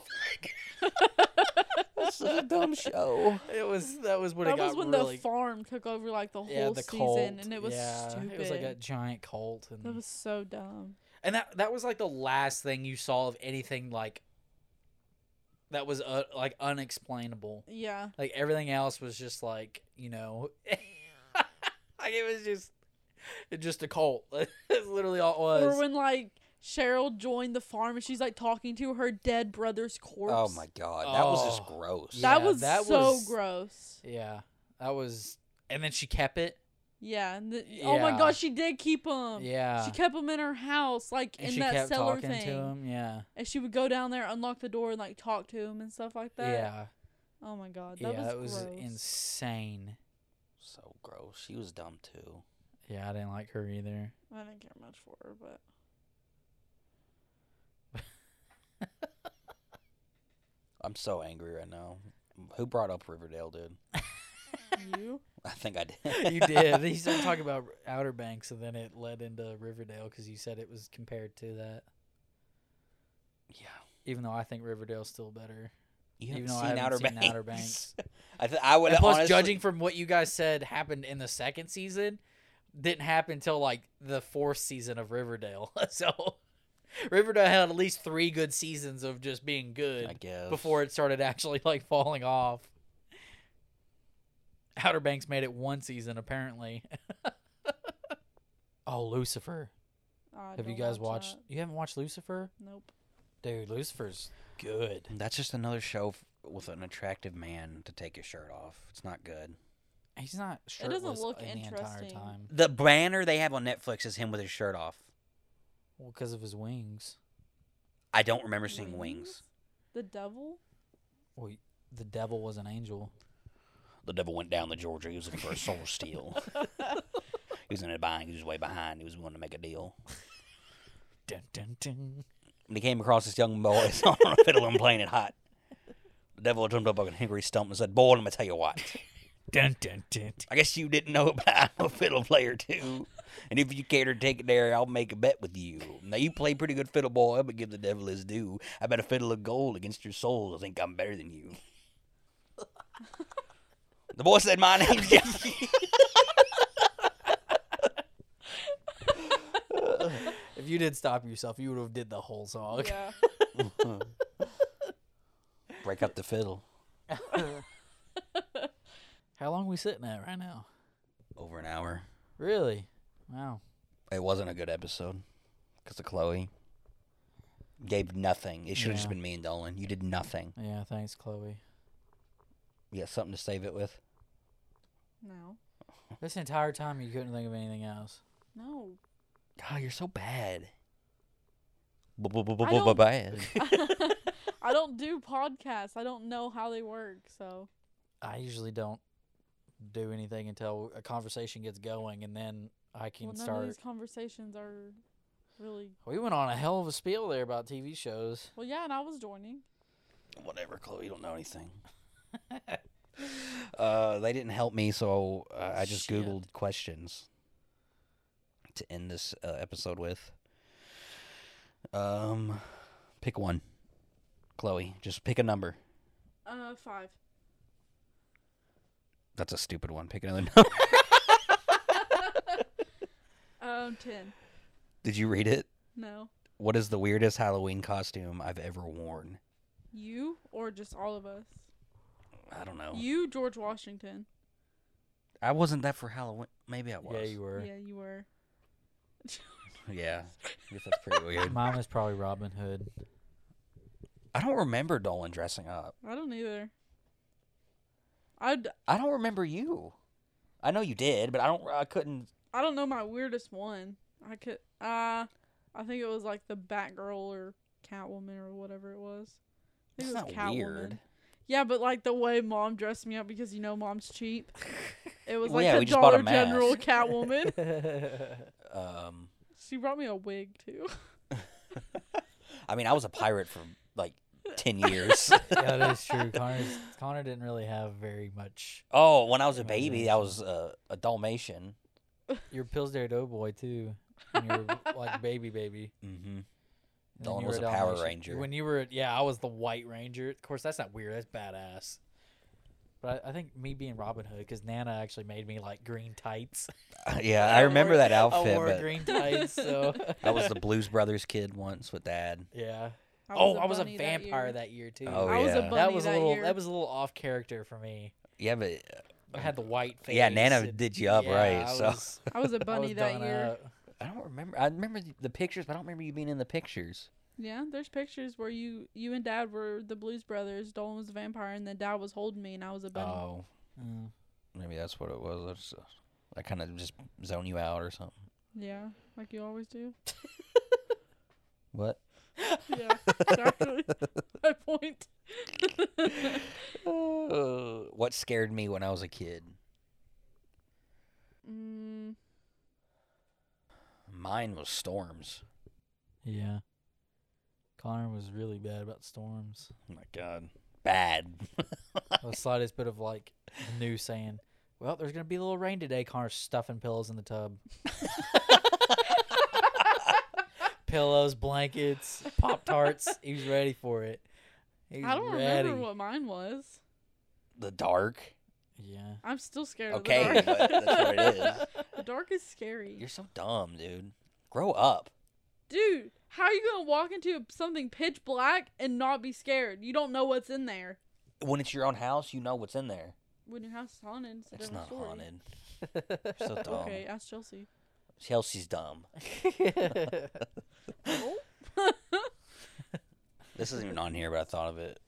[SPEAKER 3] fuck?"
[SPEAKER 1] That's such a dumb show.
[SPEAKER 3] It was that was when it
[SPEAKER 2] that
[SPEAKER 3] got
[SPEAKER 2] was when
[SPEAKER 3] really
[SPEAKER 2] the farm took over like the whole
[SPEAKER 3] yeah the
[SPEAKER 2] season,
[SPEAKER 3] cult
[SPEAKER 2] and it was
[SPEAKER 3] yeah,
[SPEAKER 2] stupid.
[SPEAKER 3] It was like a giant cult, and
[SPEAKER 2] that was so dumb.
[SPEAKER 3] and that that was like the last thing you saw of anything like that was uh, like unexplainable.
[SPEAKER 2] Yeah,
[SPEAKER 3] Like everything else was just like you know, like it was just it just a cult. That's literally all it was.
[SPEAKER 2] or when like Cheryl joined the farm and she's like talking to her dead brother's corpse.
[SPEAKER 1] Oh my god, that was just
[SPEAKER 3] Oh.
[SPEAKER 1] gross.
[SPEAKER 3] Yeah.
[SPEAKER 2] that was
[SPEAKER 3] that
[SPEAKER 2] so
[SPEAKER 3] was-
[SPEAKER 2] gross.
[SPEAKER 3] yeah, that was. And then she kept it.
[SPEAKER 2] Yeah, and the, oh my
[SPEAKER 3] Yeah.
[SPEAKER 2] god, she did keep him.
[SPEAKER 3] Yeah.
[SPEAKER 2] Um, She kept him in her house, like
[SPEAKER 3] and
[SPEAKER 2] in
[SPEAKER 3] she
[SPEAKER 2] that
[SPEAKER 3] kept
[SPEAKER 2] cellar
[SPEAKER 3] talking
[SPEAKER 2] thing,
[SPEAKER 3] to him. Yeah.
[SPEAKER 2] and she would go down there, unlock the door, and like talk to him and stuff like that.
[SPEAKER 3] Yeah.
[SPEAKER 2] Oh my god,
[SPEAKER 3] yeah,
[SPEAKER 2] that
[SPEAKER 3] that
[SPEAKER 2] was
[SPEAKER 3] was
[SPEAKER 2] gross.
[SPEAKER 3] insane.
[SPEAKER 1] So gross. She was dumb too.
[SPEAKER 3] Yeah, I didn't like her either.
[SPEAKER 2] I didn't care much for her, but
[SPEAKER 1] I'm so angry right now. Who brought up Riverdale, dude?
[SPEAKER 2] you.
[SPEAKER 1] I think I did.
[SPEAKER 3] You did. you started talking about Outer Banks, and then it led into Riverdale because you said it was compared to that.
[SPEAKER 1] Yeah.
[SPEAKER 3] Even though I think Riverdale's still better.
[SPEAKER 1] You haven't
[SPEAKER 3] Even though
[SPEAKER 1] seen
[SPEAKER 3] I haven't
[SPEAKER 1] Outer,
[SPEAKER 3] seen
[SPEAKER 1] Banks.
[SPEAKER 3] Outer Banks.
[SPEAKER 1] I, th- I would
[SPEAKER 3] And plus,
[SPEAKER 1] honestly-
[SPEAKER 3] judging from what you guys said happened in the second season, didn't happen until like the fourth season of Riverdale. so Riverdale had at least three good seasons of just being good.
[SPEAKER 1] I guess
[SPEAKER 3] before it started actually like falling off. Outer Banks made it one season apparently. oh, Lucifer.
[SPEAKER 2] I
[SPEAKER 3] Have you
[SPEAKER 2] don't
[SPEAKER 3] guys
[SPEAKER 2] watch
[SPEAKER 3] watched?
[SPEAKER 2] that.
[SPEAKER 3] You haven't watched Lucifer,
[SPEAKER 2] Nope.
[SPEAKER 3] dude. Lucifer's good.
[SPEAKER 1] That's just another show f- with an attractive man to take his shirt off. It's not good.
[SPEAKER 3] He's not
[SPEAKER 2] It
[SPEAKER 3] shirtless
[SPEAKER 2] doesn't look
[SPEAKER 3] in the entire
[SPEAKER 2] interesting.
[SPEAKER 3] time.
[SPEAKER 1] The banner they have on Netflix is him with his shirt off.
[SPEAKER 3] Well, because of his wings.
[SPEAKER 1] I don't remember seeing wings.
[SPEAKER 2] The devil.
[SPEAKER 3] Well, y- the devil was an angel.
[SPEAKER 1] The devil went down to Georgia. He was looking for a soul steal. he was in a bind. He was way behind. He was willing to make a deal.
[SPEAKER 3] Dun, dun, dun.
[SPEAKER 1] And he came across this young boy on a fiddle and playing it hot. The devil jumped up on Henry Stump and said, Boy, let me tell you what.
[SPEAKER 3] Dun, dun, dun, dun.
[SPEAKER 1] I guess you didn't know about I'm a fiddle player too. And if you care to take it there, I'll make a bet with you. Now you play pretty good fiddle boy, but give the devil his due. I bet a fiddle of gold against your soul. I think I'm better than you. the boy said, "My name's Jeffy."
[SPEAKER 3] If you did stop yourself, you would have did the whole song.
[SPEAKER 2] Yeah.
[SPEAKER 1] Break up the fiddle.
[SPEAKER 3] How long we sitting at right now?
[SPEAKER 1] Over an hour.
[SPEAKER 3] Really? Wow.
[SPEAKER 1] It wasn't a good episode because of Chloe. Gave nothing. It should have just
[SPEAKER 3] Yeah.
[SPEAKER 1] been me and Dolan. You did nothing.
[SPEAKER 3] Yeah. Thanks, Chloe.
[SPEAKER 1] You got something to save it with?
[SPEAKER 2] No.
[SPEAKER 3] This entire time, you couldn't think of anything else.
[SPEAKER 2] No.
[SPEAKER 1] God, you're so bad.
[SPEAKER 2] I don't-
[SPEAKER 1] Bad.
[SPEAKER 2] I don't do podcasts. I don't know how they work. So
[SPEAKER 3] I usually don't do anything until a conversation gets going, and then I can
[SPEAKER 2] well, none of
[SPEAKER 3] start.
[SPEAKER 2] these conversations are really
[SPEAKER 3] We went on a hell of a spiel there about TV shows.
[SPEAKER 2] well. Yeah, and I was joining.
[SPEAKER 1] Whatever, Chloe, you don't know anything. uh, they didn't help me, so uh, I just
[SPEAKER 3] Shit.
[SPEAKER 1] Googled questions to end this uh, episode with. Um, pick one, Chloe. Just pick a number.
[SPEAKER 2] Uh, five.
[SPEAKER 1] That's a stupid one. Pick another number.
[SPEAKER 2] Um, ten.
[SPEAKER 1] Did you read it?
[SPEAKER 2] No.
[SPEAKER 1] What is the weirdest Halloween costume I've ever worn?
[SPEAKER 2] You or just all of us?
[SPEAKER 1] I don't know.
[SPEAKER 2] You, George Washington.
[SPEAKER 1] I wasn't that for Halloween. Maybe I was.
[SPEAKER 3] Yeah, you were.
[SPEAKER 2] Yeah, you were.
[SPEAKER 1] Yeah. I guess that's pretty weird.
[SPEAKER 3] Mine was probably Robin Hood.
[SPEAKER 1] I don't remember Dolan dressing up.
[SPEAKER 2] I don't either. I d-
[SPEAKER 1] I don't remember you. I know you did, but I don't. I couldn't.
[SPEAKER 2] I don't know my weirdest one. I could uh I think it was like the Batgirl or Catwoman or whatever it was. I
[SPEAKER 1] It's
[SPEAKER 2] think it
[SPEAKER 1] not
[SPEAKER 2] was Catwoman.
[SPEAKER 1] weird.
[SPEAKER 2] Yeah, but like the way mom dressed me up because you know mom's cheap. It was
[SPEAKER 1] Well,
[SPEAKER 2] like
[SPEAKER 1] yeah,
[SPEAKER 2] the
[SPEAKER 1] we just bought a
[SPEAKER 2] Dollar General
[SPEAKER 1] mask.
[SPEAKER 2] Catwoman.
[SPEAKER 1] Um,
[SPEAKER 2] she brought me a wig too.
[SPEAKER 1] I mean, I was a pirate for like ten years.
[SPEAKER 3] yeah, that is true. Connor's, Connor didn't really have very much.
[SPEAKER 1] oh, when I was a baby, I was uh, a Dalmatian.
[SPEAKER 3] Your Pillsdale Doughboy too. When you were like baby baby.
[SPEAKER 1] Mm-hmm.
[SPEAKER 3] And then
[SPEAKER 1] Dolan
[SPEAKER 3] you
[SPEAKER 1] was
[SPEAKER 3] were
[SPEAKER 1] a Power
[SPEAKER 3] Dalmatian.
[SPEAKER 1] Ranger.
[SPEAKER 3] When you were yeah, I was the White Ranger. Of course, that's not weird. That's badass. But I, I think me being Robin Hood because Nana actually made me like green tights.
[SPEAKER 1] yeah, I remember
[SPEAKER 3] wore-
[SPEAKER 1] that
[SPEAKER 3] I
[SPEAKER 1] outfit,
[SPEAKER 3] wore
[SPEAKER 1] but
[SPEAKER 3] green tights. So
[SPEAKER 1] I was the Blues Brothers kid once with Dad.
[SPEAKER 3] yeah. oh, I was a vampire
[SPEAKER 2] that
[SPEAKER 3] that year, too.
[SPEAKER 1] Oh,
[SPEAKER 2] I was a
[SPEAKER 1] yeah.
[SPEAKER 2] bunny
[SPEAKER 3] that was a little
[SPEAKER 2] year.
[SPEAKER 3] that was a little off character for me.
[SPEAKER 1] Yeah, but uh,
[SPEAKER 3] I had the white face.
[SPEAKER 1] yeah, Nana
[SPEAKER 3] and-
[SPEAKER 1] did you up
[SPEAKER 3] yeah,
[SPEAKER 1] right.
[SPEAKER 3] I
[SPEAKER 1] so
[SPEAKER 3] was-
[SPEAKER 2] I was a
[SPEAKER 3] I
[SPEAKER 2] bunny
[SPEAKER 3] was
[SPEAKER 2] that
[SPEAKER 3] done
[SPEAKER 2] year.
[SPEAKER 3] up.
[SPEAKER 1] I don't remember. I remember the, the pictures, but I don't remember you being in the pictures.
[SPEAKER 2] Yeah, there's pictures where you you and dad were the Blues Brothers. Dolan was the vampire, and then dad was holding me, and I was a bunny.
[SPEAKER 1] Oh,
[SPEAKER 3] Mm.
[SPEAKER 1] maybe that's what it was. I, just, uh, I kind of just zone you out or something.
[SPEAKER 2] Yeah, like you always do.
[SPEAKER 1] What?
[SPEAKER 2] Yeah, exactly. My point.
[SPEAKER 1] Uh, what scared me when I was a kid?
[SPEAKER 2] Mm,
[SPEAKER 1] Mine was storms.
[SPEAKER 3] Yeah. Connor was really bad about storms.
[SPEAKER 1] Oh my god. Bad.
[SPEAKER 3] the slightest bit of like new saying, "Well, there's gonna be a little rain today." Connor's stuffing pillows in the tub. pillows, blankets, pop tarts. He was ready for it. He was
[SPEAKER 2] I don't
[SPEAKER 3] ready.
[SPEAKER 2] remember what mine was.
[SPEAKER 1] the dark.
[SPEAKER 3] Yeah.
[SPEAKER 2] I'm still scared
[SPEAKER 1] Okay,
[SPEAKER 2] of the
[SPEAKER 1] but that's
[SPEAKER 2] dark.
[SPEAKER 1] what it is.
[SPEAKER 2] the dark is scary.
[SPEAKER 1] You're so dumb, dude. Grow up.
[SPEAKER 2] Dude, how are you going to walk into something pitch black and not be scared? You don't know what's in there.
[SPEAKER 1] When it's your own house, you know what's in there.
[SPEAKER 2] When your house is haunted, it's a
[SPEAKER 1] It's
[SPEAKER 2] different
[SPEAKER 1] not
[SPEAKER 2] story.
[SPEAKER 1] haunted. You're so dumb.
[SPEAKER 2] Okay, ask Chelsea.
[SPEAKER 1] Chelsea's dumb.
[SPEAKER 2] Oh.
[SPEAKER 1] This isn't even on here, but I thought of it.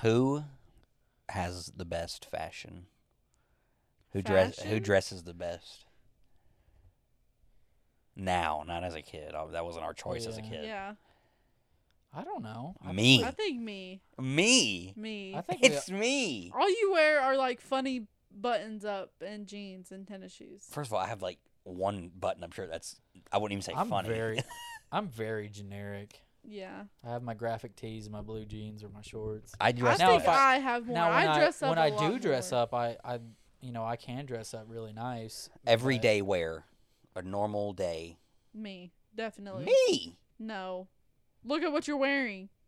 [SPEAKER 1] Who has the best fashion? Who dress Who
[SPEAKER 2] Fashion?
[SPEAKER 1] dresses the best? Now, not as a kid. Oh, that wasn't our choice as a
[SPEAKER 3] Yeah.
[SPEAKER 1] kid.
[SPEAKER 2] yeah.
[SPEAKER 3] I don't know. I
[SPEAKER 1] Me.
[SPEAKER 2] I think me.
[SPEAKER 1] Me.
[SPEAKER 2] Me.
[SPEAKER 3] I think we-
[SPEAKER 1] It's me.
[SPEAKER 2] All you wear are like funny buttons up and jeans and tennis shoes.
[SPEAKER 1] First of all, I have like one button. I'm sure that's. I wouldn't even say
[SPEAKER 3] I'm
[SPEAKER 1] funny.
[SPEAKER 3] very, I'm very generic.
[SPEAKER 2] Yeah.
[SPEAKER 3] I have my graphic tees and my blue jeans or my shorts.
[SPEAKER 1] I
[SPEAKER 2] I
[SPEAKER 1] dress
[SPEAKER 3] Now,
[SPEAKER 2] think
[SPEAKER 1] up.
[SPEAKER 3] if I-
[SPEAKER 2] I, have more.
[SPEAKER 3] now when
[SPEAKER 2] I
[SPEAKER 3] I,
[SPEAKER 2] dress up.
[SPEAKER 3] when
[SPEAKER 2] I
[SPEAKER 3] I do dress up, I, I you know I can dress up really nice
[SPEAKER 1] every
[SPEAKER 3] but-
[SPEAKER 1] day wear a normal day.
[SPEAKER 2] Me. Definitely.
[SPEAKER 1] Me.
[SPEAKER 2] No. Look at what you're wearing.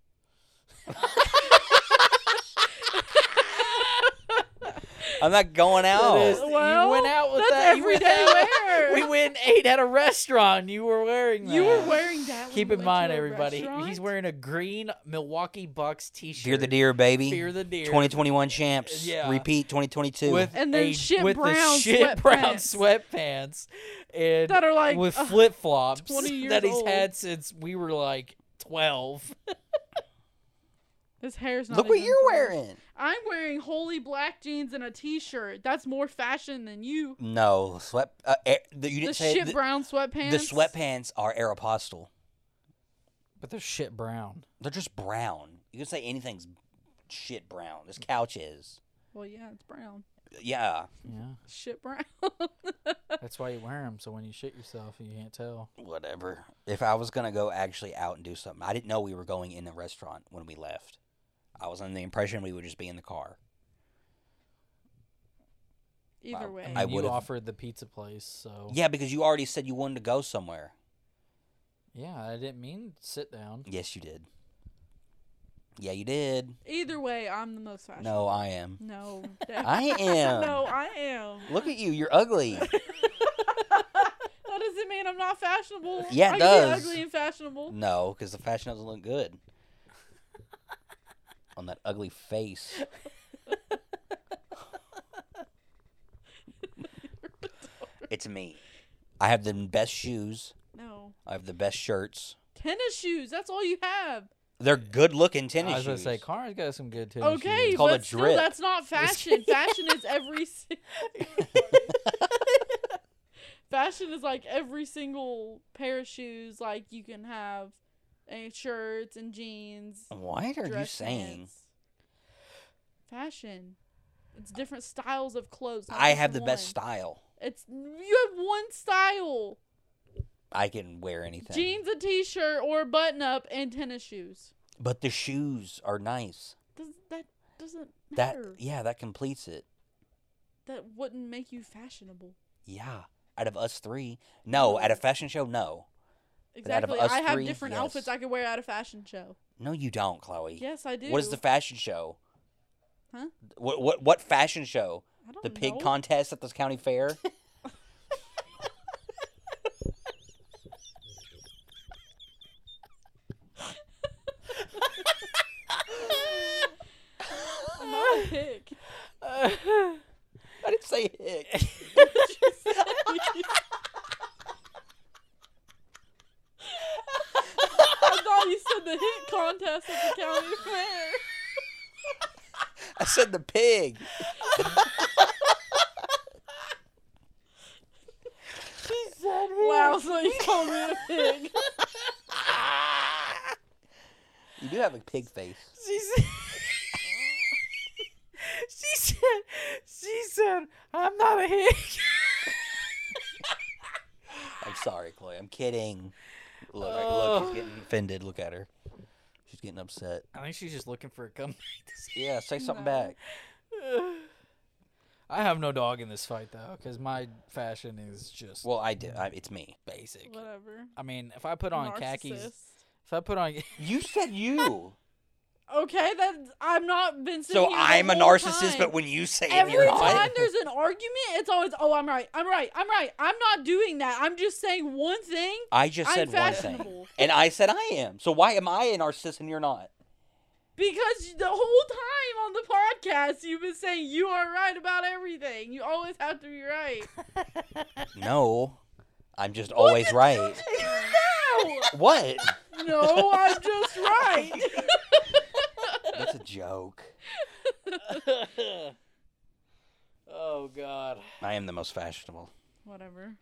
[SPEAKER 1] I'm not going out.
[SPEAKER 3] That is- you
[SPEAKER 2] Well,
[SPEAKER 3] went out with
[SPEAKER 2] That's
[SPEAKER 3] that you went
[SPEAKER 2] everyday
[SPEAKER 3] out-
[SPEAKER 2] wear.
[SPEAKER 3] We went and ate at a restaurant. You were wearing that.
[SPEAKER 2] you were wearing that. when
[SPEAKER 3] Keep
[SPEAKER 2] we
[SPEAKER 3] in
[SPEAKER 2] went to
[SPEAKER 3] mind,
[SPEAKER 2] a
[SPEAKER 3] everybody. He's
[SPEAKER 2] restaurant?
[SPEAKER 3] wearing a green Milwaukee Bucks T-shirt.
[SPEAKER 1] Fear the deer, baby.
[SPEAKER 3] Fear the deer.
[SPEAKER 1] 2021 champs.
[SPEAKER 3] Yeah.
[SPEAKER 1] Repeat 2022.
[SPEAKER 3] with
[SPEAKER 2] And then
[SPEAKER 3] a-
[SPEAKER 2] shit
[SPEAKER 3] with
[SPEAKER 2] brown
[SPEAKER 3] the shit brown sweatpants and
[SPEAKER 2] that are like
[SPEAKER 3] with
[SPEAKER 2] ugh,
[SPEAKER 3] flip flops
[SPEAKER 2] 20 years
[SPEAKER 3] that he's
[SPEAKER 2] old.
[SPEAKER 3] had since we were like twelve.
[SPEAKER 2] his hair's not.
[SPEAKER 1] Look what
[SPEAKER 2] even
[SPEAKER 1] you're
[SPEAKER 2] full.
[SPEAKER 1] wearing.
[SPEAKER 2] I'm wearing holy black jeans and a t-shirt. That's more fashion than you.
[SPEAKER 1] No sweat. Uh, air, the, you
[SPEAKER 2] The
[SPEAKER 1] didn't say
[SPEAKER 2] shit
[SPEAKER 1] the,
[SPEAKER 2] brown sweatpants.
[SPEAKER 1] the sweatpants are Aeropostale.
[SPEAKER 3] But they're shit brown.
[SPEAKER 1] They're just brown. You can say anything's shit brown. This couch is.
[SPEAKER 2] Well, yeah, it's brown.
[SPEAKER 1] Yeah.
[SPEAKER 3] Yeah,
[SPEAKER 2] Shit brown.
[SPEAKER 3] that's why you wear them. So when you shit yourself, you can't tell.
[SPEAKER 1] Whatever. If I was gonna go actually out and do something, I didn't know we were going in a restaurant when we left. I was under the impression we would just be in the car.
[SPEAKER 2] Either
[SPEAKER 1] Wow.
[SPEAKER 2] way.
[SPEAKER 3] And
[SPEAKER 1] I
[SPEAKER 3] you
[SPEAKER 1] would've-
[SPEAKER 3] offered the pizza place, so
[SPEAKER 1] Yeah, because you already said you wanted to go somewhere.
[SPEAKER 3] Yeah, I didn't mean sit down.
[SPEAKER 1] Yes, you did. Yeah, you did.
[SPEAKER 2] Either way, I'm the most fashion.
[SPEAKER 1] No, I am.
[SPEAKER 2] No.
[SPEAKER 1] I am.
[SPEAKER 2] no, I am.
[SPEAKER 1] Look at you. You're ugly.
[SPEAKER 2] that doesn't mean I'm not fashionable.
[SPEAKER 1] Yeah, it
[SPEAKER 2] I Can
[SPEAKER 1] does.
[SPEAKER 2] be ugly and fashionable.
[SPEAKER 1] No, because the fashion doesn't look good on that ugly face. Mm. it's me. I have the best shoes.
[SPEAKER 2] No.
[SPEAKER 1] I have the best shirts.
[SPEAKER 2] Tennis shoes. That's all you have.
[SPEAKER 1] They're good looking tennis
[SPEAKER 3] I was gonna
[SPEAKER 1] shoes.
[SPEAKER 3] say, Connor's got some good tennis
[SPEAKER 2] Okay,
[SPEAKER 3] shoes.
[SPEAKER 1] called
[SPEAKER 2] but
[SPEAKER 1] a
[SPEAKER 2] still,
[SPEAKER 1] drip.
[SPEAKER 2] that's not fashion. fashion is every. si- fashion is like every single pair of shoes. Like you can have, and shirts and jeans.
[SPEAKER 1] what are you
[SPEAKER 2] dress
[SPEAKER 1] saying?
[SPEAKER 2] pants. Fashion. It's different styles of clothes. not
[SPEAKER 1] I
[SPEAKER 2] just
[SPEAKER 1] have the best
[SPEAKER 2] one.
[SPEAKER 1] style.
[SPEAKER 2] It's you have one style:
[SPEAKER 1] I can wear anything.
[SPEAKER 2] jeans, a t-shirt, or a button-up, and tennis shoes.
[SPEAKER 1] But the shoes are nice.
[SPEAKER 2] Does that doesn't
[SPEAKER 1] That e-,
[SPEAKER 2] matter?
[SPEAKER 1] yeah, that completes it.
[SPEAKER 2] That wouldn't make you fashionable.
[SPEAKER 1] Yeah. Out of us three. No, at a fashion show, no. out of
[SPEAKER 2] Exactly.
[SPEAKER 1] us
[SPEAKER 2] I have
[SPEAKER 1] three,
[SPEAKER 2] different
[SPEAKER 1] yes.
[SPEAKER 2] outfits I could wear at a fashion show.
[SPEAKER 1] No, you don't, Chloe.
[SPEAKER 2] Yes, I do.
[SPEAKER 1] What is the fashion show?
[SPEAKER 2] Huh?
[SPEAKER 1] What what what fashion show?
[SPEAKER 2] I don't
[SPEAKER 1] The pig
[SPEAKER 2] know.
[SPEAKER 1] contest at this county fair?
[SPEAKER 2] I'm not a pig.
[SPEAKER 1] I didn't say hick.
[SPEAKER 2] I thought you said the hit contest at the county fair.
[SPEAKER 1] I said the pig.
[SPEAKER 2] Wow, so you called me a pig.
[SPEAKER 1] You do have a pig face.
[SPEAKER 3] She said, she said, she said, I'm not a hick.
[SPEAKER 1] I'm sorry, Chloe. I'm kidding. Look, look,
[SPEAKER 3] Oh.
[SPEAKER 1] she's getting offended. Look at her. She's getting upset.
[SPEAKER 3] I think she's just looking for a comeback.
[SPEAKER 1] Yeah, say something
[SPEAKER 2] No.
[SPEAKER 1] back.
[SPEAKER 3] I have no dog in this fight though, because my fashion is just
[SPEAKER 1] Well, I did. I, it's me.
[SPEAKER 3] basic.
[SPEAKER 2] Whatever.
[SPEAKER 3] I mean, if I put on khakis,
[SPEAKER 2] Narcissist.
[SPEAKER 3] if I put on,
[SPEAKER 1] You said you.
[SPEAKER 2] Okay, that I'm not been sitting
[SPEAKER 1] so
[SPEAKER 2] here the
[SPEAKER 1] I'm a
[SPEAKER 2] whole
[SPEAKER 1] narcissist,
[SPEAKER 2] time.
[SPEAKER 1] but when you say it,
[SPEAKER 2] Every
[SPEAKER 1] you're
[SPEAKER 2] time
[SPEAKER 1] not.
[SPEAKER 2] there's an argument, it's always, oh, I'm right, I'm right, I'm right. I'm not doing that. I'm just saying one thing.
[SPEAKER 1] I just
[SPEAKER 2] I'm
[SPEAKER 1] said one thing,
[SPEAKER 2] fashionable.
[SPEAKER 1] and I said I am. So why am I a narcissist and you're not?
[SPEAKER 2] Because the whole time on the podcast, you've been saying you are right about everything. You always have to be right.
[SPEAKER 1] No, I'm just always right.
[SPEAKER 2] No,
[SPEAKER 1] What?
[SPEAKER 2] no, I'm just right.
[SPEAKER 1] That's a joke.
[SPEAKER 3] oh God.
[SPEAKER 1] I am the most fashionable.
[SPEAKER 2] Whatever.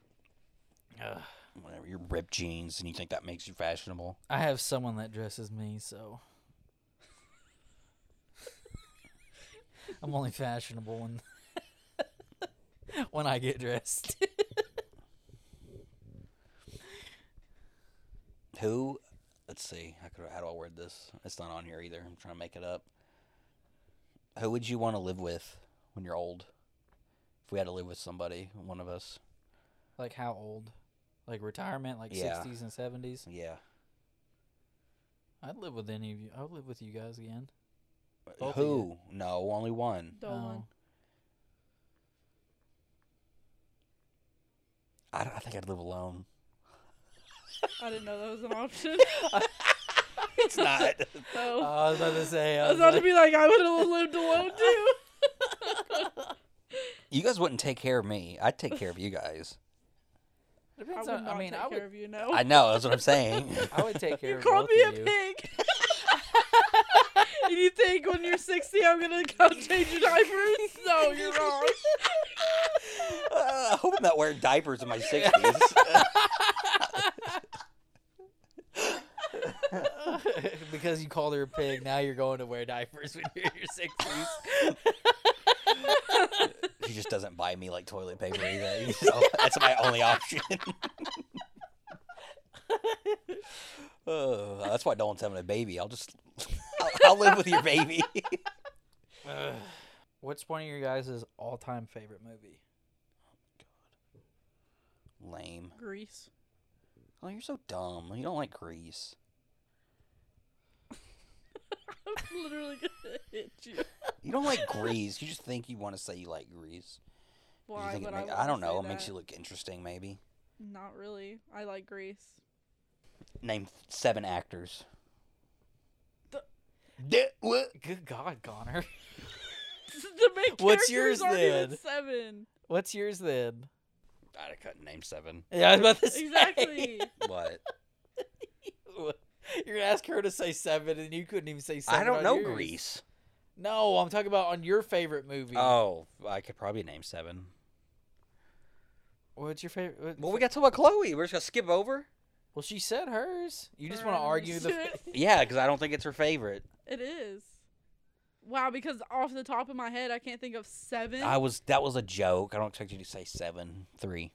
[SPEAKER 3] Oh. Ugh.
[SPEAKER 1] Whatever. You're ripped jeans, and you think that makes you fashionable?
[SPEAKER 3] I have someone that dresses me, so I'm only fashionable when when I get dressed.
[SPEAKER 1] Who? Let's see. How, could, how do I word this? It's not on here either. I'm trying to make it up. Who would you want to live with when you're old? If we had to live with somebody, one of us.
[SPEAKER 3] like how old? Like retirement, like
[SPEAKER 1] Yeah.
[SPEAKER 3] 60s and 70s.
[SPEAKER 1] Yeah.
[SPEAKER 3] I'd live with any of you. I would live with you guys again. Um, Both of you.
[SPEAKER 1] Who? No, only one.
[SPEAKER 2] Dolan.
[SPEAKER 1] I, don't- I think I'd live alone.
[SPEAKER 2] I didn't know that was an option.
[SPEAKER 1] It's not.
[SPEAKER 3] Oh,
[SPEAKER 2] So,
[SPEAKER 3] I was about to say. I
[SPEAKER 2] I was
[SPEAKER 3] was
[SPEAKER 2] about to
[SPEAKER 3] like-
[SPEAKER 2] be like, I would have lived alone too.
[SPEAKER 1] you guys wouldn't take care of me. I'd take care of you guys.
[SPEAKER 2] I
[SPEAKER 3] Depends
[SPEAKER 2] would
[SPEAKER 3] on-
[SPEAKER 2] not
[SPEAKER 3] I mean,
[SPEAKER 2] take
[SPEAKER 3] I
[SPEAKER 2] care
[SPEAKER 3] would.
[SPEAKER 2] of you, no.
[SPEAKER 1] I know. That's what I'm saying.
[SPEAKER 3] I would take care
[SPEAKER 2] you
[SPEAKER 3] of
[SPEAKER 2] called
[SPEAKER 3] both
[SPEAKER 2] me a
[SPEAKER 3] of you.
[SPEAKER 2] pig. and you think when you're 60, I'm gonna go change your diapers? No, you're wrong.
[SPEAKER 1] Uh, I hope I'm not wearing diapers in my 60s.
[SPEAKER 3] because you called her a pig, now you're going to wear diapers when you're in your sixties.
[SPEAKER 1] she just doesn't buy me like toilet paper either. So that's my only option. Oh, that's why Dolan's having a baby. I'll just, I'll, I'll live with your baby.
[SPEAKER 3] What's one of your guys' all-time favorite movie?
[SPEAKER 1] Lame.
[SPEAKER 2] Grease.
[SPEAKER 1] Oh, you're so dumb. You don't like Grease.
[SPEAKER 2] I'm literally gonna hit you.
[SPEAKER 1] You don't like Grease. You just think you want to say you like Grease. you
[SPEAKER 2] Why?
[SPEAKER 1] think
[SPEAKER 2] would
[SPEAKER 1] it make-
[SPEAKER 2] I,
[SPEAKER 1] I don't
[SPEAKER 2] wanna
[SPEAKER 1] know. It
[SPEAKER 2] say
[SPEAKER 1] makes you
[SPEAKER 2] that?
[SPEAKER 1] look interesting, maybe.
[SPEAKER 2] Not really. I like Grease.
[SPEAKER 1] Name seven actors.
[SPEAKER 2] The-
[SPEAKER 1] D- what?
[SPEAKER 3] Good God, Connor.
[SPEAKER 2] the main
[SPEAKER 3] What's
[SPEAKER 2] characters
[SPEAKER 3] yours
[SPEAKER 2] aren't even
[SPEAKER 3] then?
[SPEAKER 2] seven.
[SPEAKER 3] What's yours then?
[SPEAKER 1] I couldn't name seven.
[SPEAKER 3] Yeah, I was about to say.
[SPEAKER 2] Exactly.
[SPEAKER 1] What?
[SPEAKER 3] You're gonna ask her to say seven, and you couldn't even say seven.
[SPEAKER 1] I don't
[SPEAKER 3] on
[SPEAKER 1] know
[SPEAKER 3] yours.
[SPEAKER 1] Grease.
[SPEAKER 3] No, I'm talking about on your favorite movie.
[SPEAKER 1] Oh, I could probably name seven.
[SPEAKER 3] What's your favorite? what-
[SPEAKER 1] Well, we got to talk about Chloe. We're just gonna skip over.
[SPEAKER 3] well, she said hers. You just want to argue the.
[SPEAKER 1] Yeah, because I don't think it's her favorite.
[SPEAKER 2] it is. Wow, because off the top of my head, I can't think of seven.
[SPEAKER 1] I was that was a joke. I don't expect you to say seven, three.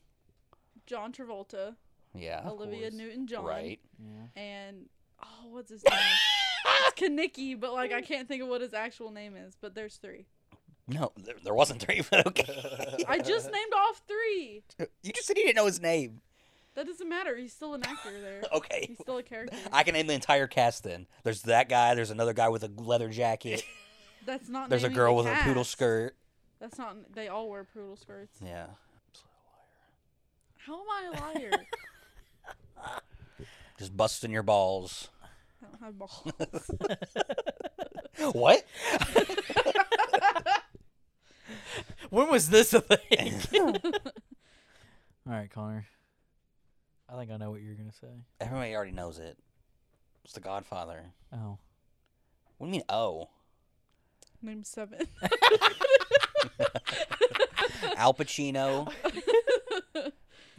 [SPEAKER 2] John Travolta,
[SPEAKER 1] Yeah, of
[SPEAKER 2] Olivia
[SPEAKER 1] course.
[SPEAKER 2] Newton-John,
[SPEAKER 1] Right.
[SPEAKER 3] Yeah.
[SPEAKER 2] and oh, what's his name? it's Kanicki, but like I can't think of what his actual name is. But there's three.
[SPEAKER 1] No, there, there wasn't three. But okay.
[SPEAKER 2] I just named off three.
[SPEAKER 1] you just said you didn't know his name.
[SPEAKER 2] That doesn't matter. He's still an actor there.
[SPEAKER 1] Okay.
[SPEAKER 2] He's still a character.
[SPEAKER 1] I can name the entire cast. Then there's that guy. There's another guy with a leather jacket.
[SPEAKER 2] That's not.
[SPEAKER 1] There's a
[SPEAKER 2] naming the
[SPEAKER 1] girl with a poodle
[SPEAKER 2] cast.
[SPEAKER 1] skirt.
[SPEAKER 2] That's not. They all wear poodle skirts.
[SPEAKER 1] Yeah.
[SPEAKER 2] How am I a liar?
[SPEAKER 1] Just busting your balls.
[SPEAKER 2] I don't have balls.
[SPEAKER 1] What?
[SPEAKER 3] When was this a thing? All right, Connor. I think I know what you're gonna say.
[SPEAKER 1] Everybody already knows it. It's The Godfather.
[SPEAKER 3] Oh,
[SPEAKER 1] What do you mean? Oh,
[SPEAKER 2] Name seven.
[SPEAKER 1] Al Pacino,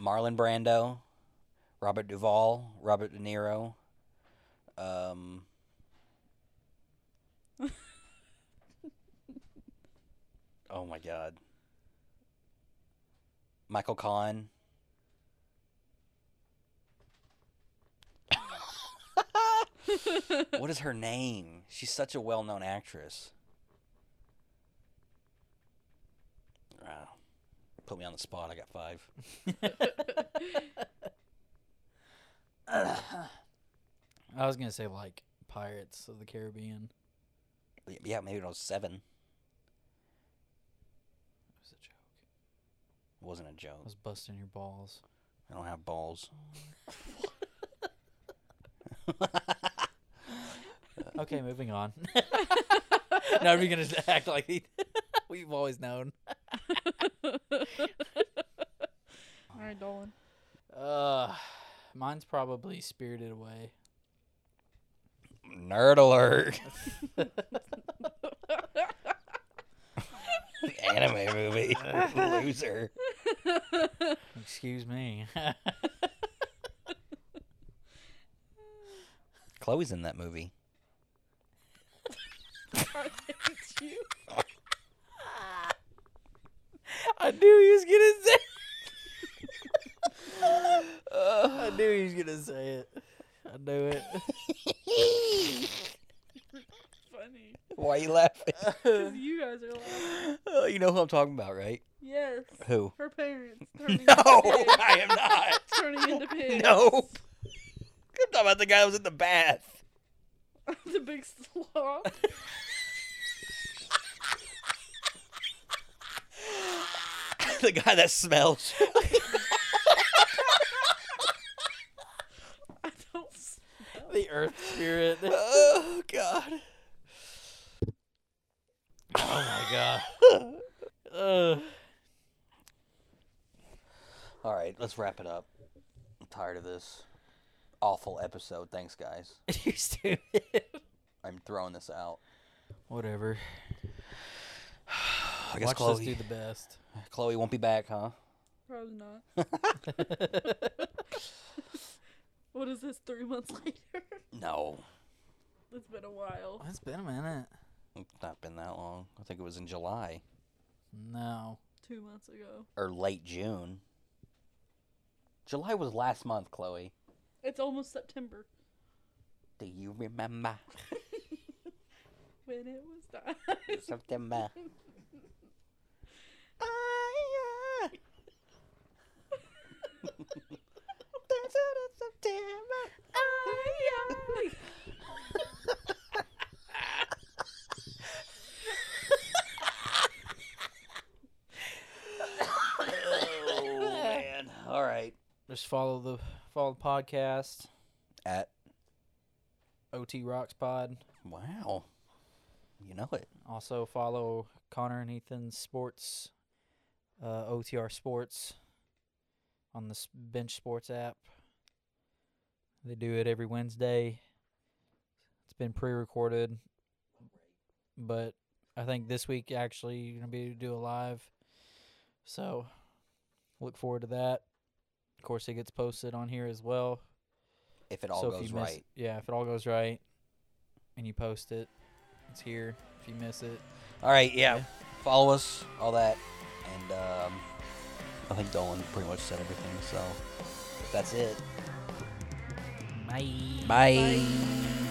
[SPEAKER 1] Marlon Brando, Robert Duvall, Robert De Niro. Um, oh my God, Michael Caine. what is her name? She's such a well-known actress. Wow. Put me on the spot. I got five.
[SPEAKER 3] I was gonna say like Pirates of the Caribbean.
[SPEAKER 1] Y- Yeah, maybe when I was seven.
[SPEAKER 3] It was a
[SPEAKER 1] It wasn't
[SPEAKER 3] joke.
[SPEAKER 1] a
[SPEAKER 3] I
[SPEAKER 1] joke.
[SPEAKER 3] was busting your balls.
[SPEAKER 1] I don't have balls.
[SPEAKER 3] Okay, moving on. now we're gonna act like he- we've always known.
[SPEAKER 2] all right, Dolan.
[SPEAKER 3] Uh, mine's probably Spirited Away.
[SPEAKER 1] Nerd alert. Anime movie. Loser.
[SPEAKER 3] Excuse me.
[SPEAKER 1] Chloe's in that movie.
[SPEAKER 2] I hate you.
[SPEAKER 3] I knew he was gonna say. I knew he was gonna say it. I knew it.
[SPEAKER 2] Funny.
[SPEAKER 1] Why are you laughing?
[SPEAKER 2] 'Cause you guys are laughing.
[SPEAKER 1] Oh, you know who I'm talking about, right?
[SPEAKER 2] Yes.
[SPEAKER 1] Who?
[SPEAKER 2] Her parents turning
[SPEAKER 1] No,
[SPEAKER 2] into pigs.
[SPEAKER 1] I am not.
[SPEAKER 2] turning into pigs.
[SPEAKER 1] Nope. I'm talking about the guy that was in the bath.
[SPEAKER 2] the big sloth.
[SPEAKER 1] the guy that smells.
[SPEAKER 2] I don't. s-
[SPEAKER 3] the Earth Spirit. Oh
[SPEAKER 1] oh God.
[SPEAKER 3] my god. Ugh.
[SPEAKER 1] All right, let's wrap it up. I'm tired of this awful episode. Thanks, guys.
[SPEAKER 3] You're stupid.
[SPEAKER 1] I'm throwing this out.
[SPEAKER 3] Whatever.
[SPEAKER 1] I guess
[SPEAKER 3] Watch
[SPEAKER 1] Chloe.
[SPEAKER 3] us do the best.
[SPEAKER 1] Chloe won't be back, huh?
[SPEAKER 2] Probably not. What is this? Three months later.
[SPEAKER 1] No,
[SPEAKER 2] it's been a while.
[SPEAKER 3] it's been a minute.
[SPEAKER 1] it's not been that long. I think it was in July
[SPEAKER 3] No.
[SPEAKER 2] Two months ago.
[SPEAKER 1] or late June. July was last month, Chloe.
[SPEAKER 2] It's almost September
[SPEAKER 1] Do you remember
[SPEAKER 2] when it was time.
[SPEAKER 1] September? oh man! All right.
[SPEAKER 3] Just follow the follow the podcast.
[SPEAKER 1] At
[SPEAKER 3] OT Rocks Pod.
[SPEAKER 1] wow, you know it.
[SPEAKER 3] Also follow Connor and Ethan Sports, uh, OTR Sports, on the s- Bench Sports app. They do it every Wednesday. It's been pre-recorded, but I think this week actually you're gonna be able to do a live. So look forward to that. Of course, it gets posted on here as well.
[SPEAKER 1] If it all
[SPEAKER 3] so if
[SPEAKER 1] goes
[SPEAKER 3] you miss-
[SPEAKER 1] right,
[SPEAKER 3] yeah, if it all goes right, and you post it, it's here. If you miss it.
[SPEAKER 1] all right. Yeah.
[SPEAKER 3] Yeah.
[SPEAKER 1] follow us, all that, and um, I think Dolan pretty much said everything. So that's it.
[SPEAKER 3] Bye.
[SPEAKER 1] Bye.